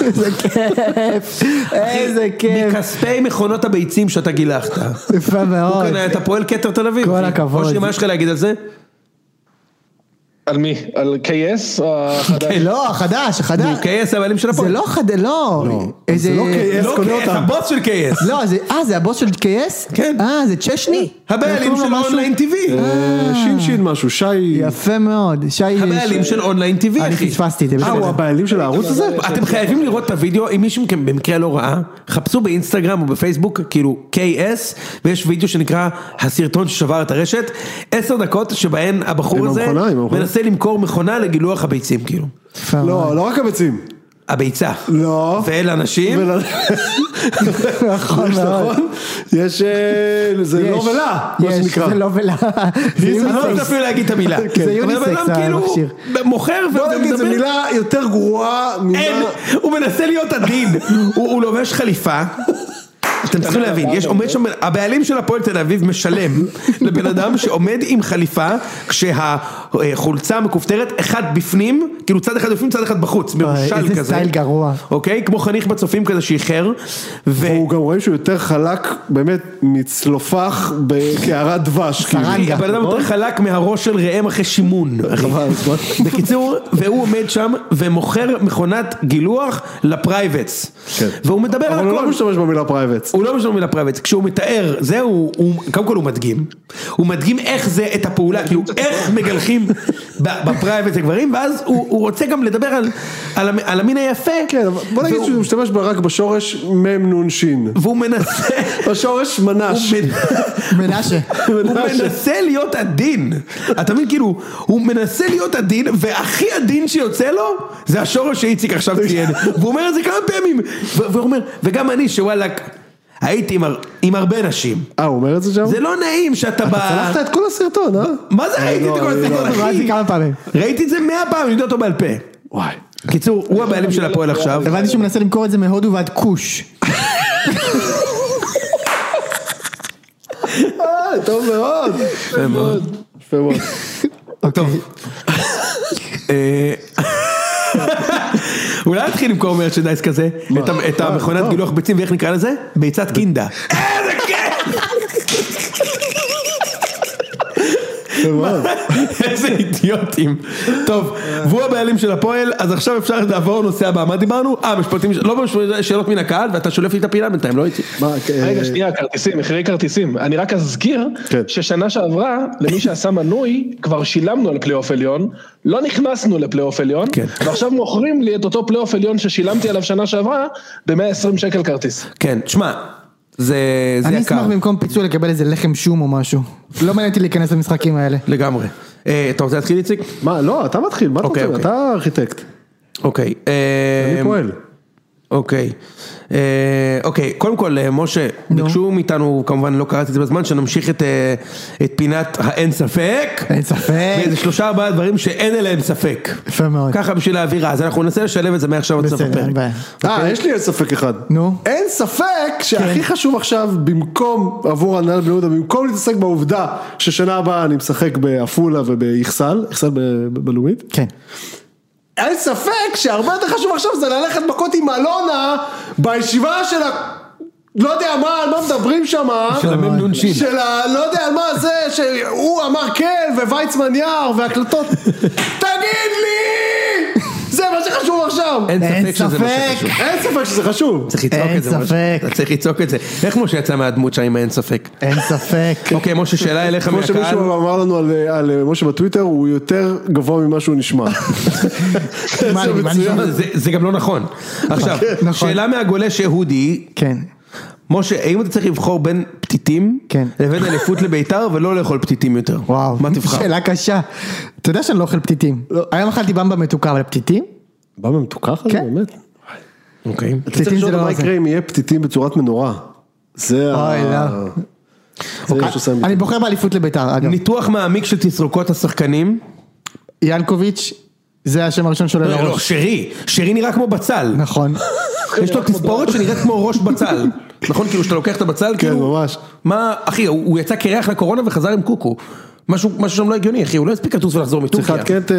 איזה כיף, איזה כיף,
מכספי מכונות הביצים שאתה גילחת.
יפה
הוא
מאוד.
קנה את הפועל כן, כתר תל אביב.
כל הכבוד.
אושרי, מה יש לך להגיד על זה?
על מי? על KS? החדש?
לא, החדש,
הוא
החדש.
KS הבעלים של
זה
הפועל.
לא חדש, לא. איזה...
זה לא KS.
לא
קונה
KS,
אותם.
הבוס של KS.
לא, זה- אה, זה הבוס של KS?
כן.
אה, זה צ'שני?
הבעלים
קוראים
של
לו משהו?
אונליין TV.
אה, שין שין משהו, שי...
יפה מאוד, שי...
הבעלים של אונליין TV,
אני
אחי.
פספסתי את זה.
אה, הוא
בסדר.
הבעלים של הערוץ
אה.
הזה?
אתם חייבים לראות את הוידאו, אם מישהו מכם במקרה לא ראה, חפשו באינסטגרם או בפייסבוק, כאילו KS, ויש וידאו שנקרא הסרטון ששבר את הרשת, עשר דקות שבהן הבחור
עם
הזה
המכונה, עם המכונה.
מנסה למכור מכונה לגילוח הביצים, כאילו.
יפה מאוד.
לא, לא רק הביצים.
הביצה.
לא.
ואלה אנשים,
ול-
נכון
יש,
מאוד.
נכון? יש... אה, זה לא
יש,
ולה, מה
יש,
שנקרא.
זה לא ולה. זה
אני לא
יוניסקס. כן.
רוצה אפילו להגיד את המילה.
זה
אבל
יוניסקס, לא
הבן אדם כאילו
המכשיר.
מוכר
בוא נגיד,
ומדבר.
זו לא מילה יותר גרועה ממה...
אין,
לא.
הוא מנסה להיות עדין, הוא הוא לובש חליפה. אתם צריכים
לא
להבין, יש עומד שם, הבעלים של הפועל תל אביב משלם לבן אדם שעומד עם חליפה כשהחולצה מכופתרת, אחד בפנים, כאילו צד אחד בפנים, צד אחד בחוץ, מרושל כזה.
איזה סטייל גרוע.
אוקיי? כמו חניך בצופים כזה שאיחר. ו-
הוא גם רואים שהוא יותר חלק באמת מצלופח בקערת דבש. כאילו.
סרנגה.
הבן אדם יותר חלק מהראש של ראם אחרי שימון. אחי.
כאילו.
אה,
בקיצור, והוא עומד שם ומוכר מכונת גילוח לפרייבטס.
כן.
והוא מדבר על
אבל
הכל.
הוא לא משתמש במילה פרייבט.
הוא לא משנה מילה פרייבט, כשהוא מתאר, זהו, הוא, קודם כל הוא מדגים, הוא מדגים איך זה את הפעולה, כאילו איך מגלחים ב- בפרייבט את הגברים, ואז הוא, הוא רוצה גם לדבר על, על, המ- על המין היפה,
כן, אבל בוא נגיד
והוא-
שהוא משתמש בה רק בשורש מ"ש.
והוא מנסה,
בשורש מנש.
הוא מנ-
מנשה.
הוא מנסה להיות עדין, אתה מבין כאילו, הוא מנסה להיות עדין, והכי עדין שיוצא לו, זה השורש שאיציק עכשיו ציין, והוא אומר את זה כמה פעמים, ו- והוא אומר, וגם אני שוואלכ, הייתי עם, הר- עם הרבה נשים.
אה, הוא אומר את זה שם?
זה לא נעים שאתה בא...
צלחת את כל הסרטון, אה?
מה זה ראיתי את
לא,
כל
אני
הסרטון,
ראיתי
אחי?
כמה פעמים.
ראיתי את זה מאה פעם, אני יודע אותו בעל פה.
וואי.
קיצור, הוא הבעלים של הפועל עכשיו.
הבנתי שהוא מנסה למכור את זה מהודו ועד כוש.
אה, טוב מאוד.
יפה מאוד.
יפה מאוד.
טוב. אה, אולי נתחיל למכור מרצ'נדייז כזה, את ה- את המכונת גילוח ביצים, ואיך נקרא לזה? ביצת קינדה. איזה כיף!
יפה מאוד.
איזה אידיוטים. טוב, והוא הבעלים של הפועל, אז עכשיו אפשר לעבור לנושא הבא, מה דיברנו? אה, משפטים, לא משפטים, שאלות מן הקהל, ואתה שולף לי את הפינה בינתיים, לא הייתי.
מה, אה,
רגע, שנייה, כרטיסים, מחירי כרטיסים. אני רק אזכיר
כן.
ששנה שעברה, למי שעשה מנוי, כבר שילמנו על פלייאוף עליון, לא נכנסנו לפלייאוף עליון,
כן.
ועכשיו מוכרים לי את אותו פלייאוף עליון ששילמתי עליו שנה שעברה, ב-120 שקל כרטיס.
כן, תשמע, זה זה
אני
יקר.
אשמח במקום פיצוי לקבל איזה לחם שום או משהו. לא מעניין אותי להיכנס למשחקים האלה.
לגמרי. אה, אתה רוצה להתחיל איציק?
מה, לא, אתה מתחיל, מה אתה
אוקיי,
רוצה?
אוקיי.
אתה ארכיטקט.
אוקיי. אה,
אני פועל.
אוקיי. אה, אוקיי, קודם כל, אה, משה, ביקשו מאיתנו, כמובן לא קראתי את זה בזמן, שנמשיך את אה, את פינת האין ספק.
אין ספק.
ואיזה שלושה ארבעה דברים שאין אליהם ספק.
יפה מאוד.
ככה בשביל האווירה, אז אנחנו ננסה לשלב את זה מעכשיו עד סוף
בסדר, אין
הפרק.
בעיה.
אה, יש לי אין ספק אחד.
נו.
אין ספק
כן.
שהכי חשוב עכשיו, במקום, עבור הנהל בני יהודה, במקום להתעסק בעובדה ששנה הבאה אני משחק בעפולה ובאיכסל, איכסל ב- בלאומית,
כן.
אין ספק שהרבה יותר חשוב עכשיו זה ללכת מכות עם אלונה בישיבה של ה... לא יודע מה, על מה מדברים שם,
של המ"נ שין.
של ה... לא יודע על מה זה, שהוא אמר כן, וויצמן יער, והקלטות, תגיד לי! זה מה שחשוב עכשיו!
אין
אין
ספק שזה מה
ספק.
שחשוב.
אין ספק שזה חשוב!
צריך לצעוק
אין
את זה. משה.
ספק.
אתה צריך לצעוק את זה. איך משה יצא מהדמות שם עם האין ספק?
אין ספק.
אוקיי, משה, שאלה אליך
כמו
מהקהל.
שמישהו אמר לנו על, על משה בטוויטר, הוא יותר גבוה ממה שהוא נשמע. זה
מה, אני- מה
מצוין.
נשמע?
זה- זה גם לא נכון. עכשיו,
נכון.
שאלה מהגולש יהודי,
כן.
משה, האם אתה צריך לבחור בין פתיתים
כן.
לבין אליפות לביתר ולא לאכול פתיתים יותר?
וואו.
מה תבחר?
שאלה קשה. אתה יודע שאני לא אוכל פתיתים. היום אכלתי במבה מתוקה, אבל פתיתים?
בא ממתוכח הזה,
כן.
באמת?
אוקיי.
אתה צריך
פתיתים זה
לשאול
לא
מה
זה.
יקרה אם יהיה פתיתים בצורת מנורה. זה ה...
אוי, לא.
זה מה שעושה
אוקיי. אני בוחר באליפות לביתר, אגב.
ניתוח מעמיק של תסרוקות השחקנים.
ינקוביץ', זה השם הראשון שעולה
לא,
לראש.
שרי, שרי נראה כמו בצל.
נכון.
יש לו תספורת שנראית כמו ראש בצל. נכון? כאילו שאתה לוקח את הבצל,
כן,
כאילו...
כן, ממש.
מה, אחי, הוא הוא יצא קרח לקורונה וחזר עם קוקו. משהו משהו שם לא הגיוני, אחי, הוא לא הספיק לטוס ולחזור
צריך
מטורקיה.
לעדכן את אה,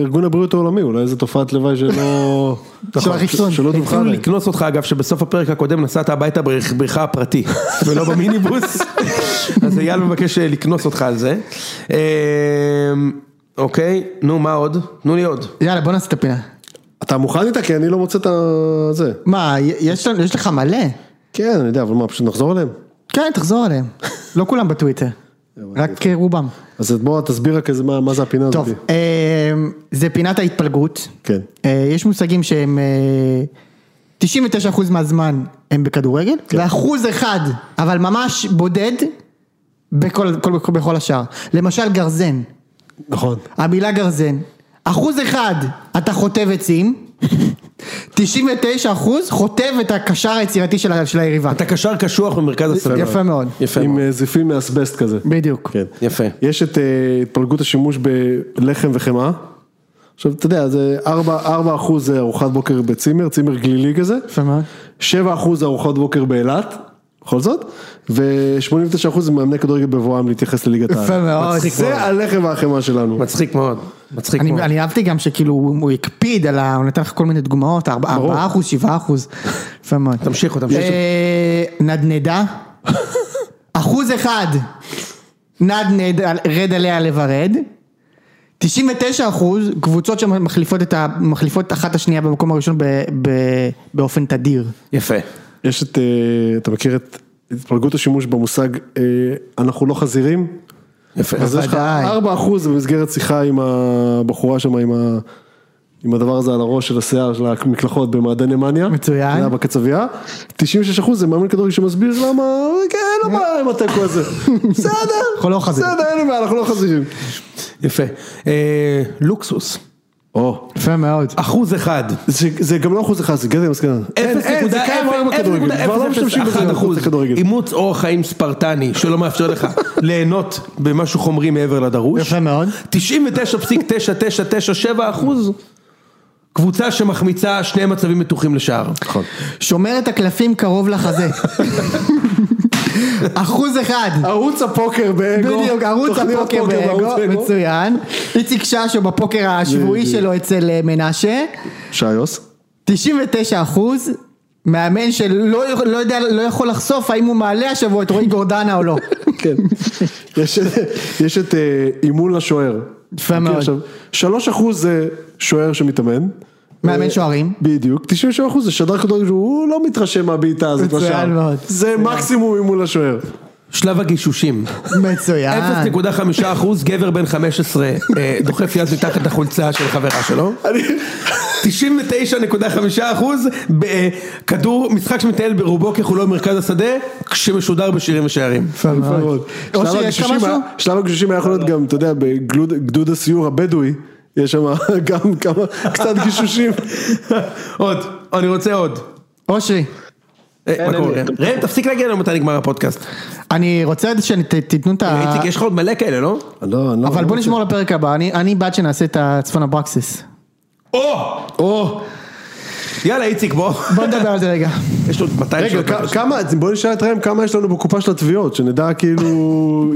ארגון הבריאות העולמי, אולי איזה תופעת לוואי שלא... נכון,
של החיסון.
שלא דווחה
התחילו
עליהם.
לקנוס אותך אגב שבסוף הפרק הקודם נסעת הביתה ברכ- בריכה הפרטי ולא במיניבוס אז אייל מבקש אה, לקנוס אותך על זה. אמ, אוקיי, נו מה עוד? תנו לי עוד.
יאללה, בוא נעשה את הפינה.
אתה מוכן איתה? כי אני לא מוצא את ה- זה.
מה, יש לנו- יש לך מלא?
כן, אני יודע, אבל מה, פשוט נחזור אליהם?
כן, תחזור עליהם. לא כולם בטוויטר, רק רובם.
אז בוא תסביר רק איזה מה מה זה הפינה הזאת.
טוב, אה, זה פינת ההתפלגות.
אוקיי. כן.
אה, יש מושגים שהם אה, 99% מהזמן הם בכדורגל,
כן.
ואחוז אחד, אבל ממש בודד, בכל, כל, כל, בכל השאר. למשל גרזן,
נכון.
המילה גרזן, אחוז אחד אתה חוטב עצים, 99 אחוז חוטב את הקשר היצירתי של, ה- של היריבה.
אתה קשר קשוח במרכז הסרט.
יפה מאוד.
יפה
עם
מאוד.
אה, זיפים מאסבסט כזה.
בדיוק.
כן.
יפה.
יש את אה, התפלגות השימוש בלחם וחמאה. עכשיו, אתה יודע, זה 4, 4 אחוז זה ארוחת בוקר בצימר, צימר גלילי כזה.
יפה מאוד.
7 אחוז ארוחת בוקר באילת, בכל זאת. ו-89 אחוז זה מאמני כדורגל בבואם להתייחס לליגת העל.
יפה מאוד.
מצחיק מאוד.
זה הלחם והחמאה שלנו.
מצחיק מאוד. מצחיק מאוד.
אני, אני אהבתי גם שכאילו הוא הוא הקפיד על ה... הוא נתן לך כל מיני דוגמאות, 4 אחוז, 7 אחוז. יפה מאוד.
תמשיכו, תמשיכו.
אה, נדנדה, אחוז אחד, נדנד, על- רד עליה לברד. 99 אחוז, קבוצות שמחליפות את ה... מחליפות אחת השנייה במקום הראשון ב, ב, באופן תדיר.
יפה.
יש את, אה, אתה מכיר את התפלגות השימוש במושג אה, אנחנו לא חזירים?
יפה.
אז יש לך
בוודאי.
4 אחוז במסגרת שיחה עם הבחורה שם, עם, ה... עם הדבר הזה על הראש של השיער, של המקלחות במעדני מניה.
מצוין.
זה היה בקצבייה. 96 אחוז זה מאמן כדורגל שמסביר למה, כן, אין לו בעיה עם התיקו הזה. בסדר.
אנחנו לא חזירים.
בסדר, אין לי בעיה, אנחנו לא חזירים.
יפה. אה, לוקסוס.
או.
יפה מאוד.
אחוז אחד.
זה, זה גם לא אחוז אחד, זה הגעתי למסקנה. אין, אין, כן, זה קיים רק בכדורגל. כבר לא משתמשים בזה גם
0.001
מחוץ
אחוז
לכדורגל.
אימוץ אורח חיים ספרטני שלא מאפשר לך ליהנות במשהו חומרי מעבר לדרוש.
יפה מאוד.
99.9997 אחוז קבוצה שמחמיצה שני מצבים מתוחים לשער. נכון.
שומר את הקלפים קרוב לחזה. אחוז אחד.
ערוץ הפוקר באגו.
בדיוק, ערוץ
תוכניות
הפוקר
פוקר
באגו,
בערוץ
מצוין. איציק ששו בפוקר השבועי
בדיוק.
שלו אצל אה, מנשה,
שעיוס.
99 אחוז, מאמן שלא יכול- לא יודע, לא יכול לחשוף האם הוא מעלה השבוע את רועי גורדנה או לא.
כן. יש- יש את אה, אימון לשוער. אוקיי,
יפה מאוד.
עכשיו, 3 אחוז זה שוער שמתאמן.
מאמן
אה,
שוערים.
בדיוק, 97 אחוז זה שדר כדורגל שהוא לא מתרשם מהבעיטה הזאת
מצוין
לשער.
מאוד.
זה מקסימום אימון לשוער.
שלב הגישושים.
אה. מצוין.
0.5 אחוז גבר בן 15 אה, דוחף יד מתחת לחולצה של חברה שלו. 99.5 אחוז אה, כדור משחק שמתנהל ברובו ככולו במרכז השדה כשמשודר בשירים ושערים.
יפה מאוד. או
שלב
שיש לך
הגששים
משהו? לא,
היה- שלב הגששים היה יכול להיות גם, אתה יודע, בגלוד- גדוד הסיור הבדואי, יש שם גם כמה, קצת גישושים.
עוד, אני רוצה עוד.
אושרי,
אה, מה
אין,
קורה?
אין.
ראם, תפסיק להגיע לנו מתי נגמר הפודקאסט.
אני רוצה שתיתנו את ה...
איציק, יש לך עוד מלא כאלה, לא?
אני לא- אני לא-
אבל
לא
בוא
רוצה.
נשמור לפרק הבא, אני- אני בעד שנעשה את הצפון אברקסיס.
או! או! יאללה, איציק, בוא.
בוא נדבר על זה רגע.
יש עוד 200
רגע,
שאלות.
כ- כמה, בוא נשאל את ראם כמה יש לנו בקופה של התביעות, שנדע כאילו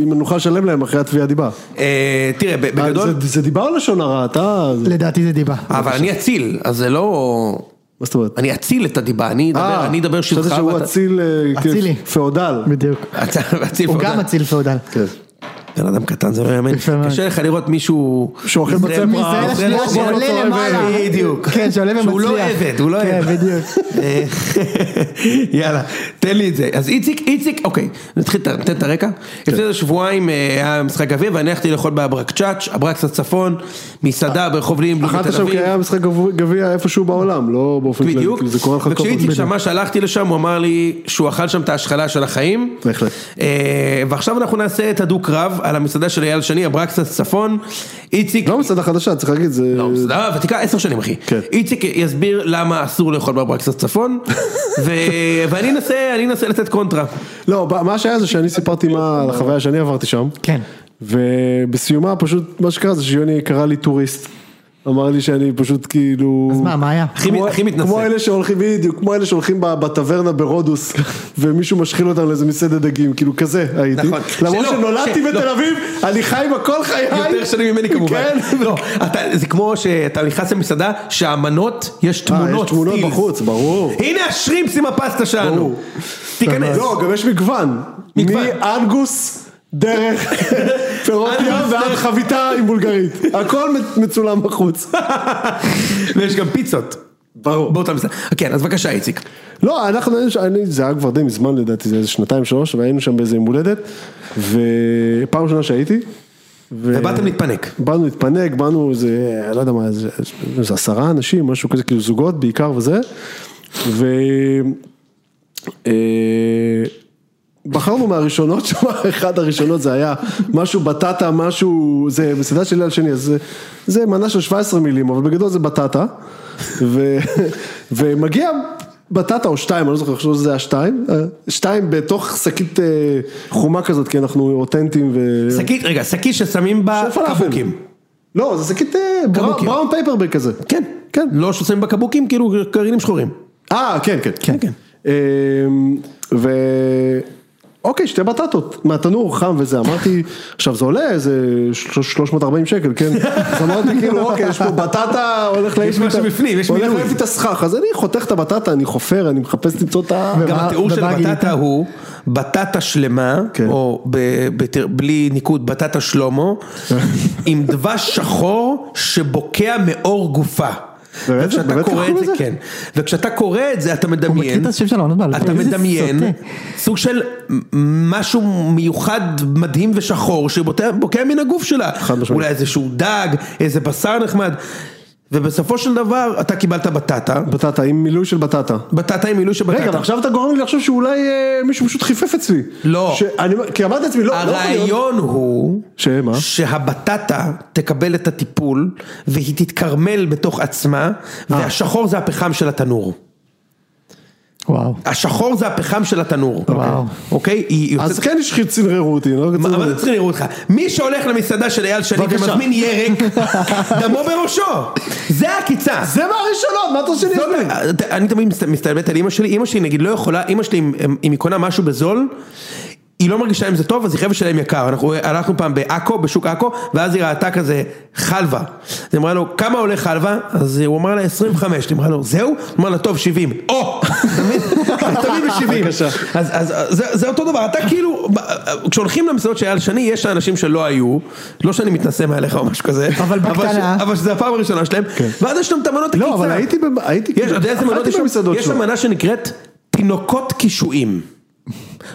אם נוכל לשלם להם אחרי התביעה דיבה.
אה, תראה, ב- בגדול,
זה- זה דיבה או לשון הרע, אתה... זה-
לדעתי זה דיבה.
אבל אני אציל, אז זה לא...
מה זאת אומרת?
אני אציל את הדיבה, אני אדבר,
אה,
אני אדבר שבחה.
חשבתי שהוא
ואתה-
אציל... אה,
אצילי.
כאילו, פאודל.
בדיוק.
אתה- אציל
הוא
פאודל.
גם אציל פאודל.
כן.
בן אדם קטן זה לא יאמן.
יפה מאוד.
קשה לך לראות מישהו...
שאוכל
מזרם- מזרם-
בצבע.
מישראל השנייה
מזרם-
שעולה למעלה.
בדיוק.
כן, שעולה ומצליח.
שהוא לא עבד, הוא לא
כן,
עבד.
בדיוק.
אה, יאללה, תן לי את זה. אז איציק, איציק, אוקיי, נתחיל, את ה- נתן את הרקע.
כן.
לפני איזה שבועיים אה, היה משחק אביב, ואני הלכתי לאכול באברקצ'אץ', אברקס הצפון,
אה,
מסעדה ברחוב לימבלום בתל אביב.
אכלת שם כי היה משחק גב- גביע איפשהו בעולם, לא באופן כללי,
בדיוק,
כאילו, זה קורה לך כל
וכשאיציק
הזמן.
שמע שהלכתי לשם הוא אמר לי שהוא אכל שם את ההשחלה של החיים.
בהחלט.
אה, ועכשיו אנחנו נעשה את הדו-קרב על המסעדה של אייל שני, אברקסס צפון. איציק,
לא מסעדה חדשה, צריך להגיד, זה...
לא, מסעדה ותיקה עשר שנים אחי.
כן.
איציק יסביר למה אסור לאכול באברקסס צפון, ו- ואני אנסה, אני אנסה לתת קונטרה.
לא, ב- מה שהיה זה שאני סיפרתי מה על החוויה שאני עברתי שם.
כן.
ובסיומה פשוט מה שקרה זה שיוני קרא לי טוריסט. אמר לי שאני פשוט כאילו...
אז מה, מה היה?
הכי מת-
כמו-
הכי מתנשא.
כמו אלה שהולכים, בדיוק, כמו אלה שהולכים ב- בטברנה ברודוס, ומישהו משחיל אותם לאיזה מסעדת דגים, כאילו כזה הייתי.
נכון.
למרות
שלא,
שנולדתי
שלא.
בתל אביב, אני חי בה כל חיי.
יותר שנים ממני כמובן.
כן,
לא, אתה- זה כמו שאתה נכנס למסעדה, שהמנות, יש תמונות.
אה, יש תמונות
סטילס.
בחוץ, ברור.
הנה השרימפס עם הפסטה שלנו.
ברור.
תיכנס.
לא, גם יש מגוון.
מגוון.
מאנגוס, דרך פירות
אנגוס,
ים ועד
דרך-
חביתה עם בולגרית. הכל מצולם בחוץ.
ויש גם פיצות.
ברור.
באותה מסעדה. כן, אז בבקשה איציק.
לא, אנחנו היינו שם, אני- זה היה כבר די מזמן לדעתי, זה איזה שנתיים שלוש, והיינו שם באיזה יום הולדת, ופעם ראשונה שהייתי. ו-
ובאתם להתפנק.
באנו להתפנק, באנו איזה, אני לא יודע מה, איזה איזה עשרה אנשים, משהו כזה, כאילו זוגות בעיקר וזה, ו... אה, בחרנו מהראשונות שם, אחד הראשונות זה היה משהו בטטה, משהו, זה מסעדה של ליל שני, אז זה, זה מנה של 17 מילים, אבל בגדול זה בטטה, ו, ומגיע בטטה או שתיים, אני לא זוכר, אני חושב שזה היה שתיים, אה, שתיים בתוך שקית אה, חומה כזאת, כי אנחנו אותנטיים ו...
שקית, רגע, שקית ששמים בה
של פלאפל.
קבוקים.
לא, זה שקית אה,
קבוקים.
ברא- בראון פייפרבג כזה.
כן,
כן.
לא ששמים בה קבוקים, כאילו גרעינים שחורים.
אה, כן, כן.
כן, כן.
אמ, ו... אוקיי, שתי בטטות מהתנור חם וזה, אמרתי, עכשיו זה עולה איזה שלוש- 340 שקל, כן? אז אמרתי כאילו, אוקיי, יש פה בטטה, הולך להעיף לי את ה-
משהו בפנים, יש
הולך
מינוי.
להעיף לי את הסכך, אז אני חותך את הבטטה, אני חופר, אני מחפש למצוא את ה...
גם
ומה-
התיאור של
ומה גילית?
הבטטה הוא בטטה שלמה,
כן.
או ב- בתיר- בלי ניקוד בטטה שלמה, עם דבש שחור שבוקע מאור גופה.
באמת?
וכשאתה
באמת
קורא
כתבו
את זה,
לזה?
כן. וכשאתה קורא את זה, אתה מדמיין.
מכיר את השם שלו, אני לא יודע,
אתה
איזה
מדמיין
סוטה.
סוג של משהו מיוחד, מדהים ושחור, שבוקע מן הגוף שלה.
חד משמעית.
אולי איזשהו דג, איזה בשר נחמד. ובסופו של דבר, אתה קיבלת בטטה.
בטטה, עם מילוי של בטטה.
בטטה עם מילוי של בטטה.
רגע, אבל עכשיו אתה גורם לי לחשוב שאולי אה, מישהו פשוט חיפף אצלי.
לא.
שאני- כי אמרתי לעצמי, לא, לא יכול להיות.
הרעיון הוא
שמה?
שהבטטה תקבל את הטיפול והיא תתקרמל בתוך עצמה
אה.
והשחור זה הפחם של התנור.
וואו.
השחור זה הפחם של התנור.
וואו.
אוקיי? היא
אז
יוצאת...
כן יש צנררו אותי, לא?
מה- אבל צריכים לראות אותך. מי שהולך למסעדה של אייל שני
בבקשה.
ומזמין ירק, דמו בראשו. זה העקיצה.
זה מהראשונות, מה אתה רוצה שאני
זאת-
אבין?
אוקיי.
אתה- אני תמיד מסת- מסתלבט על אימא שלי, אימא שלי נגיד לא יכולה, אימא שלי אם- אם היא קונה משהו בזול, היא לא מרגישה אם זה טוב אז היא חייבת לשלם יקר, אנחנו הלכנו פעם בעכו, בשוק עכו, ואז היא ראתה כזה חלבה, אז היא אמרה לו כמה עולה חלבה? אז הוא אמר לה 25, היא אמרה לו זהו? הוא אמר לה טוב 70, או! תמיד- תמיד ב-70,
בבקשה.
אז, אז, אז זה, זה אותו דבר, אתה כאילו, ב- כשהולכים למסעדות של אייל שני, יש אנשים שלא היו, לא שאני מתנשא מעליך או משהו כזה,
אבל
ש-
בקטנה. כן.
אבל שזה הפעם הראשונה שלהם, ואז יש להם את המנות הקיצה.
לא, אבל הייתי, במ- הייתי,
יש, אתה יודע איזה מנות
אכלתי
יש שם?
במסעדות
יש שם
שלו.
מנה שנקראת תינוקות קישואים.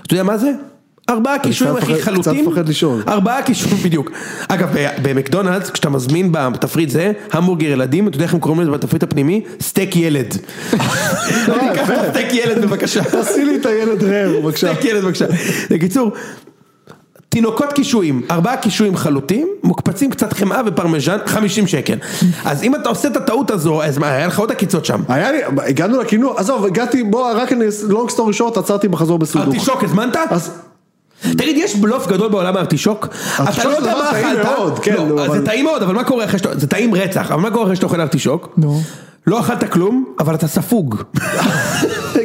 אתה יודע מה זה? ארבעה קישואים
קצת
הכי
מפחד-
חלוטים.
קצת מפחד לשאול.
ארבעה קישואים בדיוק. אגב, ב- במקדונלדס, כשאתה מזמין בתפריט זה, המבורגר ילדים, אתה יודע איך הם קוראים לזה בתפריט הפנימי? סטייק ילד. אני אקח את הסטייק ילד בבקשה.
תעשי לי את הילד רעב, בבקשה.
סטייק ילד בבקשה. בקיצור, תינוקות קישואים, ארבעה קישואים חלוטים, מוקפצים קצת חמאה ופרמיז'ן, 50 שקל. אז אם אתה עושה את הטעות הזו, אז מה, היה לך עוד עקיצות שם.
היה לי, הגענו לקינוח, עזוב, הגעתי, בוא, רק אני, לונג סטורי שורט, עצרתי בחזור בסודוך.
ארטישוק הזמנת?
לא. אז
תגיד, יש בלוף גדול בעולם הארטישוק? אתה לא
זה
יודע
דבר
מה
טעים
אכלת?
מאוד, כן,
לא,
נו,
אז
אבל-
זה טעים מאוד, אבל מה קורה אחרי שאתה... זה טעים רצח, אבל מה קורה אחרי שאתה אוכל ארטישוק?
נו.
לא אכלת כלום, אבל אתה ספוג.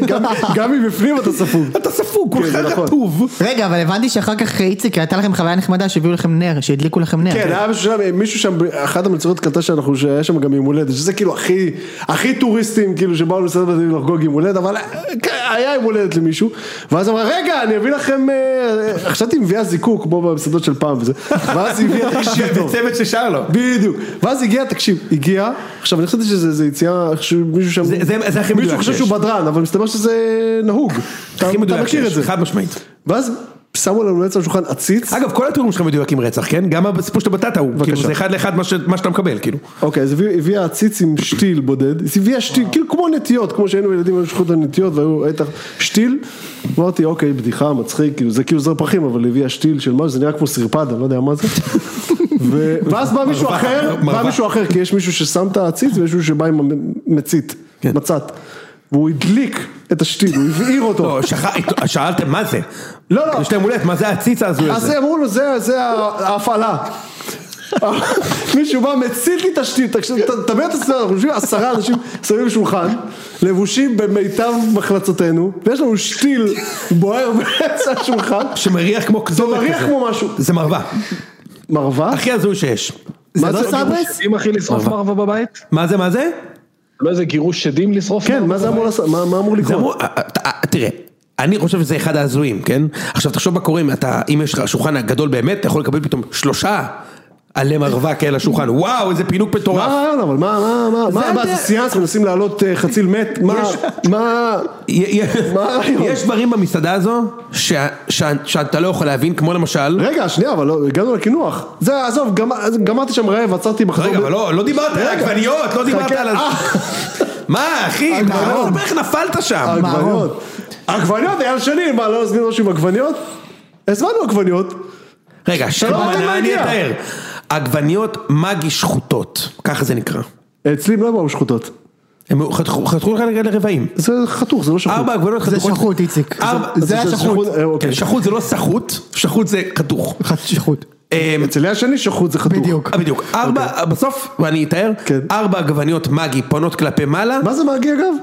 גם- גם מבפנים אתה ספוג.
אתה ספוג, כולך
זה נכון.
רטוב.
רגע, אבל הבנתי שאחר כך, איציק, הייתה לכם חוויה נחמדה שהביאו לכם נר, שהדליקו לכם נר.
אה?
כן, היה מישהו שם, מישהו שם, אחת המלצרות קלטה שאנחנו, שהיה שם גם יום הולדת, שזה כאילו הכי, הכי טוריסטים, כאילו, שבאו למסעדת בתל אביב לחגוג יום הולדת, אבל אה, היה יום הולדת למישהו, ואז אמרה, רגע, אני אביא לכם, אה, חשבתי היא מביאה זיקוק, כמו במסעדות של פעם וזה, ואז היא הביאה תקשיב טוב.
צוות ששר לו.
בדיוק, ואז הגיע, תקשיב, הגיע, עכשיו אני חשבתי שזה זה יציאה, מישהו שם,
זה- זה- זה הכי מדויק
מישהו
שיש.
חושב שהוא בדרן, אבל מסתבר שזה נהוג, אתה
הכי
אתה
מדויק
מכיר את
שיש,
זה,
חד משמעית.
ואז שמו לנו בעצם על השולחן עציץ,
אגב, כל התיאורים שלך מדויקים רצח, כן? גם הסיפור של הבטטה הוא, כאילו,
בבקשה.
זה אחד לאחד מה ש- מה שאתה מקבל, כאילו.
אוקיי, אז הביא- הביאה עציץ עם שתיל בודד, אז הביאה שתיל, כאילו כמו נטיות, כמו שהיינו ילדים, היו שולחות לנטיות, והיו, הייתה שתיל, אמרתי, אוקיי, בדיחה, מצחיק, כאילו, זה כאילו זר פרחים, אבל הביאה שתיל של משהו, זה נראה כמו סרפד, אני לא יודע מה זה, ו- ואז בא מישהו
מרווה,
אחר,
מרווה.
בא מישהו אחר, כי יש מישהו ששם את העציץ ומישהו שבא עם המצית,
כן.
מצת, והוא הדליק את השתיל, הוא הבעיר אותו,
לא, שכח- שאלתם מה זה?
לא, לא.
יש להם הולדת, מה זה העציץ ההזוי
אז
הזה?
אמרו לו, זה זה ההפעלה. מישהו בא, מציל לי את השטין, תקשיב, ת- תדמיין את הסצנה, אנחנו יושבים עשרה אנשים סביב שולחן, לבושים במיטב מחלצותינו, ויש לנו שתיל בוער באמצע השולחן,
שמריח כמו קטורת
מריח
כזה.
כמו משהו.
זה מרווה.
מרווה?
הכי הזוי שיש.
זה
מה
לא
זה-
סברס?
אם אחי לשרוף מרווה בבית?
מה זה, מה זה?
לא איזה גירוש שדים לשרוף
כן,
מרווה?
מה זה אמור לעשות? מה מה אמור
זה
לקרות?
אמור, אה, אה, תראה. אני חושב שזה אחד ההזויים, כן? עכשיו תחשוב מה קורה אם אתה, אם יש לך שולחן הגדול באמת, אתה יכול לקבל פתאום שלושה עלי מרווה כאלה לשולחן, וואו, איזה פינוק
מה
מטורף.
הרעיון אבל? מה, מה, מה,
זה
מה, מה,
הדרך.
זה סיאנס, מנסים לעלות אה, חציל מת? מה, מה,
י- י-
מה הרעיון?
יש דברים במסעדה הזו שה- שה- שאתה לא יכול להבין, כמו למשל,
רגע, שנייה, אבל לא, הגענו לקינוח. זה, עזוב, גמ- גמרתי שם רעב, עצרתי בחזור.
רגע,
ב-
אבל לא, לא דיברת על העגבניות, לא דיברת
חכה,
על... ה- מה, אחי,
העגבניות.
מה, איך נפלת שם?
עגבניות. עגבניות, אייל שני, מה, לא נזמין משהו עם עגבניות? הזמנו עגבניות.
רגע,
לא
שנייה,
יודע מה
אני
הגיע.
אתאר. עגבניות מגי שחוטות, ככה זה נקרא.
אצלי הם לא באו שחוטות.
הם חתכו חתכו לך נגד לרבעים.
זה חתוך, זה לא שחוט.
ארבע עגבניות
זה
חתוכות.
שחוט, איציק.
ארבע-
זה-
זה היה
זה
שחוט.
שחוט, אה, אוקיי.
כן, שחוט זה לא סחוט, שחוט זה חתוך.
חת- שחוט.
אמ,
אצל אייל שני שחוט זה חתוך.
בדיוק.
אה, בדיוק. ארבע, בסוף, ואני אתאר,
אוקיי. כן.
ארבע עגבניות מגי פונות כלפי מעלה.
מה זה מגי אגב?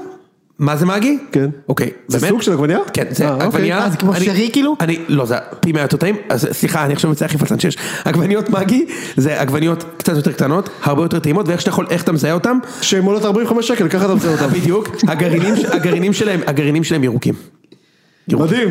מה זה מגי?
כן.
אוקיי.
זה
באמת?
סוג של עגבנייה?
כן, זה
אה, אוקיי.
עגבנייה.
אה, זה כמו
אני-
שרי כאילו?
אני, לא, זה פי מאה יותר טעים. אז סליחה, אני עכשיו מצא הכי פלצן שיש. עגבניות מגי זה עגבניות קצת יותר קטנות, הרבה יותר טעימות, ואיך שאתה יכול, איך אתה מזהה אותן?
שהן עולות 45 שקל, ככה אתה מציין אותן.
בדיוק. הגרעינים ש- הגרעינים שלהם, הגרעינים שלהם ירוקים.
מדהים.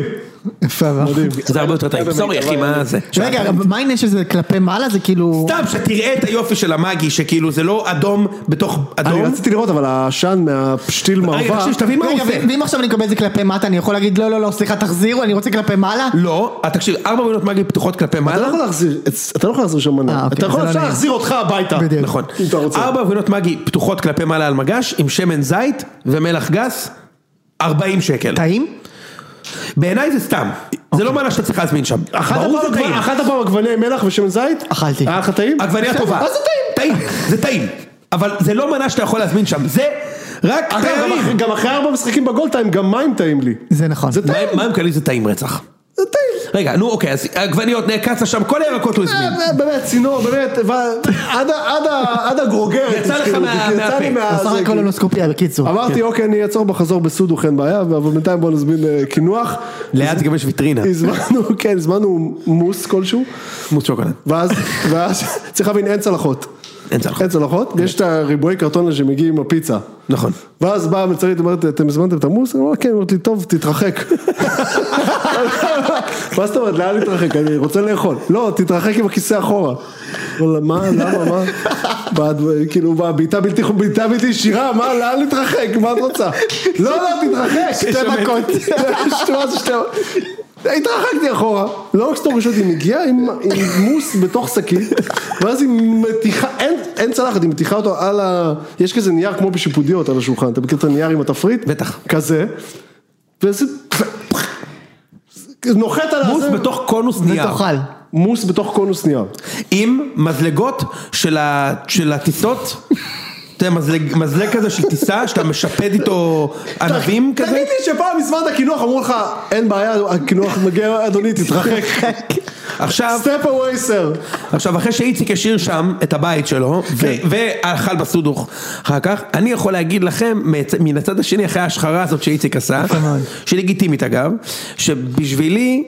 יפה, אה? אבל-
מדהים.
זה הרבה יותר טעים. סורי אחי, מה זה?
רגע, אבל מה העניין שזה כלפי מעלה? זה כאילו...
סתם שתראה את היופי של המאגי, שכאילו זה לא אדום בתוך
אני
אדום.
רציתי לראות, אבל העשן מהפשתיל
רגע,
מרווה.
תקשיב, שתבין מה הוא
רגע,
עושה.
ו- ואם עכשיו אני אקבל את זה כלפי מטה, אני יכול להגיד לא, לא, לא, סליחה, תחזירו, אני רוצה כלפי מעלה?
לא, אה, תקשיב, ארבע מדינות מאגי פתוחות כלפי
אתה לא
מעלה.
יכול להחזיר, את- אתה לא יכול להחזיר שם
אה,
מנה.
אוקיי,
אתה יכול
זה לא
אפשר
נעים.
להחזיר אותך הביתה.
בדיוק.
נכון.
אם אתה רוצה.
ארבע עגבניות מגי פתוחות כלפי מעלה על מגש, עם שמן זית ומלח גס, 40 שקל.
טעים?
בעיניי זה סתם. זה
אוקיי.
לא מנה שאתה צריך להזמין שם. ברור זה טעים.
אכלת פעם עגבני מלח ושמן זית?
אכלתי.
היה לך טעים?
עגבנייה
בסדר.
טובה.
אז זה טעים.
טעים, זה טעים. אבל זה לא מנה שאתה יכול להזמין שם, זה רק
אגב, גם אחרי-
תיירים.
גם אחרי ארבע משחקים בגול טיים, גם מים טעים לי.
זה נכון.
זה טעים.
מים- מים כאלה זה טעים רצח.
זה טעים.
רגע, נו אוקיי, אז עגבניות, נעקצה שם, כל הירקות הוא הזמין.
אה, באמת, צינור, באמת, ו- עד ה- עד ה- עד הגרוגרת.
יצא לך
כאילו,
מה-
יצא לי
מהפה.
מה-
עשה
זה,
רק
כאילו.
קולונוסקופיה, בקיצור.
אמרתי, אוקיי, אני אעצור בחזור בסודוך, אין בעיה, אבל בינתיים בואו נזמין אה, קינוח.
ליד תגבש ויטרינה.
הזמנו, כן, הזמנו מוס כלשהו,
מוס שוקולד.
ואז, ואז, צריך להבין, אין צלחות.
אין צלחות.
אין צלחות, ויש את הריבועי קרטון האלה שמגיעים עם הפיצה.
נכון.
ואז באה המצרית, אומרת, אתם הזמנתם את המוס? אני אומר, כן, היא אומרת לי, טוב, תתרחק. מה זאת אומרת, לאן להתרחק? אני רוצה לאכול. לא, תתרחק עם הכיסא אחורה. אומר לה, מה, למה, מה? בעד- כאילו, מה, בעיטה בלתי חו- בעיטה בלתי ישירה, מה, לאן להתרחק? מה את רוצה? לא, לא, תתרחק. שתי מכות. שתי- מה זה שתי התרחקתי אחורה, לא רק סטור ראשון, היא מגיעה עם, עם מוס בתוך שקית, ואז היא מתיחה, אין, אין צלחת, היא מתיחה אותו על ה... יש כזה נייר כמו בשיפודיות על השולחן, אתה מכיר את הנייר עם התפריט?
בטח.
כזה, וזה... זה נוחת על
מוס
הזה,
בתוך קונוס נייר.
ותאכל.
מוס בתוך קונוס נייר.
עם מזלגות של ה- של הטיסות. אתה יודע, מזלג- מזלג כזה של טיסה, שאתה משפד איתו ענבים
תגיד
כזה.
לי שפעם מזמן הקינוח אמרו לך, אין בעיה, הקינוח מגיע, אדוני, תתרחק.
עכשיו,
סטפ אווי סר.
עכשיו אחרי שאיציק השאיר שם את הבית שלו, ו- ואכל בסודוך אחר כך, אני יכול להגיד לכם מצ- מן הצד השני אחרי ההשחרה הזאת שאיציק עשה, שלגיטימית אגב, שבשבילי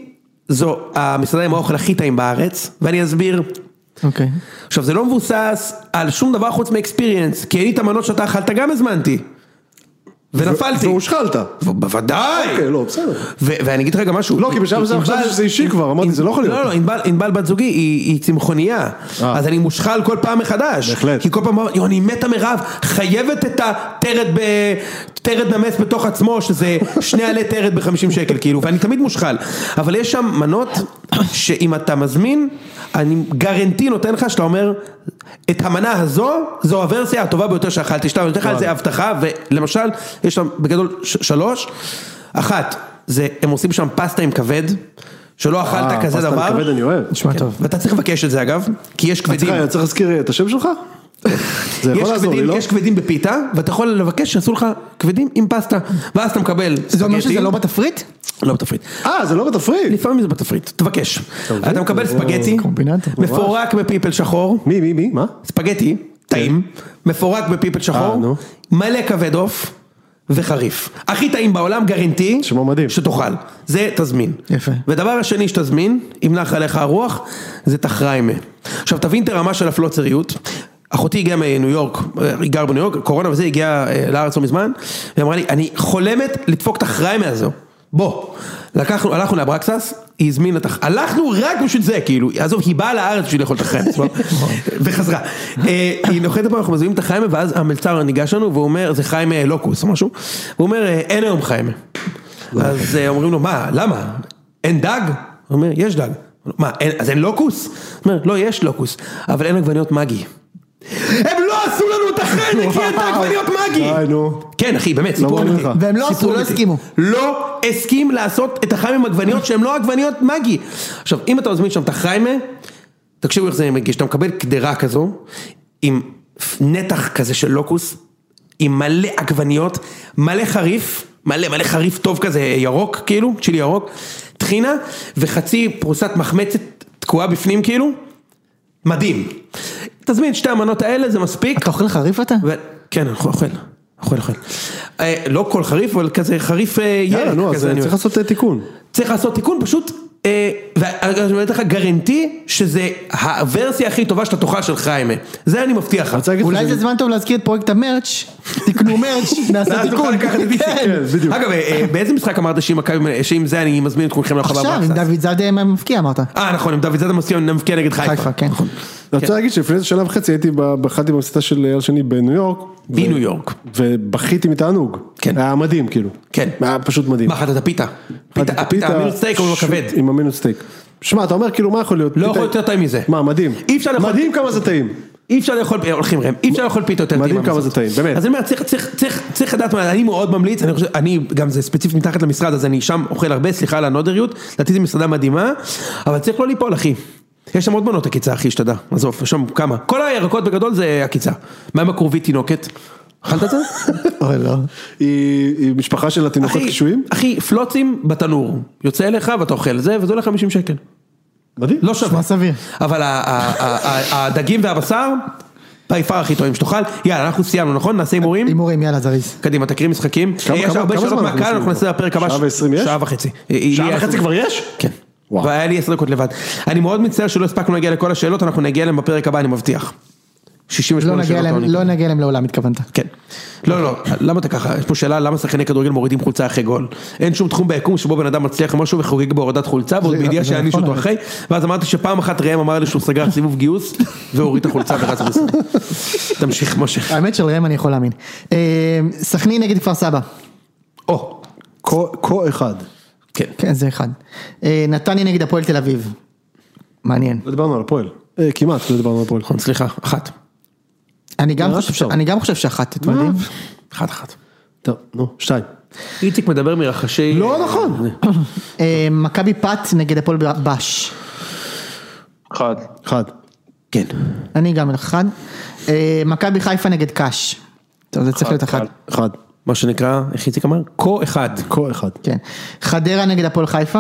זו המסעדה עם האוכל הכי טעים בארץ, ואני אסביר.
אוקיי.
עכשיו זה לא מבוסס על שום דבר חוץ מאקספיריאנס, כי אני את המנות שאתה אכלת גם הזמנתי. ונפלתי.
והושחלת.
ו- בוודאי.
אוקיי, לא, בסדר.
ו- ואני אגיד לך גם משהו.
לא, כי בשלב הזה
ענבל-
חשבתי שזה אישי כבר, אמרתי, זה לא יכול להיות. אה.
לא, לא, ענבל- ענבל בת זוגי היא היא צמחונייה, אז אני מושחל כל פעם מחדש.
בהחלט.
כי כל פעם, יואו, אני מתה מרעב, חייבת את הטרד ב... טרד נמס בתוך עצמו, שזה שני עלי טרד ב-50 שקל, כאילו, ואני תמיד מושחל. אבל יש שם מנות שאם אתה מזמין, אני גרנטי נותן לך שאתה אומר, את המנה הזו, זו הוורסיה הטובה ביותר שאכלתי, שאתה נותן לך על זה הבטחה, ולמשל, יש שם בגדול ש- שלוש, אחת, זה, הם עושים שם פסטה עם כבד, שלא
אה,
אכלת כזה
פסטה
דבר,
מכבד אני אוהב.
נשמע
כן,
טוב.
ואתה צריך לבקש את זה אגב, כי יש כבדים.
סליחה, אני צריך להזכיר את השם שלך? זה
יש
יכול לעזור לי,
כבדים-
לא?
יש כבדים בפיתה, ואתה יכול לבקש שיעשו לך כבדים עם פסטה, ואז אתה מקבל
זה אומר
ספגטי.
שזה לא בתפריט?
לא בתפריט.
אה, זה לא בתפריט.
לפעמים זה בתפריט, תבקש. אתה מקבל ספגטי,
אה,
קומבינטור.
מפורק בפלפל שחור,
מי, מי, מי? מה?
ספגטי, טעים, מפורק בפלפל
כן. אה,
שחור,
נו.
מלא כבד עוף וחריף. הכי טעים בעולם, גרנטי,
שמע מדהים.
שתאכל. זה תזמין.
יפה.
ודבר השני שתזמין, אם נח עליך הרוח, זה תחריימה. עכשיו תבין את הרמה של הפלוצריות. אחותי הגיעה מניו יורק, אה, היא גרה בניו יורק, קורונה וזה, הגיעה אה, לארץ לא מזמן, והיא אמרה לי, אני חולמת לדפוק את החריימה הזו. בוא. לקחנו, הלכנו לאברקסס, היא הזמינה את הח... הלכנו רק בשביל זה, כאילו, עזוב, היא באה לארץ בשביל לאכול את החריימה, סבבה? וחזרה. אה, היא נוחתת פה, אנחנו מזמינים את החריימה, ואז המלצר ניגש לנו, והוא אומר, זה חריימה לוקוס או משהו, והוא אומר, "אה, אין היום חריימה. אז אה, אומרים לו, מה, למה? אין דג? הוא אומר, יש דג. מה, אין, אז אין לוקוס? הוא אומר, לא, יש לוקוס, אבל אין עגבניות מגי. הם לא עשו לנו את החלק, כי אין את העגבניות מגי!
די, נו.
כן, אחי, באמת, סיפור
מאמין
אמיתי.
לך.
והם לא
סיפור
עשו, לא
אמיתי.
הסכימו.
לא הסכים לעשות את החיים עם עגבניות שהן לא עגבניות מגי. עכשיו, אם אתה מזמין שם את החיימה, תקשיבו איך זה מגיש, אתה מקבל קדרה כזו, עם נתח כזה של לוקוס, עם מלא עגבניות, מלא חריף, מלא מלא חריף טוב כזה, ירוק כאילו, צ'ילי ירוק, טחינה, וחצי פרוסת מחמצת תקועה בפנים כאילו, מדהים. תזמין את שתי המנות האלה, זה מספיק.
אתה אוכל חריף אתה?
ו... כן, אנחנו אוכל, אוכל, אוכל. אה, לא כל חריף, אבל כזה חריף אה, ירק.
יאללה, נו, אז
כזה אני
צריך
אומר. כן.
לעשות אה, תיקון.
צריך לעשות תיקון, פשוט, אה, ואני אומר לך גרנטי, שזה הוורסיה הכי טובה שאתה תאכל של חיימה. זה אני מבטיח
אני
לך.
רוצה להגיד לך
אולי
שאני-
זה זמן טוב להזכיר את פרויקט המרץ', תקנו מרץ', נעשה
ואז תוכל
תיקון.
לקחת את איציק.
כן.
כן, בדיוק.
אגב, אה, אה, באיזה משחק אמרת שאם מכבי- שאם זה אני מזמין את כולכם לאכול
עכשיו, עם
באברקסס?
דוד זאדה הם מפקיע אמרת.
אה, נכון, עם דוד זאדה מסכים, נבקיע נגד חיפה.
חיפה, כן.
אני רוצה להגיד שלפני איזה שנה וחצי הייתי ב- באחת עם המסיתה של אייל שני בניו יורק.
בניו יורק.
ובכיתי מתענוג.
כן.
היה מדהים, כאילו.
כן.
היה פשוט מדהים.
מה, אכלת את הפיתה? פיתה- הפיתה, המינוס סטייק או
ש-
הכבד?
עם המינוס סטייק. שמע, אתה אומר כאילו מה יכול להיות?
לא
פיתה-
יכול להיות יותר טעים מזה.
מה, מדהים.
אי אפשר לאכול-
מדהים כמה זה טעים.
אי אפשר לאכול, הולכים ראם, אי אפשר לאכול פיתה יותר
מדהים
טעימה
כמה
מזאת.
זה טעים, באמת.
אז אני אומר, צריך, צריך, צריך, צריך לדעת מה, אני מאוד ממליץ, אני חושב, אני גם זה ספציפית מתחת למשרד, אז אני שם אוכל הרבה, סליחה על הנודריות, לדעתי זו מסעדה מדהימה, אבל צריך לא ליפול, אחי. יש שם עוד מנות עקיצה, אחי, שתדע, עזוב, יש שם כמה. כל הירקות בגדול זה עקיצה. מה עם הכרובית תינוקת? אכלת את זה?
אוי לא.
היא היא משפחה של התינוקות
אחי,
קישואים?
אחי, פלוצים בתנור. יוצא אליך ואתה אוכל זה, וזה עולה 50 שקל.
מדהים.
לא שווה.
נשמע סביר.
אבל ה- ה- ה- ה- הדגים והבשר, פייפר הכי טועים שתאכל. יאללה, אנחנו סיימנו, נכון? נעשה הימורים?
הימורים, יאללה, זריז.
קדימה, תקריא משחקים.
כמה-
יש
כמה-
הרבה
כמה
שאלות
זמן אנחנו
מהקהל, אנחנו
עושים
נעשה לפרק הבא.
שעה
ש-
ועשרים יש?
שעה וחצי.
שעה
יהיה-
וחצי כבר יש?
כן.
וואו.
והיה לי עשר דקות לבד. אני מאוד מצטער שלא הספקנו להגיע לכל השאלות, אנחנו נגיע אליהם בפרק הבא, אני מבטיח. 68
לא
שאלות.
נגיע אליהם-
עונים.
לא נגיע אליהם לעולם, התכוונת.
כן. לא, לא, למה אתה ככה? יש פה שאלה למה שחקני כדורגל מורידים חולצה אחרי גול. אין שום תחום ביקום שבו בן אדם מצליח במשהו וחוגג בהורדת חולצה, ועוד
זה-
בידיעה
זה
שיעניש
נכון,
אותו
אבל-
אחרי, ואז אמרתי שפעם אחת ראם אמר לי שהוא סגר סיבוב גיוס, והוריד את החולצה ורץ בסדר. תמשיך, משה.
האמת של ראם אני יכול להאמין. אה, סכנין נגד כפר סבא.
או,
כה- כה אחד.
כן.
כן, זה אחד. אה, נתניה נגד הפועל תל אביב. מעניין.
לא דיברנו על הפועל. אה, כמעט לא דיברנו על הפועל.
נכון, סליחה, אחת.
אני גם
נראה
חושב
שאפשר.
ש- אני גם חושב שאחת, אתם יודעים?
אחת אחת.
טוב, לא, נו, שתיים.
איציק מדבר מרחשי...
לא נכון.
אה, מכבי פת נגד הפועל בש.
אחד.
אחד.
כן.
אני גם אחד. אה, מכבי חיפה נגד קאש. טוב, זה צריך להיות אחד.
אחד.
מה שנקרא, איך איציק אמר? כה אחד.
כה אחד.
כן. חדרה נגד הפועל חיפה.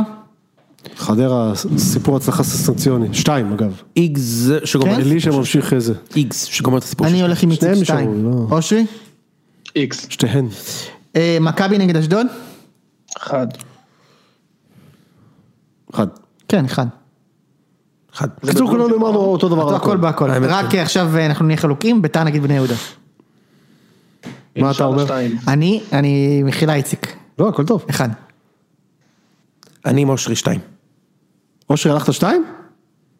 חדרה, סיפור הצלחה סנסציוני. שתיים אגב.
איגז שגומר...
כן?
אלישע ממשיך איזה.
איגז שגומר את הסיפור
אני
שלו.
הולך עם
שניהם
איציק שתיים.
נשארו, לא.
אושרי?
איקס.
שתיהן.
אה, מכבי נגד אשדוד?
אחד.
אחד.
כן, אחד.
אחד.
בקיצור כולנו אמרנו אותו דבר על
הכל
הכל.
בהכל.
האמת,
רק
כן.
אה, עכשיו אה, אנחנו נהיה חלוקים, ביתר נגד בני יהודה.
מה אתה אומר?
שתיים.
אני, אני מכילה איציק.
לא, הכל טוב.
אחד.
אני עם אושרי שתיים.
אושרי הלכת שתיים?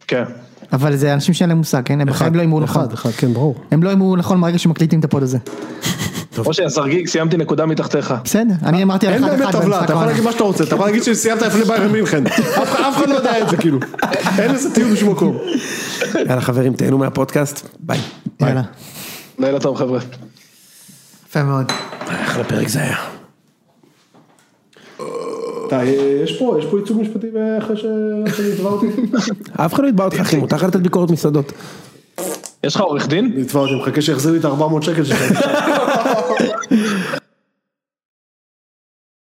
כן.
אבל זה אנשים שאין להם מושג, כן? הם בחיים לא הימרו נכון.
אחד, אחד, כן, ברור.
הם לא הימרו נכון מהרגע שמקליטים את הפוד הזה.
או שהזרגיג, סיימתי נקודה מתחתיך.
בסדר, אני אמרתי על
אין
כן, אחד אחד.
באמת טבלה,
במשחק
אתה יכול
העונה.
להגיד מה שאתה רוצה, אתה יכול להגיד שסיימת לפני ביירן מינכן. אף אחד- אף אחד לא יודע את זה, כאילו. אין איזה טיול בשום מקום.
יאללה חברים, תהנו מהפודקאסט, ביי.
יאללה.
לילה טוב חבר'ה.
יפה מאוד.
אחלה פרק זה היה.
די, אה, יש פה, יש פה ייצוג משפטי אה, אחרי שאני אתבע אותי.
אף אחד לא יתבע אותך אחי, מותר לך לתת ביקורת מסעדות.
יש לך עורך דין?
נתבע אותי, מחכה שיחזיר לי את ה-400 שקל שלך.